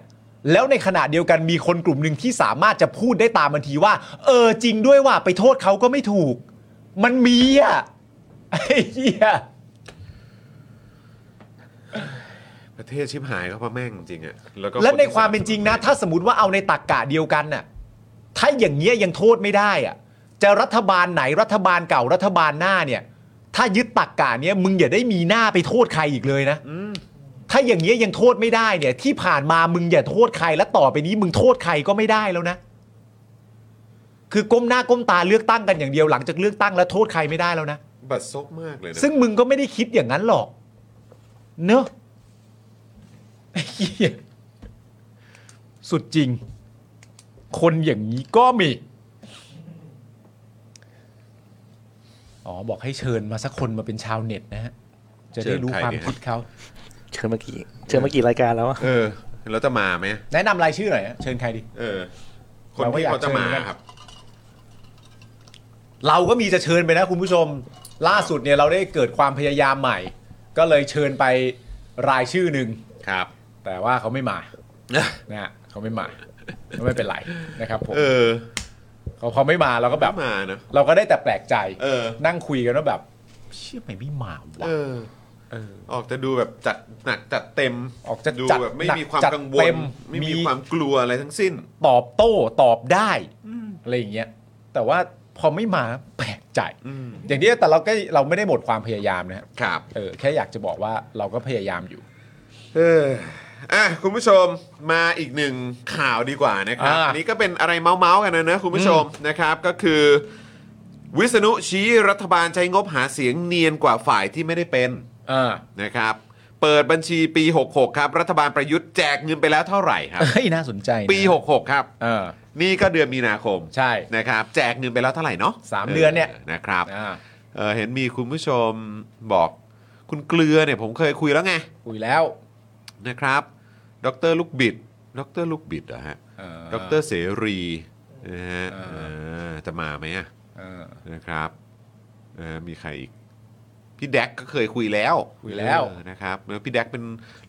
Speaker 2: แล้วในขณะเดียวกันมีคนกลุ่มหนึ่งที่สามารถจะพูดได้ตามทันทีว่า เออจริงด้วยว่าไปโทษเขาก็ไม่ถูก มันมีอ่ะ *laughs* ไอ้เหี้ย
Speaker 1: ประเทศชิบหายก็เพราะแม่งจริงอะแล้วก็
Speaker 2: และใน
Speaker 1: ที่
Speaker 2: ความเป็นจริงนะ ถ้าสมมติว่าเอาในตักกะเดียวกันน่ะถ้าอย่างเงี้ยยังโทษไม่ได้อ่ะจะรัฐบาลไหนรัฐบาลเก่ารัฐบาลหน้าเนี่ย ถ้ายึดตักกะเนี้ยมึงอย่าได้มีหน้าไปโทษใครอีกเลยนะถ้าอย่างเงี้ยยังโทษไม่ได้เนี่ย ที่ผ่านมามึงอย่าโทษใครและต่อไปนี้มึงโทษใครก็ไม่ได้แล้วนะ คือก้มหน้าก้มตาเลือกตั้งกันอย่างเดียวหลังจากเลือกตั้งแล้วโทษใครไม่ได้แล้วนะ
Speaker 1: บัดซบมากเลยนะ
Speaker 2: ซึ่งมึงก็ไม่ได้คิดอย่างนั้นหรอก เนอะไอ้เหี้ย สุดจริง คนอย่างนี้ก็มี อ๋อ บอกให้เชิญมาสักคนมาเป็นชาวเน็ตนะฮะ จะได้รู้
Speaker 1: เชิญใคร
Speaker 2: ความ
Speaker 1: เนี่ย
Speaker 2: คิดเขา
Speaker 3: เชิญเมื่อกี้เชิญเมื่อกี้รายการแล้วอะ
Speaker 1: เออ แล้วจะมาไหม
Speaker 2: แนะนำรายชื่อหน่อยฮะเชิญใครดี
Speaker 1: เออ คนที่เขาจะมาครับ
Speaker 2: เราก็มีจะเชิญไปนะคุณผู้ชม ล่าสุดเนี่ยเราได้เกิดความพยายามใหม่ ก็เลยเชิญไปรายชื่อหนึ่ง
Speaker 1: ครับ
Speaker 2: แต่ว่าเขาไม่มา นะฮะเขาไม่มาก็ไม่เป็นไรนะครับผม
Speaker 1: เออ
Speaker 2: เขาเขาไม่มาเราก็
Speaker 1: แบ
Speaker 2: แบบ บ
Speaker 1: มาเนอะ
Speaker 2: เราก็ได้แต่แปลกใจ
Speaker 1: เออ
Speaker 2: นั่งคุยกันว่าแบบ เชื่อไหมไม่มาวะ
Speaker 1: เออ ออกจะดูแบบจัดหนักจัดเต็ม
Speaker 2: ออกจะ
Speaker 1: ดู
Speaker 2: จัด
Speaker 1: แบบไม่
Speaker 2: หนั
Speaker 1: มีความ
Speaker 2: จัด
Speaker 1: กังวล
Speaker 2: เต็
Speaker 1: ไม่มีความกลัวอะไรทั้งสิ้น
Speaker 2: ตอบโต้ตอบได้อะไรอย่างเงี้ยแต่ว่าพอไม่มาแปลกใจ
Speaker 1: อืม
Speaker 2: อย่างนี้แต่เราก็เราไม่ได้หมดความพยายามนะฮะ
Speaker 1: ครับ
Speaker 2: เออแค่อยากจะบอกว่าเราก็พยายามอยู่
Speaker 1: เอออ่ะคุณผู้ชมมาอีกหนึ่งข่าวดีกว่านะครับ
Speaker 2: อ่า
Speaker 1: อันนี้ก็เป็นอะไรเมาส์ๆกันนะนะคุณผู้ชมนะครับก็คือ วิษณุชี้รัฐบาลใช้งบหาเสียงเนียนกว่าฝ่ายที่ไม่ได้เป็น
Speaker 2: อ่า
Speaker 1: นะครับเปิดบัญชีปี 66 ครับ รัฐบาลประยุทธ์แจกเงินไปแล้วเท่าไหร่ครับ
Speaker 2: เฮ้ยน่าสนใจนะ
Speaker 1: ปี 66 ครับ
Speaker 2: เออ
Speaker 1: นี่ก็เดือนมีนาคม
Speaker 2: ใช่
Speaker 1: นะครับ แจกเงินไปแล้วเท่าไหร่เนาะ
Speaker 2: สามเดือนเนี่ย
Speaker 1: นะครับ
Speaker 2: อ่า
Speaker 1: เอ่อเห็นมีคุณผู้ชมบอกคุณเกลือเนี่ยผมเคยคุยแล้วไง
Speaker 2: คุยแล้ว
Speaker 1: นะครับ ดรลูกบิด ดรลูกบิดเหรอฮะ
Speaker 2: เออ
Speaker 1: ดรเสรีนะฮะ
Speaker 2: อ่า
Speaker 1: เออจะมาไหมอะ
Speaker 2: เออ
Speaker 1: นะครับเอ่อมีใครอีก พี่แดกก็เคยคุยแล้ว
Speaker 2: คุยแล้ว
Speaker 1: เออนะครับแล้วพี่แดกเป็น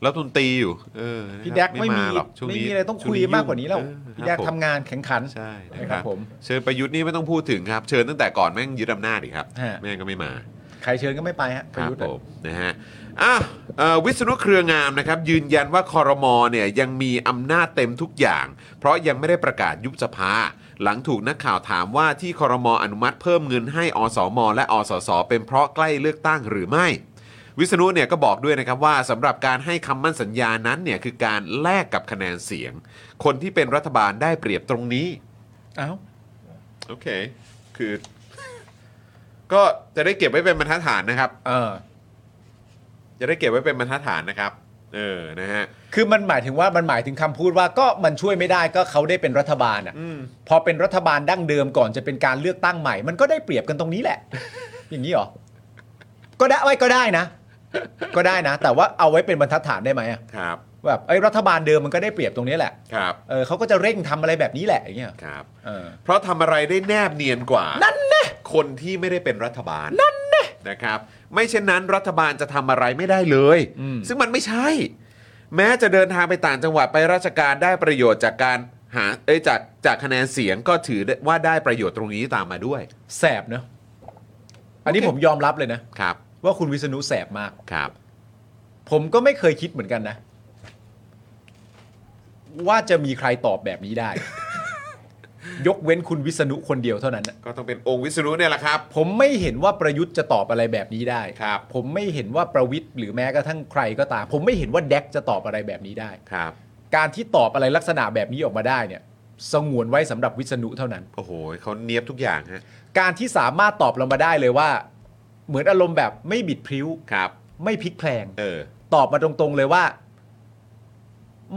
Speaker 1: รัฐมนตรีอยู่เออนะครับ
Speaker 2: พี่แดกไม่มี
Speaker 1: าหรอกช่วง
Speaker 2: ไม่
Speaker 1: นี้
Speaker 2: มีอะไรต้อง
Speaker 1: ช่
Speaker 2: คุย
Speaker 1: นี้
Speaker 2: มากกว่านี้แล้ว
Speaker 1: เออ
Speaker 2: พี่แดก
Speaker 1: ครับผม
Speaker 2: ทำงานแข่งขัน
Speaker 1: ใช่นะ
Speaker 2: นะ
Speaker 1: ค
Speaker 2: ค
Speaker 1: รั
Speaker 2: รั
Speaker 1: บบ
Speaker 2: ผม
Speaker 1: เชิญประยุทธ์นี่ไม่ต้องพูดถึงครับ เชิญตั้งแต่ก่อนแม่งยึดอำนาจอีกครับ
Speaker 2: ฮะ
Speaker 1: แม่งก็ไม่มา
Speaker 2: ใครเชิญก็ไม่ไปฮะป
Speaker 1: ค
Speaker 2: ระ
Speaker 1: รับ
Speaker 2: ยุทธ์
Speaker 1: ผ
Speaker 2: อะ
Speaker 1: มนะฮะอ่ะเอ่อวิษณุเครืองามนะครับ ยืนยันว่าคอรมอเนี่ยยังมีอำนาจเต็มทุกอย่าง เพราะยังไม่ได้ประกาศยุบสภา หลังถูกนักข่าวถามว่าที่คอรมออนุมัติเพิ่มเงินให้อสม และอสส เป็นเพราะใกล้เลือกตั้งหรือไม่ วิษณุเนี่ยก็บอกด้วยนะครับว่าสำหรับการให้คำมั่นสัญญานั้นเนี่ยคือการแลกกับคะแนนเสียง คนที่เป็นรัฐบาลได้เปรียบตรงนี้
Speaker 2: เอ้า
Speaker 1: โอเค คือ ก็จะได้เก็บไว้เป็นบรรทัดฐานนะครับ
Speaker 2: เออ
Speaker 1: จะได้เก็บไว้เป็นบรรทัดฐานนะครับ เออ นะฮะ
Speaker 2: คือมันหมายถึงว่ามันหมายถึงคำพูดว่าก็มันช่วยไม่ได้ก็เขาได้เป็นรัฐบาลอ่ะ
Speaker 1: อืม
Speaker 2: พอเป็นรัฐบาลดั้งเดิมก่อนจะเป็นการเลือกตั้งใหม่ มันก็ได้เปรียบกันตรงนี้แหละ อย่างนี้เหรอก็ได้ไว้ก็ได้นะ ก็ได้นะ แต่ว่าเอาไว้เป็นบรรทัดฐานได้ไหมอะ
Speaker 1: ครับ
Speaker 2: แบบไอ้ยรัฐบาลเดิมมันก็ได้เปรียบตรงนี้แหละ
Speaker 1: ครับ
Speaker 2: เออเขาก็จะเร่งทำอะไรแบบนี้แหละอย่างเงี้ย
Speaker 1: ครับ
Speaker 2: เออ
Speaker 1: เพราะทำอะไรได้แนบเนียนกว่า นั่นนะคนที่ไม่ได้เป็นรัฐบาล นั่นนะนะครับ ไม่เช่นนั้นรัฐบาลจะทำอะไรไม่ได้เลย
Speaker 2: อืม
Speaker 1: ซึ่งมันไม่ใช่ แม้จะเดินทางไปต่างจังหวัดไปราชการได้ประโยชน์จากการหา เอ้ย จาก จากคะแนนเสียงก็ถือได้ว่าได้ประโยชน์ตรงนี้ตามมาด้วย
Speaker 2: แสบเนอะอันนี้
Speaker 1: โอเค
Speaker 2: ผมยอมรับเลยนะครับ ว่าคุณวิษณุแสบมาก
Speaker 1: ครับ
Speaker 2: ผมก็ไม่เคยคิดเหมือนกันนะ ว่าจะมีใครตอบแบบนี้
Speaker 1: *laughs*
Speaker 2: ได้ ยกเว้นคุณวิษณุคนเดียวเท่านั้นนะ
Speaker 1: ก็ต้องเป็นองค์วิษณุเนี่ยแหละครับ
Speaker 2: ผมไม่เห็นว่าประยุทธ์จะตอบอะไรแบบนี้ได้
Speaker 1: ครับ
Speaker 2: ผมไม่เห็นว่าประวิทย์หรือแม้กระทั่งใครก็ตาม ผมไม่เห็นว่าแดกจะตอบอะไรแบบนี้ได้
Speaker 1: ครับ
Speaker 2: การที่ตอบอะไรลักษณะแบบนี้ออกมาได้เนี่ย สงวนไว้สำหรับวิษณุเท่านั้น
Speaker 1: โอ้โหเขาเนียบทุกอย่างฮะ
Speaker 2: การที่สามารถตอบเรามาได้เลยว่า เหมือนอารมณ์แบบไม่บิดพริ้ว
Speaker 1: ครับ
Speaker 2: ไม่พลิกแพลง
Speaker 1: เออ
Speaker 2: ตอบมาตรงๆเลยว่า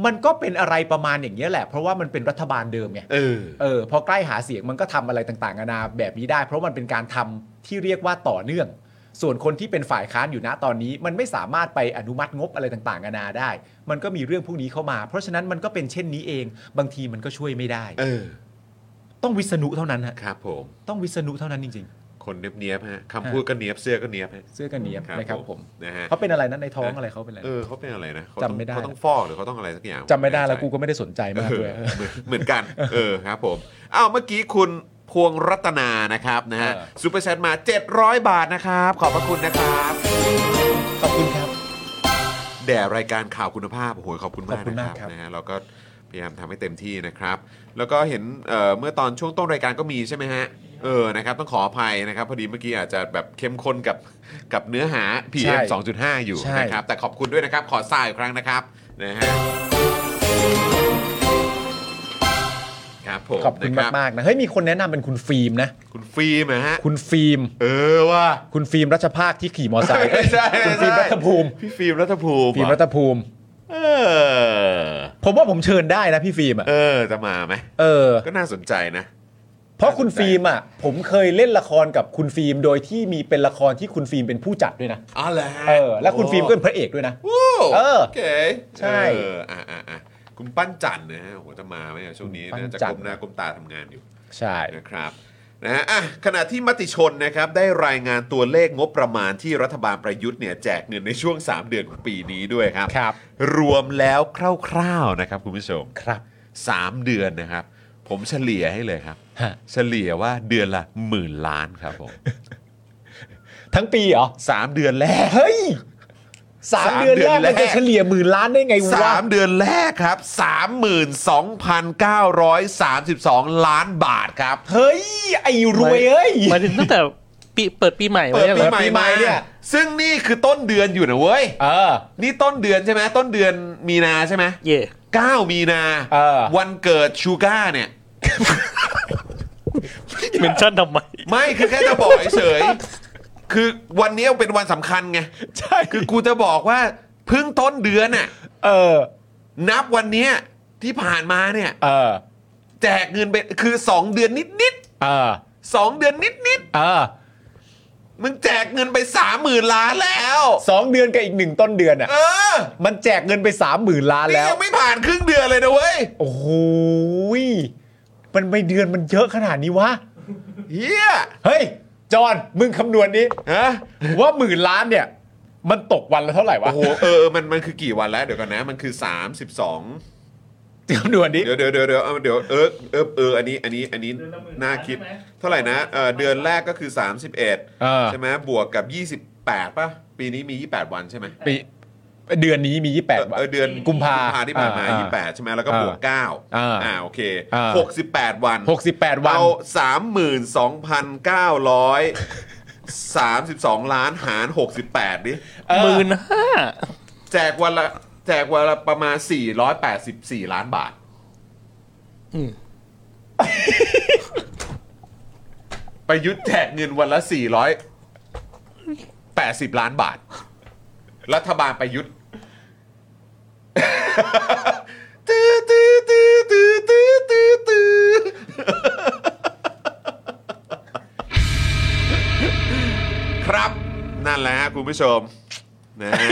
Speaker 2: มันก็เป็นอะไรประมาณอย่างเงี้ยแหละ เพราะว่ามันเป็นรัฐบาลเดิมไง
Speaker 1: เออ
Speaker 2: เออพอใกล้หาเสียงมันก็ทำอะไรต่างๆนานาแบบนี้ได้ เพราะมันเป็นการทำที่เรียกว่าต่อเนื่อง ส่วนคนที่เป็นฝ่ายค้านอยู่นะตอนนี้ มันไม่สามารถไปอนุมัติงบอะไรต่างๆนานาได้ มันก็มีเรื่องพวกนี้เข้ามา เพราะฉะนั้นมันก็เป็นเช่นนี้เอง บางทีมันก็ช่วยไม่ได้
Speaker 1: เออ
Speaker 2: ต้องวิษณุเท่านั้นฮะ
Speaker 1: ครับผม
Speaker 2: ต้องวิษณุเท่านั้นจริง
Speaker 1: คนเนียบเนียบๆฮะคำพูดก็เนียบเสื้อก็เนียบฮะ
Speaker 2: ๆ เสื้อกันเนียบนะครับผม
Speaker 1: นะฮะ
Speaker 2: เขาเป็นอะไรนะในท้องอะไรเขาเป็นอะไร
Speaker 1: เออเขาเป็นอะไรนะเขา
Speaker 2: จำไม่ได้
Speaker 1: เขาต้องฟอกหรือเขาต้องอะไรสักอย่าง
Speaker 2: จำไม่ได้แล้วกูก็ไม่ได้สนใจ
Speaker 1: เอ
Speaker 2: มาก
Speaker 1: อ
Speaker 2: ด้วย
Speaker 1: เหมือน *laughs* เหมือนกัน เออครับผมอ้าวเมื่อกี้คุณพวงรัตนานะครับนะฮะ
Speaker 2: เออ
Speaker 1: ซูเปอร์แชทมา 700 บาทนะครับ ขอบพระคุณนะครับ
Speaker 2: ขอบคุณครับ
Speaker 1: แด่รายการข่าวคุณภาพโอ้โหขอบคุณมาก
Speaker 2: ขอบคุณ
Speaker 1: นะ
Speaker 2: มา
Speaker 1: ครับ
Speaker 2: กครับ
Speaker 1: นะฮะเราก็พยายามทำให้เต็มที่นะครับ แล้วก็เห็นเอ่อเมื่อตอนช่วงต้นรายการก็มีใช่ไหมฮะเออนะครับต้องขออภัยนะครับ พอดีเมื่อกี้อาจจะแบบเข้มข้นกับกับเนื้อหา
Speaker 2: ใช่
Speaker 1: PM 2.5 อยู่
Speaker 2: ใช่
Speaker 1: นะครับ แต่ขอบคุณด้วยนะครับ ขอทรายอีกครั้งนะครับนะฮะครับผม
Speaker 2: ขอบคุณ
Speaker 1: นะรั
Speaker 2: มากๆนะเฮ้ยมีคนแนะนำเป็นคุณฟิล์มนะ
Speaker 1: คุณฟิล์มนะฮะ
Speaker 2: คุณฟิล์ม
Speaker 1: เออว่า
Speaker 2: คุณฟิล์มรัชภาคที่ขี่มอไซค์
Speaker 1: ไม่ใช่
Speaker 2: คุ
Speaker 1: ไม่
Speaker 2: ณ
Speaker 1: ใช่
Speaker 2: ฟิล์มรัฐภูมิ
Speaker 1: พี่ฟิล์มรัฐภูมิ
Speaker 2: ฟิล์มรัฐภูมิ
Speaker 1: เออ
Speaker 2: ผมว่าผมเชิญได้นะพี่ฟิล์มอะ
Speaker 1: เออจะมาไหม
Speaker 2: เออ
Speaker 1: ก็น่าสนใจนะ
Speaker 2: เพราะคุณฟิล์มอ่ะผมเคยเล่นละครกับคุณฟิล์มโดยที่มีเป็นละครที่คุณฟิล์มเป็นผู้จัดด้วยนะ
Speaker 1: อ๋อเหรอฮะ
Speaker 2: เออ และคุณฟิล์มก็เป็นพระเอกด้วยนะ
Speaker 1: โอ้โห
Speaker 2: เออ
Speaker 1: โอเค
Speaker 2: ใช่
Speaker 1: เอออ่ะอ่ะอ่ะ คุณปั้นจันนะฮะโอ้โหจะมาไหมอะช่วงนี้
Speaker 2: คุณปั้
Speaker 1: นะ
Speaker 2: น
Speaker 1: จะ
Speaker 2: จัน
Speaker 1: กลมหน้ากลมตาทำงานอยู่
Speaker 2: ใช่
Speaker 1: นะครับนะฮะอ่ะขณะที่มติชนนะครับได้รายงานตัวเลขงบประมาณที่รัฐบาลประยุทธ์เนี่ยแจกเงินในช่วง 3 เดือนของปีนี้ด้วยครับ
Speaker 2: ครับ
Speaker 1: รวมแล้วคร่าวๆนะครับคุณผู้ชม
Speaker 2: ครับ
Speaker 1: 3 เดือนนะครับ ผมเฉลี่ยให้เลยครับ
Speaker 2: ฮะ
Speaker 1: เฉลี่ยว่าเดือนละหมื่นล้านครับผม
Speaker 2: ทั้งปีเหรอ
Speaker 1: สามเดือนแรก
Speaker 2: เฮ้ยสาม
Speaker 1: สาม
Speaker 2: เดือน
Speaker 1: เดื
Speaker 2: แร
Speaker 1: อน
Speaker 2: กมัน
Speaker 1: แร
Speaker 2: จะ
Speaker 1: ก
Speaker 2: เฉลี่ยหมื่นล้านได้ไงวะ
Speaker 1: สามเดือนแรกครับ32,932 ล้านบาทครับ
Speaker 2: เฮ้ย ไอ้รวยเอ้ย
Speaker 3: *laughs* หมายถึงตั้งแต่ปีเปิดปีใหม่ไว้
Speaker 1: เปิด
Speaker 3: เหร
Speaker 1: ปี
Speaker 3: อ
Speaker 1: ใหม่
Speaker 2: ปีใหม่
Speaker 1: มา
Speaker 2: เนี่
Speaker 1: เนี่ย
Speaker 2: ย
Speaker 1: ซึ่งนี่คือต้นเดือนอยู่นะเว้ย
Speaker 2: เออ
Speaker 1: นี่ต้นเดือนใช่ไหมต้นเดือนมีนาใช่ไหม
Speaker 3: เย่
Speaker 1: 9มีนา
Speaker 2: เออ
Speaker 1: วันเกิดชูก้าเนี่ย
Speaker 3: เมนชั่นทำไม
Speaker 1: ไม่คือแค่จะบอกเฉยๆคือวันนี้เป็นวันสำคัญไง
Speaker 2: ใช่
Speaker 1: คือกูจะบอกว่าเพิ่งต้นเดือนน่ะ
Speaker 2: เออ
Speaker 1: นับวันเนี้ยที่ผ่านมาเนี่ย
Speaker 2: เออ
Speaker 1: แจกเงินไปคือ 2 เดือนนิด
Speaker 2: เออ
Speaker 1: ๆสองเดือนนิด
Speaker 2: เออ
Speaker 1: ๆมึงแจกเงินไป3 0,000ล้านแล้ว
Speaker 2: สองเดือนกับอีกหนึ่งต้นเดือนอ่ะ
Speaker 1: เออ
Speaker 2: มันแจกเงินไปสามหมื่นล้าน
Speaker 1: นี่
Speaker 2: แล้ว
Speaker 1: ยังไม่ผ่านครึ่งเดือนเลยนะเว้ย
Speaker 2: โอ้โหยมันไม่เดือนมันเยอะขนาดนี้วะ
Speaker 1: เฮีย
Speaker 2: เฮ้ย จอห์นมึงคำนวณนี้
Speaker 1: ฮะ
Speaker 2: ว่าหมื่นล้านเนี่ย มันตกวันละเท่าไหร่วะ
Speaker 1: โอ้โหเออมันมันคือกี่วันแล้วเดี๋ยวกันนะ มันคือ 32
Speaker 2: คำนวณนี้
Speaker 1: เดี๋ยวเดี๋ยวเดี๋ยวเดี๋ยวเอาเดี๋ยวเออเออเอออันนี้อันนี้อันนี้น่าคิด เท่าไหร่นะเออเดือนแรกก็คือ
Speaker 2: เออ
Speaker 1: 31 ใช่ไหมบวกกับ 28ป่ะปีนี้มี 28 วันใช่ไหม
Speaker 2: ปีเดือนนี้มี
Speaker 1: เออ
Speaker 2: 28วัน
Speaker 1: เออเดือน
Speaker 2: กุมภา
Speaker 1: ที่ผ่านมา
Speaker 2: อ่าอ่า
Speaker 1: 28 ใช่ไหมแล้วก็บวก 9
Speaker 2: อ่า
Speaker 1: อ่าโอเค
Speaker 2: อ่า
Speaker 1: 68 วัน
Speaker 2: 68 วัน
Speaker 1: เอา32,932 ล้านหาร 68ดิ
Speaker 2: เออ
Speaker 3: หมื่นห้า
Speaker 1: แจกวันละแจกวันละประมาณ 484 ล้านบาท ประยุทธ์แจกเงินวันละ 480 ล้านบาท รัฐบาลประยุทธ์ *laughs* ตื้อตื้อตื้อตื้อตื้อตื้อตื้อครับนั่นแหละฮะคุณผู้ชมนะฮะ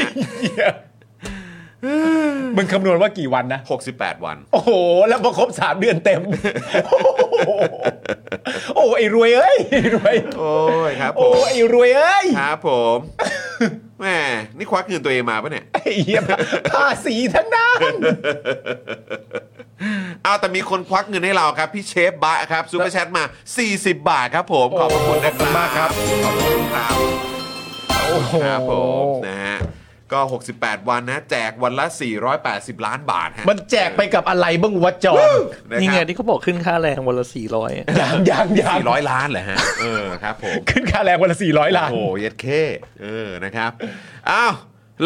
Speaker 2: มึงคำนวณว่ากี่วันนะ
Speaker 1: 68 วัน
Speaker 2: โอ้โห แล้วพอครบสามเดือนเต็ม โอ้โหโอ้ไอ้รวยเอ้ยไอ้รวย
Speaker 1: โอ้ยครับผ
Speaker 2: โอ้
Speaker 1: ม
Speaker 2: ไอ้รวยเอ้ย
Speaker 1: ครับผม แหมนี่ควักเงินตัวเองมาปะเนี่ย
Speaker 2: ไอ้เหี้ยภาษีทั้งนั้น
Speaker 1: เอาแต่มีคนควักเงินให้เราครับ พี่เชฟบะครับซูเปอร์แชทมา 40 บาทครับผม ขอบพระคุณนะครับมากครับ ขอบคุณครับ
Speaker 2: โอ้โห
Speaker 1: ครับผมนะฮะก็ 68 วันนะ แจกวันละ 480 ล้านบาทฮะ
Speaker 2: มันแจกไปกับอะไรบ้างวะจอน
Speaker 1: นะ
Speaker 3: นี่
Speaker 1: ค
Speaker 3: ไง
Speaker 1: รับ
Speaker 3: ที่เขาบอกขึ้นค่าแรงวันละสี่ร้อย
Speaker 2: ยังยังยัง
Speaker 1: 400 ล้านเหรอฮะ เออครับผม
Speaker 2: ขึ้นค่าแรงวันละสี่ร้อยล้าน
Speaker 1: โอ้โหเย็ดเคเออนะครับ อ้าว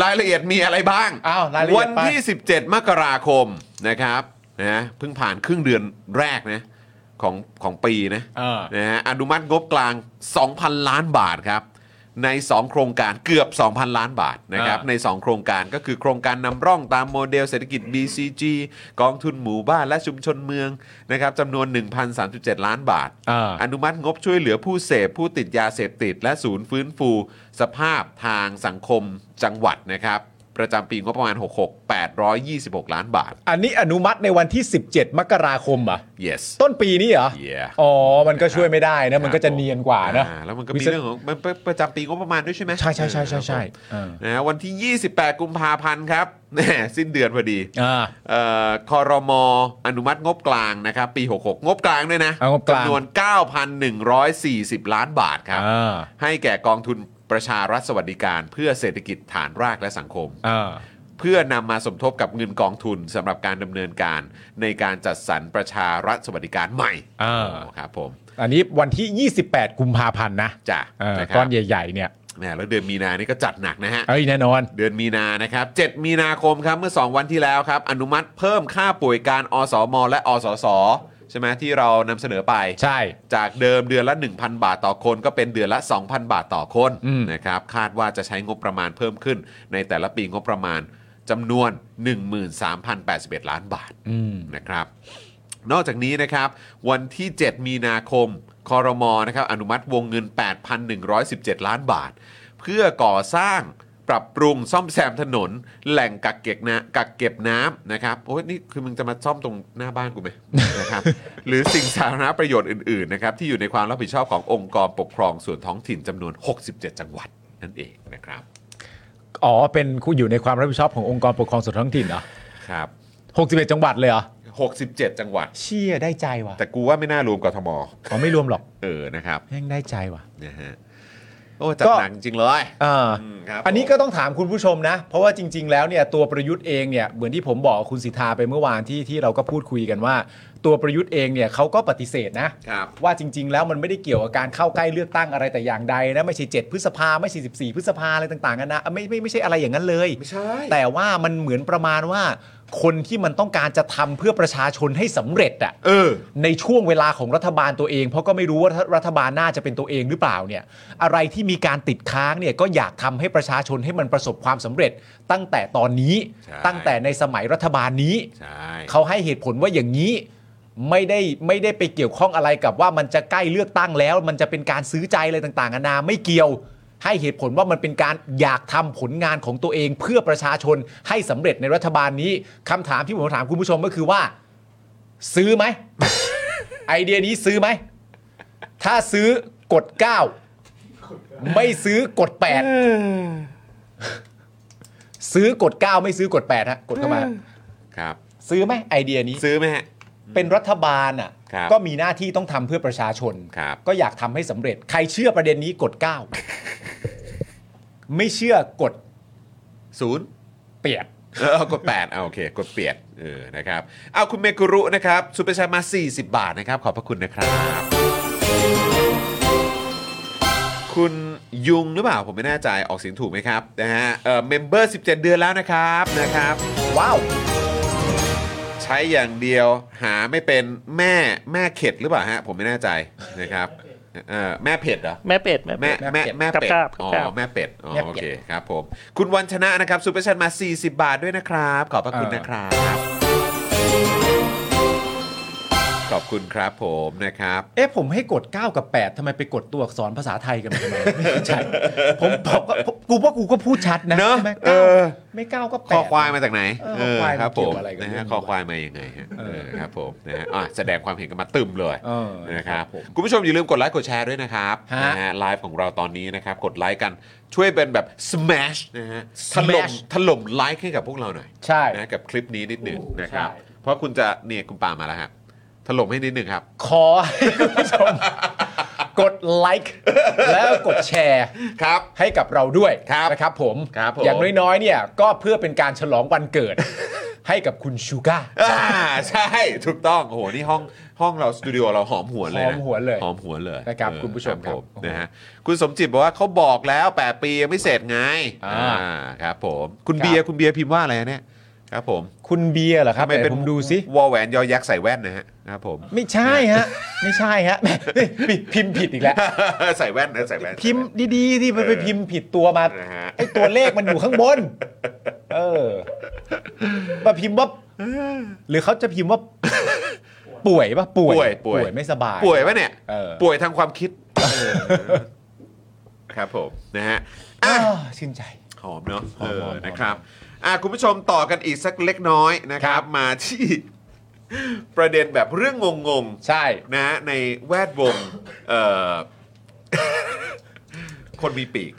Speaker 1: รายละเอียดมีอะไรบ้าง
Speaker 2: อ้าวรายละเอียดไป
Speaker 1: วันที่ 17 มกราคมนะครับนะเพิ่งผ่านครึ่งเดือนแรกนะของของปีนะ
Speaker 2: เออ
Speaker 1: นะฮะอนุมัติงบกลาง 2,000 ล้านบาทครับ ใน 2 โครงการเกือบ 2,000 ล้านบาทนะครับ
Speaker 2: อ่า
Speaker 1: ใน 2 โครงการก็คือโครงการนำร่องตามโมเดลเศรษฐกิจ BCG กองทุนหมู่บ้านและชุมชนเมืองนะครับจำนวน 1,037 ล้านบาท
Speaker 2: อ่า
Speaker 1: อนุมัติงบช่วยเหลือผู้เสพผู้ติดยาเสพติด และศูนย์ฟื้นฟู สภาพทางสังคมจังหวัดนะครับ ประจำปีงบประมาณ 66 826 ล้านบาท
Speaker 2: อันนี้อนุมัติในวันที่ 17 มกราคมเหรอ่ะ
Speaker 1: yes
Speaker 2: ต้นปีนี้เหรอ
Speaker 1: Yeah
Speaker 2: อ๋อ มันก็ช่วยไม่ได้นะ มันก็จะเนียนกว่านะ
Speaker 1: อ่แล้วมันก็มีเรื่องของมันเป็นประจำปีงบประมาณด้วยใช่ไหม
Speaker 2: ใช่ใช่ใช่ใช่ใช่
Speaker 1: เออ
Speaker 2: เออ
Speaker 1: นะฮะวันที่ 28 กุมภาพันธ์ครับ *laughs* แหมสิ้นเดือนพอดี
Speaker 2: อ่า
Speaker 1: เอ่อคอรมออนุมัติงบกลางนะครับ ปี 66 งบกลางด้วยนะ
Speaker 2: เอางบกลาง
Speaker 1: จำนวน 9,140 ล้านบาทครับ
Speaker 2: อ่า
Speaker 1: ให้แก่กองทุนประชารัฐสวัสดิการ เพื่อเศรษฐกิจฐานรากและสังคม
Speaker 2: อ่า
Speaker 1: เพื่อนำมาสมทบกับเงินกองทุนสำหรับการดำเนินการ ในการจัดสรรประชารัฐสวัสดิการใหม่
Speaker 2: อ่า
Speaker 1: โอ้ครับผม
Speaker 2: อันนี้วันที่ 28 กุมภาพันธ์นะ
Speaker 1: จ้ะ
Speaker 2: เออ
Speaker 1: นะครับ
Speaker 2: ก้อนใหญ่ ๆ เนี่ย
Speaker 1: แหมแล้วเดือนมีนานี่ก็จัดหนักนะฮะ
Speaker 2: เอ้ยแน่นอน
Speaker 1: เดือนมีนานะครับ 7 มีนาคมครับเมื่อ 2 วันที่แล้วครับ อนุมัติเพิ่มค่าป่วยการอสม และอสสใช่ไหมที่เรานำเสนอไป
Speaker 2: ใช่
Speaker 1: จากเดิมเดือนละ 1,000 บาทต่อคน ก็เป็นเดือนละ 2,000 บาทต่อคน
Speaker 2: อืม
Speaker 1: นะครับคาดว่าจะใช้งบประมาณเพิ่มขึ้น ในแต่ละปีงบประมาณจำนวน 13,081 ล้านบาท
Speaker 2: อืม
Speaker 1: นะครับ นอกจากนี้นะครับ วันที่ 7 มีนาคมคอรมอนะครับอนุมัติวงเงิน 8,117 ล้านบาท เพื่อก่อสร้าง ปรับปรุงซ่อมแซมถนน แหล่งกักเก็บนะกักเก็บน้ำนะครับโอ้ยนี่คือมึงจะมาซ่อมตรงหน้าบ้านกูไหม *laughs* นะครับหรือสิ่งสาธารณประโยชน์อื่นๆนะครับที่อยู่ในความรับผิดชอบขององค์กรปกครองส่วนท้องถิ่นจำนวน 67 จังหวัดนั่นเองนะครับ
Speaker 2: อ๋อ เป็นคุณอยู่ในความรับผิดชอบขององค์กรปกครองส่วนท้องถิ่นเหรอ
Speaker 1: ครับ
Speaker 2: หกสิบเอ็ดจังหวัดเลยเหรอ
Speaker 1: 67 จังหวัด
Speaker 2: เชี่ยได้ใจว่ะ
Speaker 1: แต่กูว่าไม่น่ารวมกทม
Speaker 2: อ๋อไม่รวมหรอก
Speaker 1: เออนะครับ
Speaker 2: แม่งได้ใจว่ะ
Speaker 1: นะฮะโอ้จัด
Speaker 2: ก็
Speaker 1: หนังจริงเลย
Speaker 2: อ่า
Speaker 1: อืมครับ
Speaker 2: อันนี้ก็ต้องถามคุณผู้ชมนะ เพราะว่าจริง ๆ แล้วเนี่ยตัวประยุทธ์เองเนี่ยเหมือนที่ผมบอกคุณสิทธาไปเมื่อวานที่ที่เราก็พูดคุยกันว่า ตัวประยุทธ์เองเนี่ยเขาก็ปฏิเสธนะ
Speaker 1: ครับ
Speaker 2: ว่าจริง ๆ แล้วมันไม่ได้เกี่ยวกับการเข้าใกล้เลือกตั้งอะไรแต่อย่างใดนะไม่ใช่ 7 พฤษภาไม่ใช่14 พฤษภาอะไรต่างๆกันนะไม่ไม่ไม่ใช่อะไรอย่างนั้นเลย
Speaker 1: ไม่ใช่
Speaker 2: แต่ว่ามันเหมือนประมาณว่า คนที่มันต้องการจะทำเพื่อประชาชนให้สำเร็จอะ
Speaker 1: เออ
Speaker 2: ในช่วงเวลาของรัฐบาลตัวเอง เพราะก็ไม่รู้ว่ารัฐบาลหน่าจะเป็นตัวเองหรือเปล่าเนี่ย อะไรที่มีการติดค้างเนี่ยก็อยากทำให้ประชาชนให้มันประสบความสำเร็จ ตั้งแต่ตอนนี้
Speaker 1: ใช่
Speaker 2: ตั้งแต่ในสมัยรัฐบาลนี้
Speaker 1: ใช่
Speaker 2: เขาให้เหตุผลว่าอย่างนี้ไม่ได้ไม่ได้ไปเกี่ยวข้องอะไรกับว่ามันจะใกล้เลือกตั้งแล้ว มันจะเป็นการซื้อใจอะไรต่างๆนานาไม่เกี่ยว ให้เหตุผลว่ามันเป็นการอยากทำผลงานของตัวเองเพื่อประชาชนให้สำเร็จในรัฐบาลนี้คำถามที่ผมถามคุณผู้ชมก็คือว่า ซื้อไหม *laughs* ไอเดียนี้ซื้อไหม ถ้าซื้อกด 9 ไม่ซื้อกด *laughs* 8 ซื้อกด 9 ไม่ซื้อกด 8ฮะกดเข้ามาฮะ
Speaker 1: ครับ
Speaker 2: ซื้อไหมไอเดียนี้
Speaker 1: ซื้อไหมฮะ
Speaker 2: เป็นรัฐบาลอ่ะ
Speaker 1: ครับ
Speaker 2: ก็มีหน้าที่ต้องทำเพื่อประชาชน
Speaker 1: ครับ
Speaker 2: ก็อยากทำให้สำเร็จ ใครเชื่อประเด็นนี้กด 9 ไม่เชื่อกด
Speaker 1: ศูนย์
Speaker 2: เปียด
Speaker 1: เออกด8เอาโอเค กดเปียดเออนะครับเอาคุณเมกุรุนะครับซุปเปอร์ชาร์จมา 40 บาทนะครับ ขอบพระคุณนะครับ คุณยุงหรือเปล่า ผมไม่แน่ใจออกเสียงถูกไหมครับนะฮะเอ่อเมมเบอร์ 17 เดือนแล้วนะครับนะครับ
Speaker 2: ว้าว
Speaker 1: ใช้อย่างเดียวหาไม่เป็นแม่แม่เข็ดหรือเปล่าฮะ ผมไม่แน่ใจนะครับเอ่อแม่เผ็ดเหรอ
Speaker 3: แม่เป็ดแม่
Speaker 1: แม่
Speaker 3: เป็ด
Speaker 1: แม่แม่เป็ด
Speaker 3: กราบ
Speaker 1: อ๋อ
Speaker 3: กราบ
Speaker 1: แม่เป็ด อ๋อ
Speaker 2: แม่เป็ด
Speaker 1: โอเคครับผม คุณวันชนะนะครับซูเปอร์ชันมา 40 บาทด้วยนะครับ ขอบพระคุณนะครับ ขอบคุณครับผมนะครับ
Speaker 2: เอ๊ะผมให้กด 9 กับ 8ทำไมไปกดตัวอักษรภาษาไทยกันมาทำไมไม่เข้าใจผมบอกว่าผมกูว่ากูก็พูดชัดนะ
Speaker 1: เนอะ
Speaker 2: ใช่ไหม
Speaker 1: เอ
Speaker 2: เก้า
Speaker 1: อ
Speaker 2: ไม่เก้าก็แป
Speaker 1: ค
Speaker 2: ด
Speaker 1: อควายมาจากไหน
Speaker 2: เออคอควา
Speaker 1: ค
Speaker 2: ยมัน
Speaker 1: รับ
Speaker 2: เกี่
Speaker 1: ผ
Speaker 2: ย
Speaker 1: ม
Speaker 2: วอะไรกับ
Speaker 1: นะ
Speaker 2: เรื่
Speaker 1: ฮะ
Speaker 2: องนี้
Speaker 1: คอควายมายังไงฮะ
Speaker 2: เอ
Speaker 1: เออ
Speaker 2: อ
Speaker 1: ครับผมนะฮะอ่ะแสดงความเห็นกันมาตึมเลย
Speaker 2: เออ
Speaker 1: นะครับ
Speaker 2: ครับผม
Speaker 1: คุณผู้ชมอย่าลืมกดไลค์กดแชร์ด้วยนะครับ
Speaker 2: ฮะ
Speaker 1: นะฮะไลฟ์ของเราตอนนี้นะครับ กดไลค์กันช่วยเป็นแบบ smash นะฮะถล่ม
Speaker 2: smash
Speaker 1: ถล่มไลค์ให้กับพวกเราหน่อย
Speaker 2: ใช่
Speaker 1: นะกับคลิปนี้นิดหนึ่งนะครับ
Speaker 2: ใช่
Speaker 1: เพราะคุณจะเนี่ยคุณปามาแล้วครับถล่มให้นิดหนึ่งครับ
Speaker 2: ขอให้คุณผู้ชมกดไลค์แล้วกดแชร์
Speaker 1: ครับ
Speaker 2: ให้กับเราด้วย
Speaker 1: ครับ
Speaker 2: นะครับผม
Speaker 1: ครับผม
Speaker 2: อย่างน้อยๆเนี่ยก็เพื่อเป็นการฉลองวันเกิ *laughs* ด ให้กับคุณชูก้า
Speaker 1: อ่าใช่ถูกต้องโอ้โหนี่ห้องห้องเราสตูดิโอเราหอมหัวนเลยนะ
Speaker 2: หอมหวนเลย
Speaker 1: หอมหัวนเลย
Speaker 2: นะครับ
Speaker 1: เออ
Speaker 2: คุณผู้ชม
Speaker 1: ผ
Speaker 2: ครับ
Speaker 1: นะฮะคุณสมจิตบอกว่าเขาบอกแล้ว 8 ปียังไม่เสร็จไง
Speaker 2: อ่า
Speaker 1: ครับผมคุณ
Speaker 2: ครับ
Speaker 1: เบียร์คุณเบียร์พิมพ์ว่าอะไรเนี่ยครับผม
Speaker 2: คุณเบียร์เหรอครับ
Speaker 1: ทำไมเป็น
Speaker 2: ผมดูสิ
Speaker 1: วอแหวนยอยักษ์ใส่แว่นนะฮะครับ
Speaker 2: *laughs*
Speaker 1: ผม
Speaker 2: ไม่ใช่ฮะ ไม่ใช่ฮะ *laughs* แหมนี่พิมพ์ผิดอีกแล้ว
Speaker 1: ใส่แว่นนะใส่แว่น
Speaker 2: พิมพ์ดีๆที่มันไปพิมพ์ผิดตัวมา
Speaker 1: นะฮะ
Speaker 2: ไอตัวเลขมันอยู่ข้างบน เออมาพิมพ์ว่าหรือเขาจะพิมพ์ว่า ป่วยปะป่วย
Speaker 1: ป่วยป่วย
Speaker 2: ไม่สบาย
Speaker 1: ป่วยปะเนี่ย
Speaker 2: เออ
Speaker 1: ป่วยทางความคิดครับผมนะฮะ
Speaker 2: อ้า
Speaker 1: อ่ะ
Speaker 2: วชื่นใจ
Speaker 1: หอมเนาะ
Speaker 2: หอม
Speaker 1: เอ
Speaker 2: หอ
Speaker 1: อ
Speaker 2: ม
Speaker 1: นะครับอ่ะคุณผู้ชมต่อกันอีกสักเล็กน้อยนะครับ
Speaker 2: ครับ
Speaker 1: มาที่ ประเด็นแบบเรื่องงง
Speaker 2: ใช่
Speaker 1: ๆนะในแวดวงเอ่อ *laughs* คนมีปีก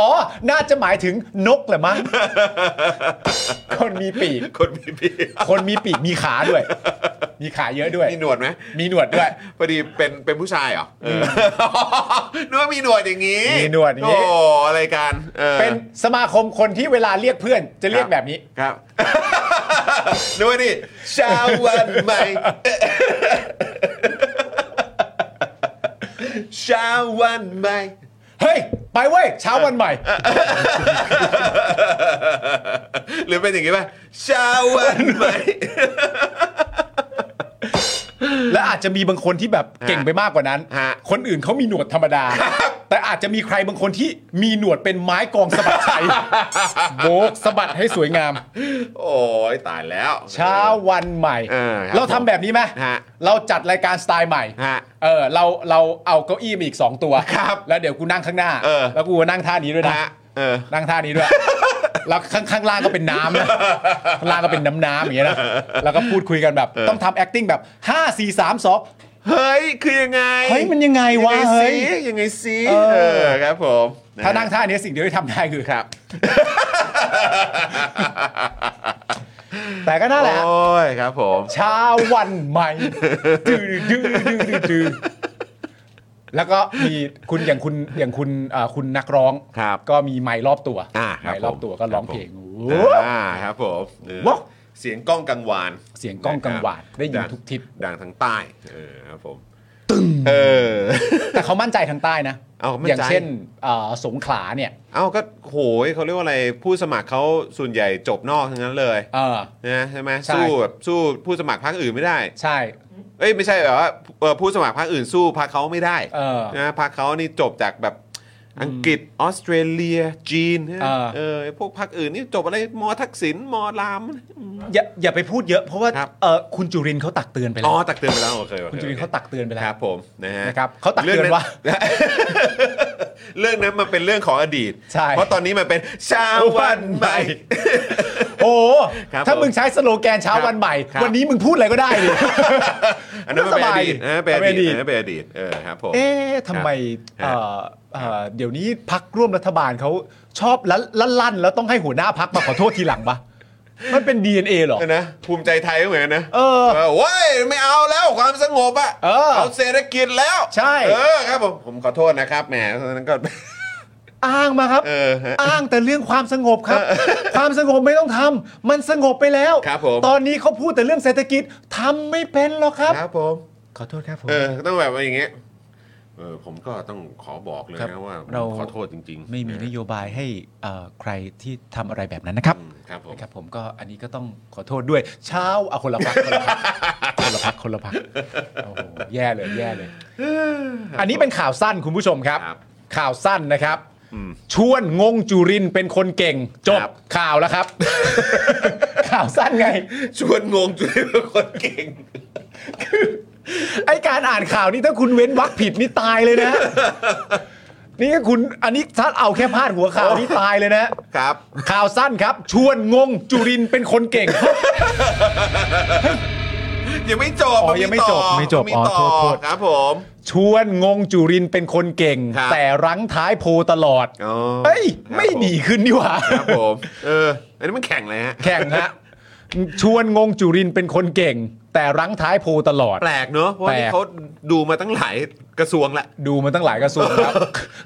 Speaker 2: อ๋อ น่าจะหมายถึงนกแหละมั้ง คนมีปีก
Speaker 1: คนมีปีก
Speaker 2: คนมีปีกมีขาด้วย มีขาเยอะด้วย
Speaker 1: มีหนวดไหม
Speaker 2: มีหนวดด้วย
Speaker 1: พอดีเป็นเป็นผู้ชายเหรอเออ *laughs* นึกว่ามีหนวดอย่างนี้
Speaker 2: มีหนวดอย่างงี้
Speaker 1: โอ้อะไรกันออ
Speaker 2: เป็นสมาคมคนที่เวลาเรียกเพื่อน จะเรียกแบบนี้
Speaker 1: ครับ *laughs* นึกว่านี่ชาววันใหม่ *laughs* ชาววันใหม่
Speaker 2: เฮ้ย ไปเว้ย เช้าวันใหม่
Speaker 1: หรือเป็นอย่างงี้ป่ะชาววันใหม่
Speaker 2: และอาจจะมีบางคนที่แบบเก่งไปมากกว่านั้น
Speaker 1: ฮะ
Speaker 2: คนอื่นเขามีหนวดธรรมดา แต่ แต่อาจจะมีใครบางคนที่มีหนวดเป็นไม้กองสะบัดชัย โบกสะบัดให้สวยงาม
Speaker 1: โอ้ยตายแล้ว
Speaker 2: เช้าวันใหม่
Speaker 1: เออครับ
Speaker 2: เราทำแบบนี้ไหม
Speaker 1: ฮะ
Speaker 2: เราจัดรายการสไตล์ใหม่
Speaker 1: ฮะ
Speaker 2: เออเราเราเอาเก้าอี้มาอีก 2 ตัว
Speaker 1: ครับ
Speaker 2: แล้วเดี๋ยวกูนั่งข้างหน้า
Speaker 1: เออ
Speaker 2: แล้วกูนั่งท่านี้ด้วยนะ
Speaker 1: ฮะเออ
Speaker 2: นั่งท่านี้ด้วย *laughs* แล้วข้างข้างล่างก็เป็นน้ำนะข้างล่างก็เป็นน้ำน้ำๆอย่างเงี้ *laughs* ยนะ แล้วก็พูดคุยกันแบบ
Speaker 1: เออ
Speaker 2: ต้องทำ acting แบบ 5 4 3 2
Speaker 1: เฮ้ย คือยังไง
Speaker 2: เฮ้ยมันยังไงวะ
Speaker 1: ยังไง
Speaker 2: เฮ้
Speaker 1: สิ
Speaker 2: ย
Speaker 1: ยังไงสิ
Speaker 2: เออ
Speaker 1: เออครับผม
Speaker 2: ถ้านั่งท่านี้สิ่งเดียวที่ทำได้คือครับ แต่ก็น่าแหละ
Speaker 1: โอ้ยครับผม
Speaker 2: เช้าวันใหม่ดื้อดื้อดื้อดื้อดื้อแล้วก็มีคุณอย่างคุณอย่างคุณอ่าคุณนักร้อง
Speaker 1: ครับ
Speaker 2: ก็มีไมค์รอบตัว
Speaker 1: อ่าครับ
Speaker 2: ไมค์รอบตัวก็ร้อง
Speaker 1: ครับผม
Speaker 2: เพลงโอ้โห
Speaker 1: อ่าครับผมเออ
Speaker 2: ว้าว
Speaker 1: เสียงกล้องกังวาน
Speaker 2: เสียงกล้องกังวานะครับได้ยินทุกทิศ
Speaker 1: ดังทางใต้เออครับผมตึงเออ
Speaker 2: แต่เขามั่นใจทางใต้นะ
Speaker 1: เอามั่นใจ
Speaker 2: อย่างเช่นอ่าสงขลาเนี่ย
Speaker 1: เอ้าก็โหยเขาเรียกว่าอะไรผู้สมัครเขาส่วนใหญ่จบนอกทั้งนั้นเลย
Speaker 2: เออ
Speaker 1: นะใช่ไหม
Speaker 2: ใช่
Speaker 1: สู้แบบสู้ผู้สมัครพรรคอื่นไม่ได้
Speaker 2: ใช่
Speaker 1: เอ้ยไม่ใช่แบบว่าเอ่อผู้สมัครพรรคอื่นสู้พรรคเขาไม่ได้
Speaker 2: เออ
Speaker 1: นะพรรคเขานี่จบจากแบบอังกฤษออสเตรเลีย จีนนะ
Speaker 2: เออ
Speaker 1: เออพวกพรรคอื่นนี่จบอะไรมอทักษิณมอราม
Speaker 2: อย่าอย่าไปพูดเยอะเพราะว่า
Speaker 1: ครับ
Speaker 2: เออคุณจุรินทร์เขาตักเตือนไปแล้
Speaker 1: อ๋อ
Speaker 2: ว
Speaker 1: ตักเตือนไปแล้วโอเคโอเค
Speaker 2: คุณจุรินทร์เขาตักเตือนไปแล้
Speaker 1: ครั
Speaker 2: ว
Speaker 1: บผมนะฮะ
Speaker 2: นะครับเขาตักเตือนว่า
Speaker 1: *laughs* เรื่องนั้นมันเป็นเรื่องของอดีต
Speaker 2: ใช่
Speaker 1: เพราะตอนนี้มันเป็นเช้าวันใหม่
Speaker 2: โอ้โห
Speaker 1: ครับ
Speaker 2: ถ้า
Speaker 1: ผม
Speaker 2: มึงใช้สโลแกนเช้าวันใหม่
Speaker 1: ครับ
Speaker 2: วันนี้มึงพูดอะไรก็ได้ดิ
Speaker 1: *laughs* อันนั้นมันเป็นอดีต
Speaker 2: สบาย
Speaker 1: นะเป็นอดีต
Speaker 2: อันนั้นเป็นอดีต
Speaker 1: นะเป็นอดีตเออครับผม
Speaker 2: เอ๊ะทำไม
Speaker 1: ครับ
Speaker 2: เอ่อเอ่อเดี๋ยวนี้พักร่วมรัฐบาลเขาชอบลั่นลั่นลั่นแล้วต้องให้หัวหน้าพักมาขอโทษทีหลังปะมันเป็น DNA เหรอ
Speaker 1: เออนะภูมิใจไทยก็เหมือนกันนะ
Speaker 2: เออ
Speaker 1: เว้ยไม่เอาแล้วความสงบอะ
Speaker 2: เออ
Speaker 1: เอาเศรษฐกิจแล้ว
Speaker 2: ใช่
Speaker 1: เออครับผมผมขอโทษนะครับแหมตอนนั้นก็ *laughs*
Speaker 2: อ้างมาครับ
Speaker 1: เออฮะ
Speaker 2: อ้างแต่เรื่องความสงบครับ ความสงบไม่ต้องทำมันสงบไปแล้ว
Speaker 1: ครับผม
Speaker 2: ตอนนี้เขาพูดแต่เรื่องเศรษฐกิจทำไม่เป็นหรอกครับ
Speaker 1: ครับผม
Speaker 2: ขอโทษครับผม
Speaker 1: เออต้องแบบว่าอย่างเงี้ยเออผมก็ต้องขอบอกเลย
Speaker 2: ครั
Speaker 1: นะ
Speaker 2: บ
Speaker 1: ว่า
Speaker 2: เรา
Speaker 1: ขอโทษจริงๆ
Speaker 2: ไม่มีน
Speaker 1: นะ
Speaker 2: โยบายให้เอ่อใครที่ทำอะไรแบบนั้นนะครับ
Speaker 1: อืมครับผม
Speaker 2: ครับผมก็อันนี้ก็ต้องขอโทษด้วย เช้าเอาคนละพักคนละพักคนละพักคนละพักโอ้โหแย่เลยแย่เลย
Speaker 1: *sighs*
Speaker 2: อันนี้เป็นข่าวสั้นคุณผู้ชมครับ
Speaker 1: ครับ
Speaker 2: ข่าวสั้นนะครับ
Speaker 1: อืม
Speaker 2: ชวนงงจุรินทร์เป็นคนเก่ง จบ
Speaker 1: ครับ
Speaker 2: ข่าวแล้วครับ *laughs* ข่าวสั้นไง
Speaker 1: *laughs* ชวนงงจุ้ยเป็นคนเก่ง
Speaker 2: ไอการอ่านข่าวนี่ถ้าคุณเว้นวรรคผิดนี่ตายเลยนะ *laughs* นี่ก็คุณอันนี้ถ้าเอาแค่พาดหัวข่าวนี่ตายเลยนะ
Speaker 1: ครับ
Speaker 2: ข่าวสั้นครับ ชวนงงจุรินทร์เป็นคนเก่ง
Speaker 1: ยังไม่จบ
Speaker 2: อ๋อน ยังไม่จบ
Speaker 1: ต่อ
Speaker 2: ไม่จบ
Speaker 1: น
Speaker 2: อ๋อ
Speaker 1: ต่
Speaker 2: โทษโทษ
Speaker 1: ครับผม
Speaker 2: ชวนงงจุรินทร์เป็นคนเก่ง
Speaker 1: ครับ
Speaker 2: แต่รั้งท้ายโพลตลอด
Speaker 1: อ๋อ
Speaker 2: เอ้ย
Speaker 1: ครับ
Speaker 2: ไม่
Speaker 1: ผ
Speaker 2: ดีขึ้นนี่หว่า
Speaker 1: ครับผมเอออันนี้มันแข่งเลยฮะ
Speaker 2: แข่งฮะ ชวนงงจุรินทร์เป็นคนเก่ง แต่รั้งท้ายโพลตลอด
Speaker 1: แปลกเนอะเพราะว่านี่
Speaker 2: แปลก
Speaker 1: เขาดูมาตั้งหลายกระทรวงละ
Speaker 2: ดูมาตั้งหลายกระทรวงครับ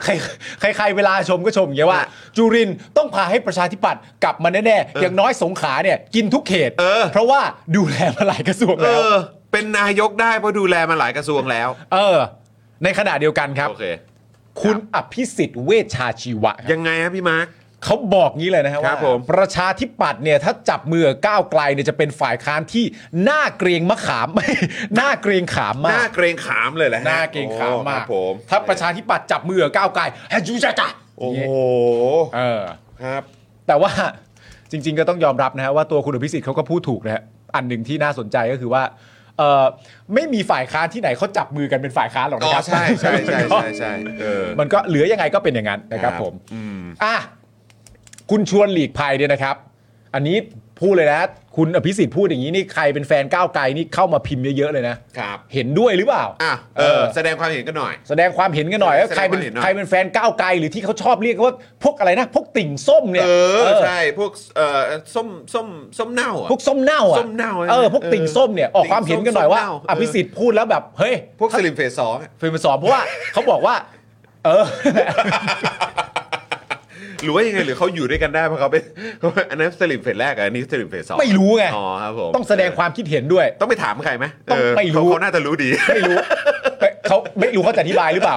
Speaker 2: ใครใครใครเวลาชมก็ชมอย่างเงี้ยว่า
Speaker 1: ฮะ
Speaker 2: จุรินทร์ต้องพาให้ประชาธิปัตย์กลับมาแน่ๆอย่างน้อยสงขลาเนี่ยกินทุกเขต
Speaker 1: เออ
Speaker 2: ราะว่าดูแลมาหลายกระทรวง
Speaker 1: เอ
Speaker 2: แล้ว
Speaker 1: อ เป็นนายกได้เพราะดูแลมาหลายกระทรวงแล้ว
Speaker 2: เออ ในขณะเดียวกันครับ
Speaker 1: โอเค
Speaker 2: คุณอภิสิทธิ์เวชชาชีวะครับ
Speaker 1: ยังไงฮะพี่มาร์ค
Speaker 2: เขาบอกงี้เลยนะฮะ
Speaker 1: ครั
Speaker 2: ว่า
Speaker 1: บผม
Speaker 2: ประชาธิปัตย์เนี่ยถ้าจับมือกับก้าวไกลเนี่ยจะเป็นฝ่ายค้านที่น่าเกรงมะขาม *laughs* ไม่น่าเกรงขาม
Speaker 1: หน้าม
Speaker 2: าก
Speaker 1: เกรงขามเลยแหละ
Speaker 2: น่าเกรงขามมาก
Speaker 1: ผม
Speaker 2: ถ้าประชาธิปัตย์จับมือกับก้าวไกลแฮจูจ้าจ้า
Speaker 1: โอ้โห
Speaker 2: เออ
Speaker 1: ครับ
Speaker 2: แต่ว่า *laughs* จริง ๆ ก็ต้องยอมรับนะฮะว่าตัวคุณอภิสิทธิ์เขาก็พูดถูกนะฮะอันหนึ่งที่น่าสนใจก็คือว่าเออไม่มีฝ่ายค้านที่ไหนเขาจับมือกันเป็นฝ่ายค้านหรอก
Speaker 1: อ๋อ
Speaker 2: นะครับ
Speaker 1: ใช่ใช่ใช่ใช่ใช่เออ
Speaker 2: มันก็เหลือยังไงก็เป็นอย่างนั้นนะครับ
Speaker 1: ครับ
Speaker 2: ผม
Speaker 1: อืม
Speaker 2: อ่ะคุณชวนหลีกภัยเนี่ยนะครับ อันนี้พูดเลยนะ คุณอภิสิทธิ์พูดอย่างนี้นี่ใครเป็นแฟนก้าวไกลนี่เข้ามาพิมพ์เยอะๆเลยนะ
Speaker 1: ครับ
Speaker 2: เห็นด้วยหรือเปล่า
Speaker 1: อ่ะเออ แสดงความเห็นกันหน่อย
Speaker 2: แสดงความเห็นกันหน่อยว่า
Speaker 1: แสดง
Speaker 2: ใครเป็น
Speaker 1: ความเห็นหน่อย
Speaker 2: ใครเป็นแฟนก้าวไกลหรือที่เขาชอบเรียกว่าพวกอะไรนะ พวกติ่งส้มเนี่ย
Speaker 1: เออ
Speaker 2: เออ
Speaker 1: ใช่พวกเอ่อส้มส้มส้มเน่าอะ
Speaker 2: พวกส้มเน่าอ่ะ
Speaker 1: ส้มเน่า
Speaker 2: เออ
Speaker 1: ใช่ไหม
Speaker 2: พวกติ่งส้มเนี่ยออกความเห็นกันหน่อยว่า
Speaker 1: ติ่งส้มเน่าเอออ
Speaker 2: อภิสิทธิ์พูดแล้วแบบเฮ้ย
Speaker 1: พวกสลิมเฟสสองอะ
Speaker 2: เฟรมสอนเพราะว่า เขาบอกว่า เออ *laughs*
Speaker 1: หรือว่ายังไงหรือเขาอยู่ด้วยกันได้เพราะเขาเป็น *laughs* อันนั้นสลิมเฟสแรกอะอันนี้สลิมเฟสสอง
Speaker 2: ไม่รู้ไง
Speaker 1: อ๋อครับผม
Speaker 2: ต้องแสดงความคิดเห็นด้วย
Speaker 1: ต้องไปถามใครไหม
Speaker 2: ต้อง
Speaker 1: เ
Speaker 2: ไม่รู้
Speaker 1: เขาน่าจะรู้ดี
Speaker 2: ไม่รู้ *laughs* เอ้ยเขาไม่รู้เขาจะอธิบายหรือเปล่า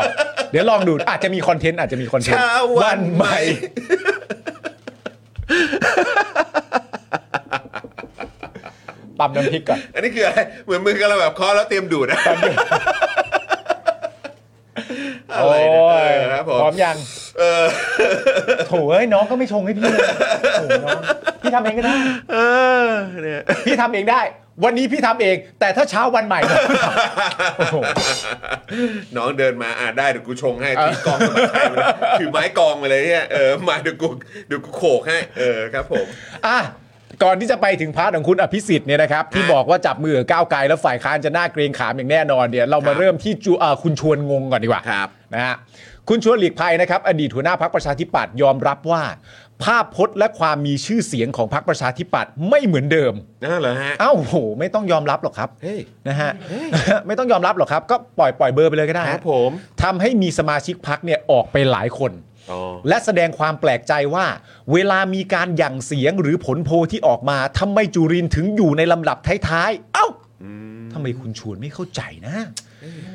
Speaker 2: เดี๋ยวลองดูอาจจะมีคอนเทนต์อาจจะมีคอนเทนต์
Speaker 1: เช้าวันใหม่
Speaker 2: ตำน้ำพริกก่อน
Speaker 1: อันนี้คืออะไร เหมือนมือกำลังแบบเคอแล้วเตรียมดูดอะอะไรเนี่ยเออครับผม
Speaker 2: พร้อม มยังโถเอ้ยน้องก็ไม่ชงให้พี่เลยโถน้องพี่ทำเองก็ได้
Speaker 1: เออเนี่ย
Speaker 2: พี่ทำเองได้ วันนี้พี่ทำเอง แต่ถ้าเช้าวันใหม่เนี่ยโอ้โห
Speaker 1: น้องเดินมาอ่าได้เดี๋ยวกูชงให้ถือกองสมัครไทยมาเลยถือไม้กองมาเลยเนี่ยเออมาเดี๋ยวกูเดี๋ยวกูโขกให้เออครับผม
Speaker 2: อ่ะก่อนที่จะไปถึงพาร์ทของคุณอภิสิทธิ์เนี่ยนะครับที่บอกว่าจับมือกับก้าวไกลแล้วฝ่ายค้านจะน่าเกรงขามอย่างแน่นอนเนี่ยเรามาเริ่มที่จูเอ่อคุณชวนงงก่อนดีกว่า
Speaker 1: ครับ
Speaker 2: นะฮะคุณชวนหลีกภัยนะครับ อดีตหัวหน้าพักประชาธิปัตย์ยอมรับว่า ภาพพจน์และความมีชื่อเสียงของพักประชาธิปัตย์ไม่เหมือนเดิม
Speaker 1: น่าเหรอฮะ
Speaker 2: เอ้าโห ไม่ต้องยอมรับหรอกครับ
Speaker 1: เฮ้ย
Speaker 2: นะฮะ ไม่ต้องยอมรับหรอกครับ ก็ปล่อยปล่อยเบอร์ไปเลยก็ได้
Speaker 1: ครับผม
Speaker 2: ทำให้มีสมาชิกพักเนี่ยออกไปหลายคน
Speaker 1: อ๋อ
Speaker 2: และแสดงความแปลกใจว่า เวลามีการหยั่งเสียงหรือผลโพลที่ออกมาทำไมจุรินทร์ถึงอยู่ในลำดับท้ายๆ เอ้าทำไมคุณชวนไม่เข้าใจนะ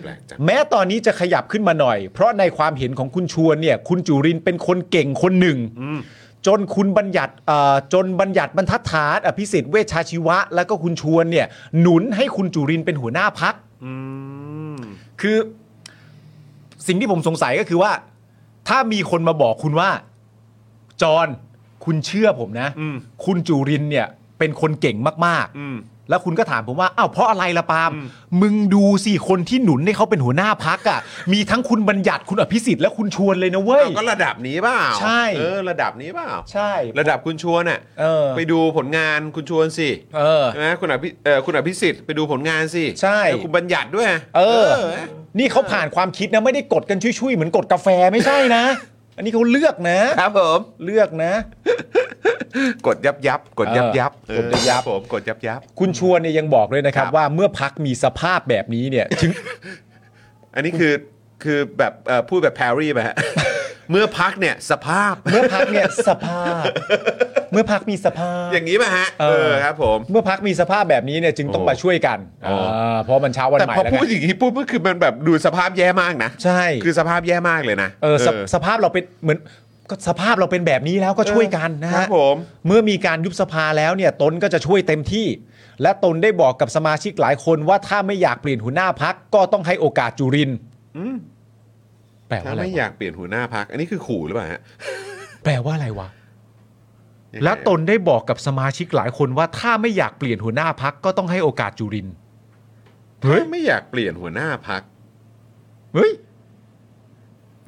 Speaker 1: แปลกจัง
Speaker 2: แม้ตอนนี้จะขยับขึ้นมาหน่อย เพราะในความเห็นของคุณชวนเนี่ย คุณจุรินทร์เป็นคนเก่งคนหนึ่ง จนคุณบัญญัติเอ่อจนบัญญัติบรรทัดฐานอภิสิทธิ์เวชชาชีวะ แล้วก็คุณชวนเนี่ย หนุนให้คุณจุรินทร์เป็นหัวหน้าพัก
Speaker 1: อืม
Speaker 2: คือสิ่งที่ผมสงสัยก็คือว่า ถ้ามีคนมาบอกคุณว่า จอห์นคุณเชื่อผมนะ
Speaker 1: อืม
Speaker 2: คุณจุรินทร์เนี่ย เป็นคนเก่งมาก
Speaker 1: อืม
Speaker 2: ๆ แล้วคุณก็ถามผมว่าอ้าวเพราะอะไรละปาล์มมึงดูสิคนที่หนุนให้เขาเป็นหัวหน้าพักอะ่ะ มีทั้งคุณบัญญัติคุณอภิสิทธิ์และคุณชวนเลยนะเว้ย
Speaker 1: เราก็ระดับนี้เปล่า
Speaker 2: ใช่
Speaker 1: เออระดับนี้เปล่า
Speaker 2: ใช่
Speaker 1: ระดับคุณชวนอ่ะ
Speaker 2: เออ
Speaker 1: ไปดูผลงานคุณชวนสิ
Speaker 2: เออ
Speaker 1: ใช่ไหมคุณอภิเออคุณอภิสิทธิ์ไปดูผลงานสิ
Speaker 2: ใช่
Speaker 1: แล้วคุณบัญญัติด้วย
Speaker 2: เออ นี่เขาผ่านความคิดนะไม่ได้กดกันชุยๆเหมือนกดกาแฟไม่ใช่นะ อันนี้เขาเลือกนะ
Speaker 1: ครับผม
Speaker 2: เลือกนะ
Speaker 1: กดยับยับกดยับยับ
Speaker 2: เออกดยับยับ
Speaker 1: เออผมกดยับยับ
Speaker 2: คุณชวนเนี่ยยังบอกด้วยนะครับ
Speaker 1: ครับ
Speaker 2: ว่าเมื่อพักมีสภาพแบบนี้เนี่ย ถึง
Speaker 1: อันนี้คือคือแบบเอ่อพูดแบบแพรรี่ไปฮะ *laughs* เมื่อพักเนี่ยสภาพ
Speaker 2: เมื่อพักเนี่ยสภาพ เมื่อพักมีสภาพ
Speaker 1: อย่างนี้ป่ะฮะ
Speaker 2: เอ
Speaker 1: เอ
Speaker 2: อ
Speaker 1: อครับผม
Speaker 2: เมื่อพักมีสภาพแบบนี้เนี่ยจึงต้อง
Speaker 1: โอ้
Speaker 2: มาช่วยกัน
Speaker 1: โอ้
Speaker 2: อ่าเพราะมันเช้าวัน
Speaker 1: แต่
Speaker 2: ใหม่
Speaker 1: พอ
Speaker 2: แล้ว
Speaker 1: พู
Speaker 2: ไง
Speaker 1: ดอย่างนี้ปุ๊บก็คือมันแบบดูสภาพแย่มากนะ
Speaker 2: ใช่
Speaker 1: คือสภาพแย่มากเลยนะ
Speaker 2: เออสภ
Speaker 1: เออ
Speaker 2: สภาพเราเป็นเหมือนก็สภาพเราเป็นแบบนี้แล้วก็ช่วยกันนะ
Speaker 1: ครั
Speaker 2: ฮะ
Speaker 1: บผม
Speaker 2: เมื่อมีการยุบสภาแล้วเนี่ยตนก็จะช่วยเต็มที่ และตนได้บอกกับสมาชิกหลายคนว่าถ้าไม่อยากเปลี่ยนหัวหน้าพักก็ต้องให้โอกาสจุรินทร์แปลว่า
Speaker 1: ถ้า
Speaker 2: อะไร
Speaker 1: ไม่
Speaker 2: วะ
Speaker 1: อยากเปลี่ยนหัวหน้าพัก อันนี้คือขู่หรือเปล่าฮะ
Speaker 2: แปลว่าอะไรวะ และตนได้บอกกับสมาชิกหลายคนว่าถ้าไม่อยากเปลี่ยนหัวหน้าพักก็ต้องให้โอกาสจุรินทร์
Speaker 1: เฮ้ยไม่อยากเปลี่ยนหัวหน้าพัก
Speaker 2: เฮ้ย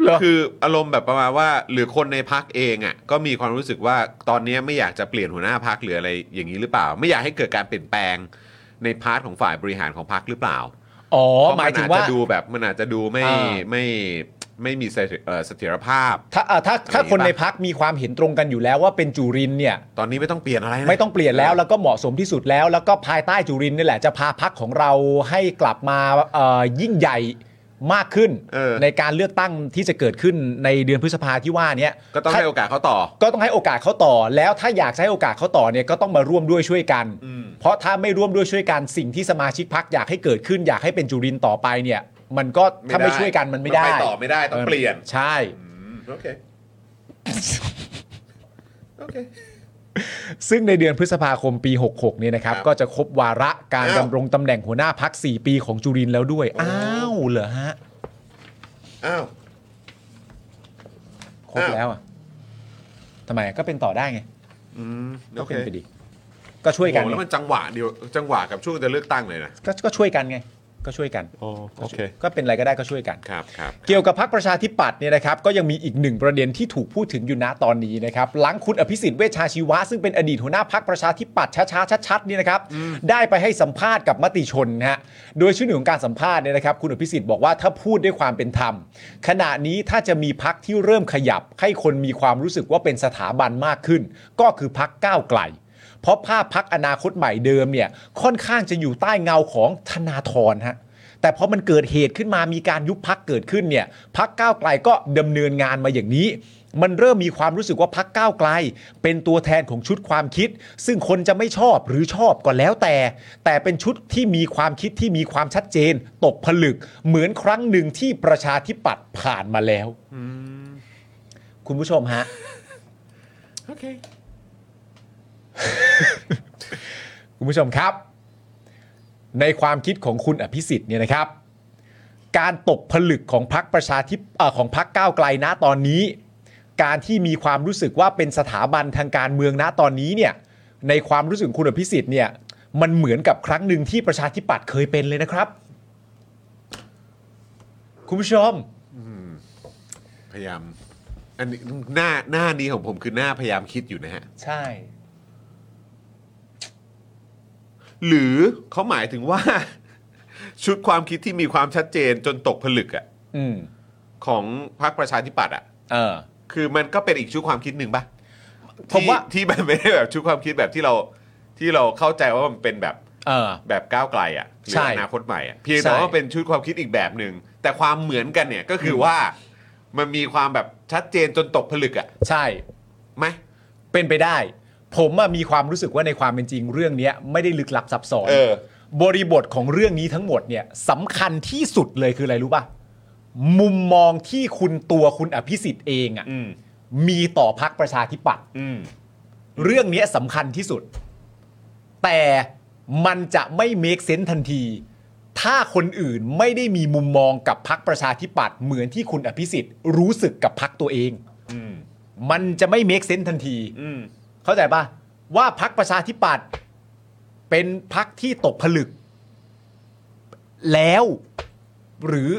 Speaker 2: เหรอ
Speaker 1: คืออารมณ์แบบประมาณว่า หรือคนในพักเองอ่ะก็มีความรู้สึกว่าตอนเนี้ยไม่อยากจะเปลี่ยนหัวหน้าพักหรืออะไรอย่างนี้หรือเปล่า ไม่อยากให้เกิดการเปลี่ยนแปลงในพาร์ทของฝ่ายบริหารของพักหรือเปล่า
Speaker 2: อ๋อ
Speaker 1: เพ
Speaker 2: หมายถึง
Speaker 1: น
Speaker 2: ว่า
Speaker 1: อจจะดูแบบมันอาจจะดูไม่
Speaker 2: อ่า
Speaker 1: ไม่ไม่มีเสถียรเอ่อเสถียรภาพ
Speaker 2: ถ้าอ่าถ้าถ้า
Speaker 1: อะไรอย่างงี้
Speaker 2: คนใน
Speaker 1: ปะ
Speaker 2: พักมีความเห็นตรงกันอยู่แล้วว่าเป็นจุรินทร์เนี่ย
Speaker 1: ตอนนี้ไม่ต้องเปลี่ยนอะไรนะ
Speaker 2: ไม่ต้องเปลี่ยนแล้วแล้วก็เหมาะสมที่สุดแล้ว แล้วก็ภายใต้จุรินทร์นี่แหละจะพาพักของเราให้กลับมาเอ่อยิ่งใหญ่มากขึ้น
Speaker 1: เออ
Speaker 2: ในการเลือกตั้งที่จะเกิดขึ้นในเดือนพฤษภาที่ว่าเนี้ย
Speaker 1: ก็ต้อง
Speaker 2: ถ้า
Speaker 1: ให้โอกาสเขาต่อ
Speaker 2: ก็ต้องให้โอกาสเขาต่อแล้วถ้าอยากจะให้โอกาสเขาต่อเนี่ยก็ต้องมาร่วมด้วยช่วยกัน
Speaker 1: อืม
Speaker 2: เพราะถ้าไม่ร่วมด้วยช่วยกันสิ่งที่สมาชิกพักอยากให้เกิดขึ้นอยากให้เป็นจุรินทร์ต่อไปเนี่ย มันก็ถ้าไม่ช่วยกันมันไม่ได้
Speaker 1: ไปต่อไม่ได้ต้องเปลี่ยน
Speaker 2: ใช่
Speaker 1: มโอ
Speaker 2: *laughs*
Speaker 1: เคโอเค
Speaker 2: ซึ่งในเดือนพฤษภาคมปี 66เนี่ยนะครับ
Speaker 1: ครับ
Speaker 2: ก็จะครบวาระการ
Speaker 1: อ้าว
Speaker 2: ดำรงตำแหน่งหัวหน้าพัก 4 ปีของจุรินทร์แล้วด้วย อ้าวเหรอฮะ
Speaker 1: อ้าว
Speaker 2: ครบ
Speaker 1: อ้าว
Speaker 2: แล้วอ่ะทำไมก็เป็นต่อได้ไง
Speaker 1: อืม
Speaker 2: ก็
Speaker 1: โอเค
Speaker 2: เป็นไปดี ก็ช่วยกัน
Speaker 1: โอ้โห
Speaker 2: ไง
Speaker 1: แล้วมันจังหวะเดียวจังหวะกับช่วงจะเลือกตั้งเลยนะ
Speaker 2: ก็ก็ช่วยกันไง ก็ช่วยกัน
Speaker 1: โอเค
Speaker 2: ก็เป็นอะไรก็ได้ก็ช่วยกัน
Speaker 1: ครับครับ
Speaker 2: เกี่ยวกับพรรคประชาธิปัตย์เนี่ยนะครับก็ยังมีอีกหนึ่งประเด็นที่ถูกพูดถึงอยู่ณตอนนี้นะครับหลังคุณอภิสิทธิ์เวชชาชีวะ ซึ่งเป็นอดีตหัวหน้าพรรคประชาธิปัตย์ช้าๆชัดๆเนี่ยนะครับได้ไปให้สัมภาษณ์กับมติชนนะฮะโดยชื่อหนึ่งของการสัมภาษณ์เนี่ยนะครับคุณอภิสิทธิ์บอกว่าถ้าพูดด้วยความเป็นธรรม ขณะนี้ถ้าจะมีพักที่เริ่มขยับ ให้คนมีความรู้สึกว่าเป็นสถาบันมากขึ้น ก็คือพักก้าวไกล เพราะภาพพักอนาคตใหม่เดิมเนี่ยค่อนข้างจะอยู่ใต้เงาของธนาธรฮะ แต่พอมันเกิดเหตุขึ้นมามีการยุบพักเกิดขึ้นเนี่ยพักก้าวไกลก็ดำเนินงานมาอย่างนี้ มันเริ่มมีความรู้สึกว่าพักก้าวไกล เป็นตัวแทนของชุดความคิด ซึ่งคนจะไม่ชอบหรือชอบก็แล้วแต่ แต่เป็นชุดที่มีความคิดที่มีความชัดเจน ตกผลึก เหมือนครั้งหนึ่งที่ประชาธิปัตย์ผ่านมาแล้วคุณผู้ชมฮะ
Speaker 1: โอ
Speaker 2: *laughs*
Speaker 1: เค
Speaker 2: คุณผู้ชมครับ ในความคิดของคุณอภิสิทธิ์เนี่ยนะครับ การตกผลึกของพักประชาธิปเอ่อของพักก้าวไกลนะตอนนี้ การที่มีความรู้สึกว่าเป็นสถาบันทางการเมืองนะตอนนี้เนี่ย ในความรู้สึกของคุณอภิสิทธิ์เนี่ย มันเหมือนกับครั้งหนึ่งที่ประชาธิปัตย์เคยเป็นเลยนะครับ คุณผู้ชม
Speaker 1: พยายาม อันนี้หน้าหน้านี้ของผมคือหน้าพยายามคิดอยู่นะฮะ
Speaker 2: ใช่
Speaker 1: หรือเขาหมายถึงว่า *laughs* ชุดความคิดที่มีความชัดเจนจนตกผลึกอะ
Speaker 2: อืม
Speaker 1: ของพรรคประชาธิปัตย์อะ
Speaker 2: เออ
Speaker 1: คือมันก็เป็นอีกชุดความคิดหนึ่งปะ
Speaker 2: ผมว่า
Speaker 1: ที่ที่มันไม่ได้แบบชุดความคิดแบบที่เราที่เราเข้าใจว่ามันเป็นแบบ
Speaker 2: เออ
Speaker 1: แบบก้าวไกลอ่ะหรื
Speaker 2: ใช่
Speaker 1: ออนาคตใหม่อ่ะเพียง
Speaker 2: ใช่
Speaker 1: แต่ว่าเป็นชุดความคิดอีกแบบหนึ่งแต่ความเหมือนกันเนี่ยก็คือว่ามันมีความแบบชัดเจนจนตกผลึกอ่ะ
Speaker 2: ใช่
Speaker 1: ไหม
Speaker 2: เป็นไปได้ ผมอะมีความรู้สึกว่าในความเป็นจริงเรื่องเนี้ยไม่ได้ลึกลับซับซ้อน
Speaker 1: เออ
Speaker 2: บริบทของเรื่องนี้ทั้งหมดเนี่ยสำคัญที่สุดเลยคืออะไรรู้ป่ะ มุมมองที่คุณตัวคุณอภิสิทธิ์เองอะ
Speaker 1: อืม
Speaker 2: มีต่อพักประชาธิปัตย์
Speaker 1: อืม
Speaker 2: เรื่องเนี้ยสำคัญที่สุด แต่มันจะไม่ make sense ทันที ถ้าคนอื่นไม่ได้มีมุมมองกับพักประชาธิปัตย์เหมือนที่คุณอภิสิทธิ์รู้สึกกับพักตัวเอง
Speaker 1: อืม
Speaker 2: มันจะไม่ make sense ทันที
Speaker 1: อืม
Speaker 2: เข้าใจปะว่าพักประชาธิปัตย์เป็นพักที่ตกผลึก แล้ว หรือ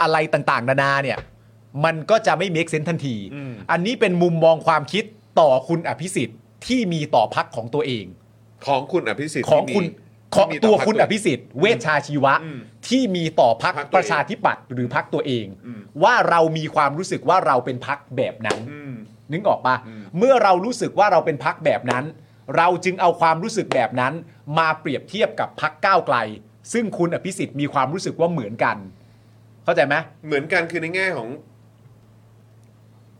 Speaker 2: อะไรต่างๆ นานาเนี่ย มันก็จะไม่เมคเซนทันที อันนี้เป็นมุมมองความคิดต่อคุณอภิสิทธิ์ที่มีต่อพักของตัวเอง
Speaker 1: ของคุณอภิสิทธิ์
Speaker 2: ของ
Speaker 1: ที่มี
Speaker 2: คุณของ
Speaker 1: ที่มี
Speaker 2: ตัว
Speaker 1: พรร
Speaker 2: คุณ
Speaker 1: ว
Speaker 2: อ
Speaker 1: เง
Speaker 2: ภิสิทธิ์เวชชาชีวะ
Speaker 1: อืม
Speaker 2: ที่มีต่อพัก
Speaker 1: พรรคตัวเอง
Speaker 2: ประชาธิปัตย์หรือพักตัวเอง
Speaker 1: อืม
Speaker 2: ว่าเรามีความรู้สึกว่าเราเป็นพักแบบนั้น
Speaker 1: อืม
Speaker 2: นึกออกปะ
Speaker 1: อืม
Speaker 2: เมื่อเรารู้สึกว่าเราเป็นพักแบบนั้น เราจึงเอาความรู้สึกแบบนั้น มาเปรียบเทียบกับพักก้าวไกล ซึ่งคุณอภิสิทธิ์มีความรู้สึกว่าเหมือนกัน เข้าใจไหม
Speaker 1: เหมือนกันคือในแง่ของ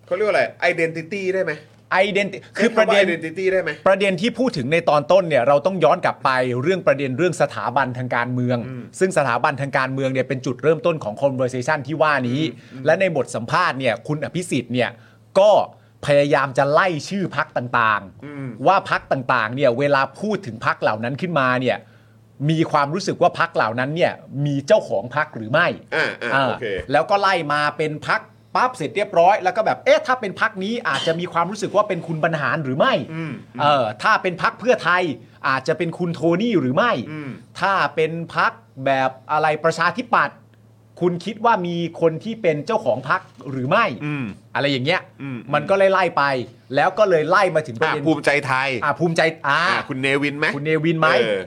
Speaker 1: เขาเรียกว่าอะไรไอดีนิตี้ได้ไหม
Speaker 2: ไอเดนคือประเด็น
Speaker 1: ไอดีนิตี้ได้ไหม
Speaker 2: ประเด็นที่พูดถึงในตอนต้นเนี่ยเราต้องย้อนกลับไปเรื่องประเด็นเรื่องสถาบันทางการเมือง
Speaker 1: อืม
Speaker 2: ซึ่งสถาบันทางการเมืองเนี่ยเป็นจุดเริ่มต้นของ conversation ที่ว่านี้ และในบทสัมภาษณ์เนี่ยคุณอภิสิทธิ์เนี่ยก็พยายามจะไล่ชื่อพักต่าง
Speaker 1: อืม
Speaker 2: ๆ ว่าพักต่างๆ เนี่ยเวลาพูดถึงพักเหล่านั้นขึ้นมาเนี่ยมีความรู้สึกว่าพักเหล่านั้นเนี่ยมีเจ้าของพักหรือไม่
Speaker 1: อ่าอ่า
Speaker 2: อ่า
Speaker 1: โอเค
Speaker 2: แล้วก็ไล่มาเป็นพักปั๊บเสร็จเรียบร้อย แล้วก็แบบเอ๊ะถ้าเป็นพักนี้อาจจะมีความรู้สึกว่าเป็นคุณบรรหารหรือไม่
Speaker 1: อืม
Speaker 2: เออถ้าเป็นพักเพื่อไทยอาจจะเป็นคุณโทนี่หรือไม่
Speaker 1: อืม
Speaker 2: ถ้าเป็นพักแบบอะไรประชาธิปัตย์คุณคิดว่ามีคนที่เป็นเจ้าของพักหรือไม่
Speaker 1: อืม
Speaker 2: อะไรอย่างเงี้ย
Speaker 1: อืม
Speaker 2: มันก็ไล่ไล่ๆไป แล้วก็เลยไล่มาถึงประ
Speaker 1: อ่ะ
Speaker 2: เด็น
Speaker 1: ภูมิใจไทย
Speaker 2: อ่ะภูมิใจอ่า
Speaker 1: อ่ะคุณเนวินไหม
Speaker 2: คุณเนวินไหม
Speaker 1: เออ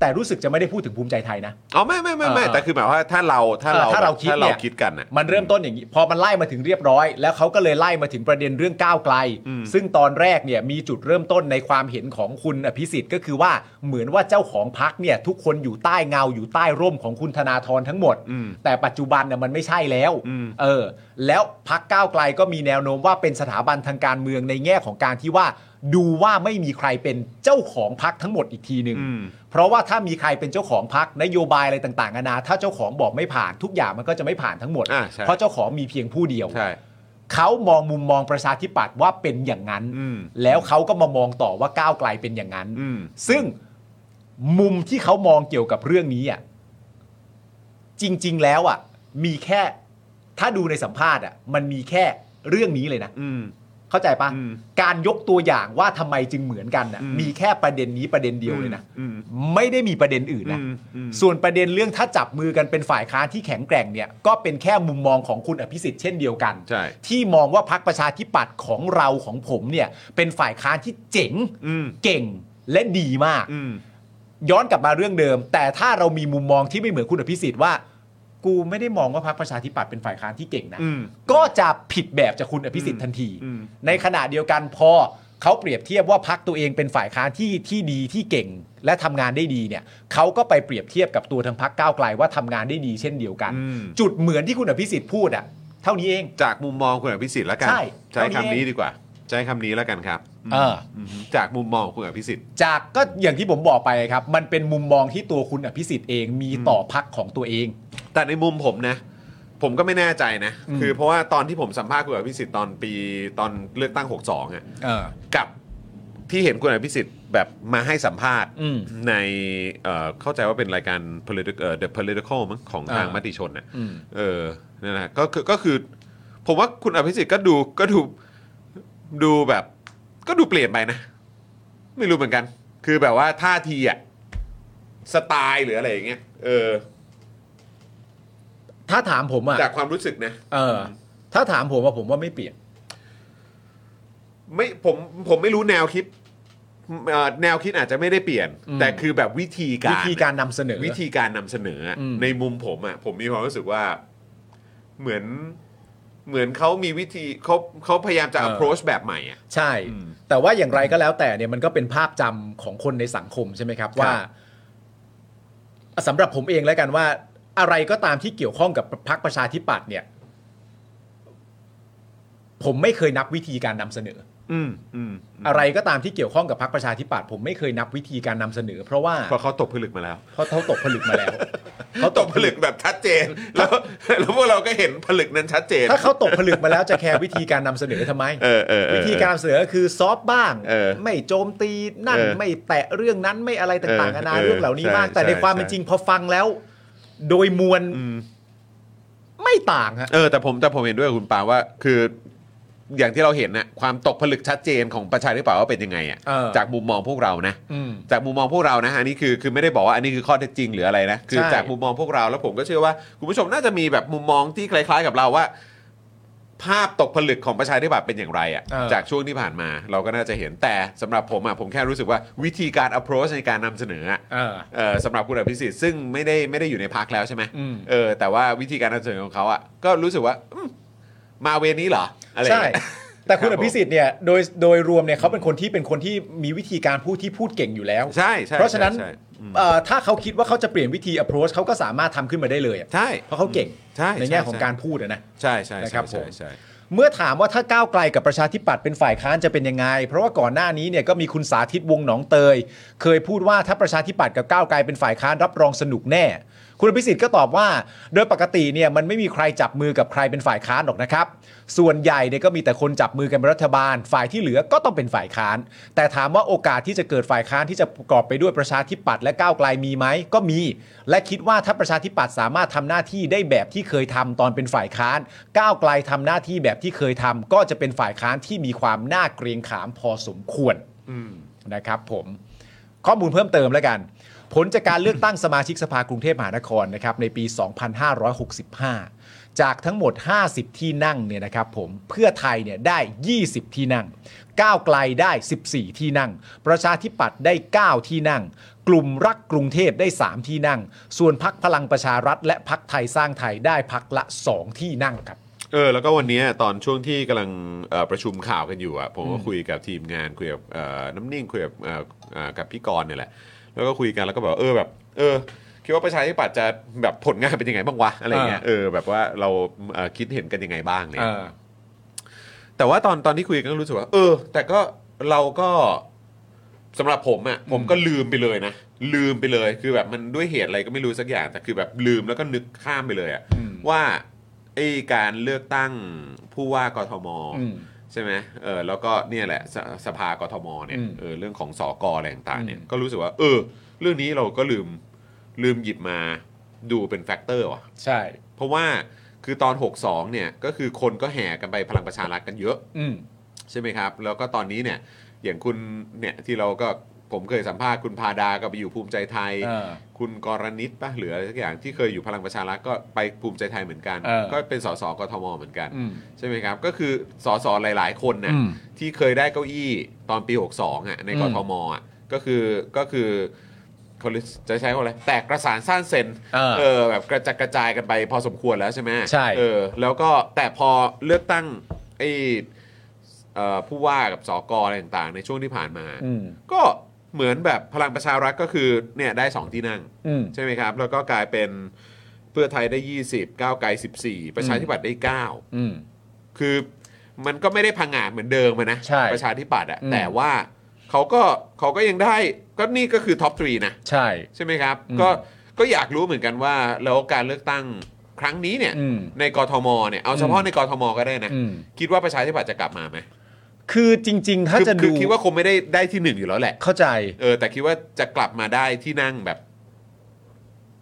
Speaker 2: แต่รู้สึกจะไม่ได้พูดถึงภูมิใจไทยนะ
Speaker 1: อ๋อไม่ไม่ไม่ไม่
Speaker 2: เออ
Speaker 1: แต่คือหมายว่าถ้าเราถ้าเรา
Speaker 2: เออถ้าเราคิด
Speaker 1: ถ้าเรา
Speaker 2: นี่ย
Speaker 1: คิดกันอ่ะ
Speaker 2: มันเริ่มต้นอย่างนี้ พอมันไล่มาถึงเรียบร้อย แล้วเขาก็เลยไล่มาถึงประเด็นเรื่องก้าวไกล
Speaker 1: อืม
Speaker 2: ซึ่งตอนแรกเนี่ยมีจุดเริ่มต้นในความเห็นของคุณอภิสิทธิ์ก็คือว่าเหมือนว่าเจ้าของพักเนี่ยทุกคนอยู่ใต้เงาอยู่ใต้ร่มของคุณธนาธรทั้งหมด
Speaker 1: อืม
Speaker 2: แต่ปัจจุบันน่ยมันไม่ใช่แล้ว
Speaker 1: อืม
Speaker 2: เออ แล้วพักก้าวไกลก็มีแนวโน้มว่าเป็นสถาบันทางการเมืองในแง่ของการที่ว่า ดูว่าไม่มีใครเป็นเจ้าของพักทั้งหมดอีกทีหนึ่ง
Speaker 1: อืม
Speaker 2: เพราะว่าถ้ามีใครเป็นเจ้าของพักนโยบายอะไรต่างๆนานาถ้าเจ้าของบอกไม่ผ่านทุกอย่างมันก็จะไม่ผ่านทั้งหมด
Speaker 1: อ่าใช่
Speaker 2: เพราะเจ้าของมีเพียงผู้เดียว
Speaker 1: ใช่
Speaker 2: เขามองมุมมองประชาธิปัตย์ว่าเป็นอย่างนั้น
Speaker 1: อืม
Speaker 2: แล้วเขาก็มามองต่อว่าก้าวไกลเป็นอย่างนั้น
Speaker 1: อืม
Speaker 2: ซึ่งมุมที่เขามองเกี่ยวกับเรื่องนี้อ่ะจริง ๆ แล้วอ่ะ มีแค่ ถ้าดูในสัมภาษณ์อ่ะ มันมีแค่เรื่องนี้เลยนะ
Speaker 1: อืม
Speaker 2: เข้าใจปะ
Speaker 1: อืม
Speaker 2: การยกตัวอย่างว่าทำไมจึงเหมือนกันน่ะ
Speaker 1: อืม
Speaker 2: มีแค่ประเด็นนี้ประเด็นเดียวเลยนะ
Speaker 1: อืม
Speaker 2: ไม่ได้มีประเด็นอื่นนะ
Speaker 1: อืมอืม
Speaker 2: ส่วนประเด็นเรื่องถ้าจับมือกันเป็นฝ่ายค้านที่แข็งแกร่งเนี่ย ก็เป็นแค่มุมมองของคุณอภิสิทธิ์เช่นเดียวกัน
Speaker 1: ใช่
Speaker 2: ที่มองว่าพักประชาธิปัตย์ของเราของผมเนี่ย เป็นฝ่ายค้านที่เจ๋ง
Speaker 1: อืม
Speaker 2: เก่งและดีมาก
Speaker 1: อืม
Speaker 2: ย้อนกลับมาเรื่องเดิม แต่ถ้าเรามีมุมมองที่ไม่เหมือนคุณอภิสิทธิ์ว่า กูไม่ได้มองว่าพรรคประชาธิปัตย์เป็นฝ่ายค้านที่เก่งนะ
Speaker 1: อืม
Speaker 2: ก็จะผิดแบบจากคุณอภิสิทธิ์ทันที
Speaker 1: อืม
Speaker 2: ในขณะเดียวกันพอเขาเปรียบเทียบว่าพักตัวเองเป็นฝ่ายค้านที่ที่ดีที่เก่งและทำงานได้ดีเนี่ยเขาก็ไปเปรียบเทียบกับตัวทางพักก้าวไกลว่าทำงานได้ดีเช่นเดียวกัน
Speaker 1: อืม
Speaker 2: จุดเหมือนที่คุณอภิสิทธิ์พูดอะเท่านี้เอง
Speaker 1: จากมุมมองคุณอภิสิทธิ์แล้วกัน
Speaker 2: ใช่
Speaker 1: ใช้
Speaker 2: เท่านี้
Speaker 1: คำนี้
Speaker 2: เอง
Speaker 1: ดีกว่า ใช้คำนี้แล้วกันครับ
Speaker 2: เออ
Speaker 1: มจากมุมมองคุณอภิสิทธิ์
Speaker 2: จากก็อย่างที่ผมบอกไปครับ มันเป็นมุมมองที่ตัวคุณอภิสิทธิ์เองมีต่อพักของตัวเอง
Speaker 1: แต่ในมุมผมนะ ผมก็ไม่แน่ใจนะ
Speaker 2: อืม
Speaker 1: คือเพราะว่าตอนที่ผมสัมภาษณ์คุณอภิสิทธิ์ตอนปีตอนเลือกตั้ง 62อ่ะ
Speaker 2: เออ
Speaker 1: กับที่เห็นคุณอภิสิทธิ์ แบบมาให้สัมภาษณ์
Speaker 2: อืม
Speaker 1: ในเอ่อเข้าใจว่าเป็นรายการ political เอ่อ the political มั้งของทาง
Speaker 2: อ่าม ม
Speaker 1: ติชนน่ะ
Speaker 2: อืม
Speaker 1: เออนั่นแหละก็คือก็คือ ผมว่าคุณอภิสิทธิ์ก็ดูก็ดูดูแบบ ก็ดูเปลี่ยนไปนะ ไม่รู้เหมือนกัน คือแบบว่าท่าทีอะสไตล์หรืออะไรอย่างเงี้ยเออ
Speaker 2: ถ้าถามผมอ่ะ
Speaker 1: จากความรู้สึกนะ
Speaker 2: เออ ถ้าถามผมอ่ะผมว่าไม่เปลี่ยน
Speaker 1: ไม่ผมผมไม่รู้แนวคิดเอ่อแนวคิดอาจจะไม่ได้เปลี่ยน
Speaker 2: อืม
Speaker 1: แต่คือแบบวิธีการ
Speaker 2: วิธีการนำเสนอ
Speaker 1: วิธีการนำเสนออะ
Speaker 2: อืม
Speaker 1: ในมุมผมอะ่ะผมมีความรู้สึกว่าเหมือนเหมือนเขามีวิธีเขาเขาพยายามจะ approach แบบใหม่อะ
Speaker 2: ใช่
Speaker 1: อืม
Speaker 2: แต่ว่าอย่างไรก็แล้วแต่เนี่ยมันก็เป็นภาพจำของคนในสังคมใช่ไหมครับ ว่าสำหรับผมเองแล้วกันว่า อะไรก็ตามที่เกี่ยวข้องกับพรรคประชาธิปัตย์เนี่ย ผมไม่เคยนับวิธีการนำเสนอ
Speaker 1: ืมอืม
Speaker 2: อะไรก็ตามที่เกี่ยวข้องกับพรรคประชาธิปัตย์ผมไม่เคยนับวิธีการนำเสนอ เพราะว่า
Speaker 1: เพราะเขาตกผลึกมาแล้ว
Speaker 2: เพราะเขาตกผลึกมาแล้ว
Speaker 1: เขาตกผลึกแบบชัดเจน แล้วแล้วพวกเราก็เห็นผลึกนั้นชัดเจน
Speaker 2: ถ้าเขาตกผลึกมาแล้วจะแคร์วิธีการนำเสนอทำไม
Speaker 1: เออเออเออ
Speaker 2: วิธีการนำเสนอคือซอฟต์บ้าง
Speaker 1: เออ
Speaker 2: ไม่โจมตีนั่น
Speaker 1: เออ
Speaker 2: ไม่แตะเรื่องนั้นไม่อะไรต่างๆ
Speaker 1: เออ
Speaker 2: นานา
Speaker 1: เออ
Speaker 2: เรื่องเหล่านี้มาก
Speaker 1: ใช่
Speaker 2: แต่ใน
Speaker 1: ใช่
Speaker 2: ความเป็น
Speaker 1: ใช่
Speaker 2: จริงพอฟังแล้ว โดยมวล
Speaker 1: อืม
Speaker 2: ไม่ต่างฮะ
Speaker 1: เออแต่ผมแต่ผมเห็นด้วยกับคุณปาว่าคืออย่างที่เราเห็นนะความตกผลึกชัดเจนของประชาธิปัตย์ว่าเป็นยังไง
Speaker 2: เออ
Speaker 1: อะ่ะจากมุมมองพวกเรานะ
Speaker 2: อืม
Speaker 1: จากมุมมองพวกเรานะฮะอันนี้คือคือไม่ได้บอกว่าอันนี้คือข้อเท็จจริงหรืออะไรนะ คือ
Speaker 2: ใช่
Speaker 1: จากมุมมองพวกเราแล้วผมก็เชื่อว่าคุณผู้ชมน่าจะมีแบบมุมมองที่คล้าย ๆ กับเราว่า ภาพตกผลึกของประชาธิปัตย์เป็นอย่างไรอะ่ะจากช่วงที่ผ่านมาเราก็น่าจะเห็นแต่สำหรับผมอะ่ะผมแค่รู้สึกว่าวิธีการ approach ในการนำเสนออะ
Speaker 2: เออ
Speaker 1: เออสำหรับคุณอภิสิทธิ์ซึ่งไม่ได้ไม่ได้อยู่ในพักแล้วใช่ไหม
Speaker 2: อืม
Speaker 1: เออแต่ว่าวิธีการนำเสนอของเขาอะ่ะก็รู้สึกว่าอืมมาเวนี้เหรออะไรอย่า
Speaker 2: ใช่
Speaker 1: งเงี้ย
Speaker 2: แต่คุณ
Speaker 1: ครั
Speaker 2: อ
Speaker 1: ผ
Speaker 2: บ
Speaker 1: ม
Speaker 2: ภิสิทธิ์เนี่ยโดยโดยรวมเนี่ยเขาเป็นคนที่เป็นคนที่มีวิธีการพูดที่พูดเก่งอยู่แล้ว
Speaker 1: ใช่ใช่
Speaker 2: เพราะฉะนั้น
Speaker 1: ใช่ใช่
Speaker 2: เอ่อถ้าเขาคิดว่าเขาจะเปลี่ยนวิธี approach เขาก็สามารถทำขึ้นมาได้เลยอะ
Speaker 1: ใช่
Speaker 2: เพราะเขาเก่ง
Speaker 1: ใช่
Speaker 2: ในแง่
Speaker 1: ช่
Speaker 2: ของ
Speaker 1: ช่
Speaker 2: การพูดอะนะ
Speaker 1: ใช่ใช่ใช่
Speaker 2: นะครับผม
Speaker 1: ใช่
Speaker 2: เมื่อถามว่าถ้าก้าวไกลกับประชาธิปัตย์เป็นฝ่ายค้านจะเป็นยังไง เพราะว่าก่อนหน้านี้เนี่ยก็มีคุณสาธิตวงศ์หนองเตย เคยพูดว่าถ้าประชาธิปัตย์กับก้าวไกลเป็นฝ่ายค้านรับรองสนุกแน่ คุณอภิสิทธิ์ก็ตอบว่า โดยปกติเนี่ยมันไม่มีใครจับมือกับใครเป็นฝ่ายค้านหรอกนะครับ ส่วนใหญ่เนี่ยก็มีแต่คนจับมือกันเป็นรัฐบาล ฝ่ายที่เหลือก็ต้องเป็นฝ่ายค้าน แต่ถามว่าโอกาสที่จะเกิดฝ่ายค้านที่จะประกอบไปด้วยประชาธิปัตย์และก้าวไกลมีไหมก็มี และคิดว่าถ้าประชาธิปัตย์สามารถทำหน้าที่ได้แบบที่เคยทำตอนเป็นฝ่ายค้าน ก้าวไกลทำหน้าที่แบบที่เคยทำก็จะเป็นฝ่ายค้านที่มีความน่าเกรงขามพอสมควรนะครับผม ข้อมูลเพิ่มเติมแล้วกัน ผลจากการเลือกตั้งสมาชิกสภากรุงเทพมหานครนะครับในปี 2565 จากทั้งหมด 50 ที่นั่งเนี่ยนะครับผมเพื่อไทยเนี่ยได้ 20 ที่นั่ง ก้าวไกลได้ 14 ที่นั่ง ประชาธิปัตย์ได้ 9 ที่นั่ง กลุ่มรักกรุงเทพได้ 3 ที่นั่ง ส่วนพักพลังประชารัฐ และพักไทยสร้างไทยได้พักละ 2 ที่นั่งครับ
Speaker 1: เออแล้วก็วันเนี้ยตอนช่วงที่กำลังเอ่อประชุมข่าวกันอยู่อะผมก็คุยกับทีมงานคุยกับเอ่อน้ำนิ่งคุยกับเอ่อเอ่อกับพี่กรณ์เนี่ยแหละ แล้วก็คุยกันแล้วก็บอกว่าเออแบบเออคิดว่าประชาธิปัตย์จะแบบผลงานเป็นยังไงบ้างวะอะไรเงี้ยเออแบบว่าเราเอ่อคิดเห็นกันยังไงบ้างเนี่ย แต่ว่าตอนตอนที่คุยกันก็รู้สึกว่า เออ แต่ก็เราก็สำหรับผมอะ่ะผมก็ลืมไปเลยนะ ลืมไปเลยคือแบบมันด้วยเหตุอะไรก็ไม่รู้สักอย่าง แต่คือแบบลืมแล้วก็นึกข้ามไปเลยอะ่ะว่าไอ้การเลือกตั้งผู้ว่ากทม
Speaker 2: อืม
Speaker 1: ใช่ไหมเออแล้วก็เนี่ยแหละสสภากทมเนี่ย
Speaker 2: อืม
Speaker 1: เออเรื่องของสอกออะไรต่างๆเนี่ย
Speaker 2: อืม
Speaker 1: ก็รู้สึกว่า เออ เรื่องนี้เราก็ลืมลืมหยิบมาดูเป็นแฟกเตอร์ว่ะ
Speaker 2: ใช่
Speaker 1: เพราะว่าคือตอน 62เนี่ยก็คือคนก็แห่กันไปพลังประชารัฐกันเยอะ
Speaker 2: อืม
Speaker 1: ใช่ไหมครับ แล้วก็ตอนนี้เนี่ยอย่างคุณเนี่ยที่เราก็ผมเคยสัมภาษณ์คุณพาดาก็ไปอยู่ภูมิใจไทย
Speaker 2: เออ
Speaker 1: คุณกรณิตปะเหลืออะไรสักอย่างที่เคยอยู่พลังประชารัฐก็ไปภูมิใจไทยเหมือนกัน
Speaker 2: เออ
Speaker 1: ก็เป็นสสกทมเหมือนกัน
Speaker 2: อืม
Speaker 1: ใช่ไหมครับ ก็คือสสหลาย ๆ คนนะ
Speaker 2: อืม
Speaker 1: ที่เคยได้เก้าอี้ตอนปี 62อ่ะในก
Speaker 2: อืม
Speaker 1: ทมอ่ะก็คือก็คือเขาจะใช้คำว่าอะไรแตกกระสานสร้างเซน
Speaker 2: เออ
Speaker 1: แบบกระจัดกระจายกันไปพอสมควรแล้วใช่ไหม
Speaker 2: ใช่
Speaker 1: เออแล้วก็แต่พอเลือกตั้งไอเอ่อผู้ว่ากับสกอะไรต่างๆ ในช่วงที่ผ่านมา
Speaker 2: อืม
Speaker 1: ก็เหมือนแบบพลังประชารัฐก็คือเนี่ยได้สองที่นั่ง
Speaker 2: อืม
Speaker 1: ใช่ไหมครับ แล้วก็กลายเป็นเพื่อไทยได้ 20 ก้าวไกล 14 ประชาธิปัตย์ได้ 9
Speaker 2: อืม
Speaker 1: คือมันก็ไม่ได้พังงาดเหมือนเดิมอะนะ
Speaker 2: ใช่
Speaker 1: ประชาธิปัตย์อะ
Speaker 2: อืม
Speaker 1: แต่ว่าเขาก็เขาก็ยังได้ก็นี่ก็คือท็อปทรีนะ
Speaker 2: ใช่
Speaker 1: ใช่ไหมครับ
Speaker 2: อืม
Speaker 1: ก็ก็อยากรู้เหมือนกันว่า แล้วการเลือกตั้งครั้งนี้เนี่ย
Speaker 2: อืม
Speaker 1: ในกทมเนี่ยเอาเฉพาะ
Speaker 2: อืม
Speaker 1: ในกทมก็ได้นะ
Speaker 2: อืม
Speaker 1: คิดว่าประชาธิปัตย์จะกลับมาไหม
Speaker 2: คือจริง ๆ ถ้า
Speaker 1: คือ
Speaker 2: จะ
Speaker 1: คื
Speaker 2: ดู
Speaker 1: อคิดว่าคงไม่ได้ได้ที่หนึ่งอยู่แล้วแหละ
Speaker 2: เข้าใจ
Speaker 1: เออ แต่คิดว่าจะกลับมาได้ที่นั่งแบบ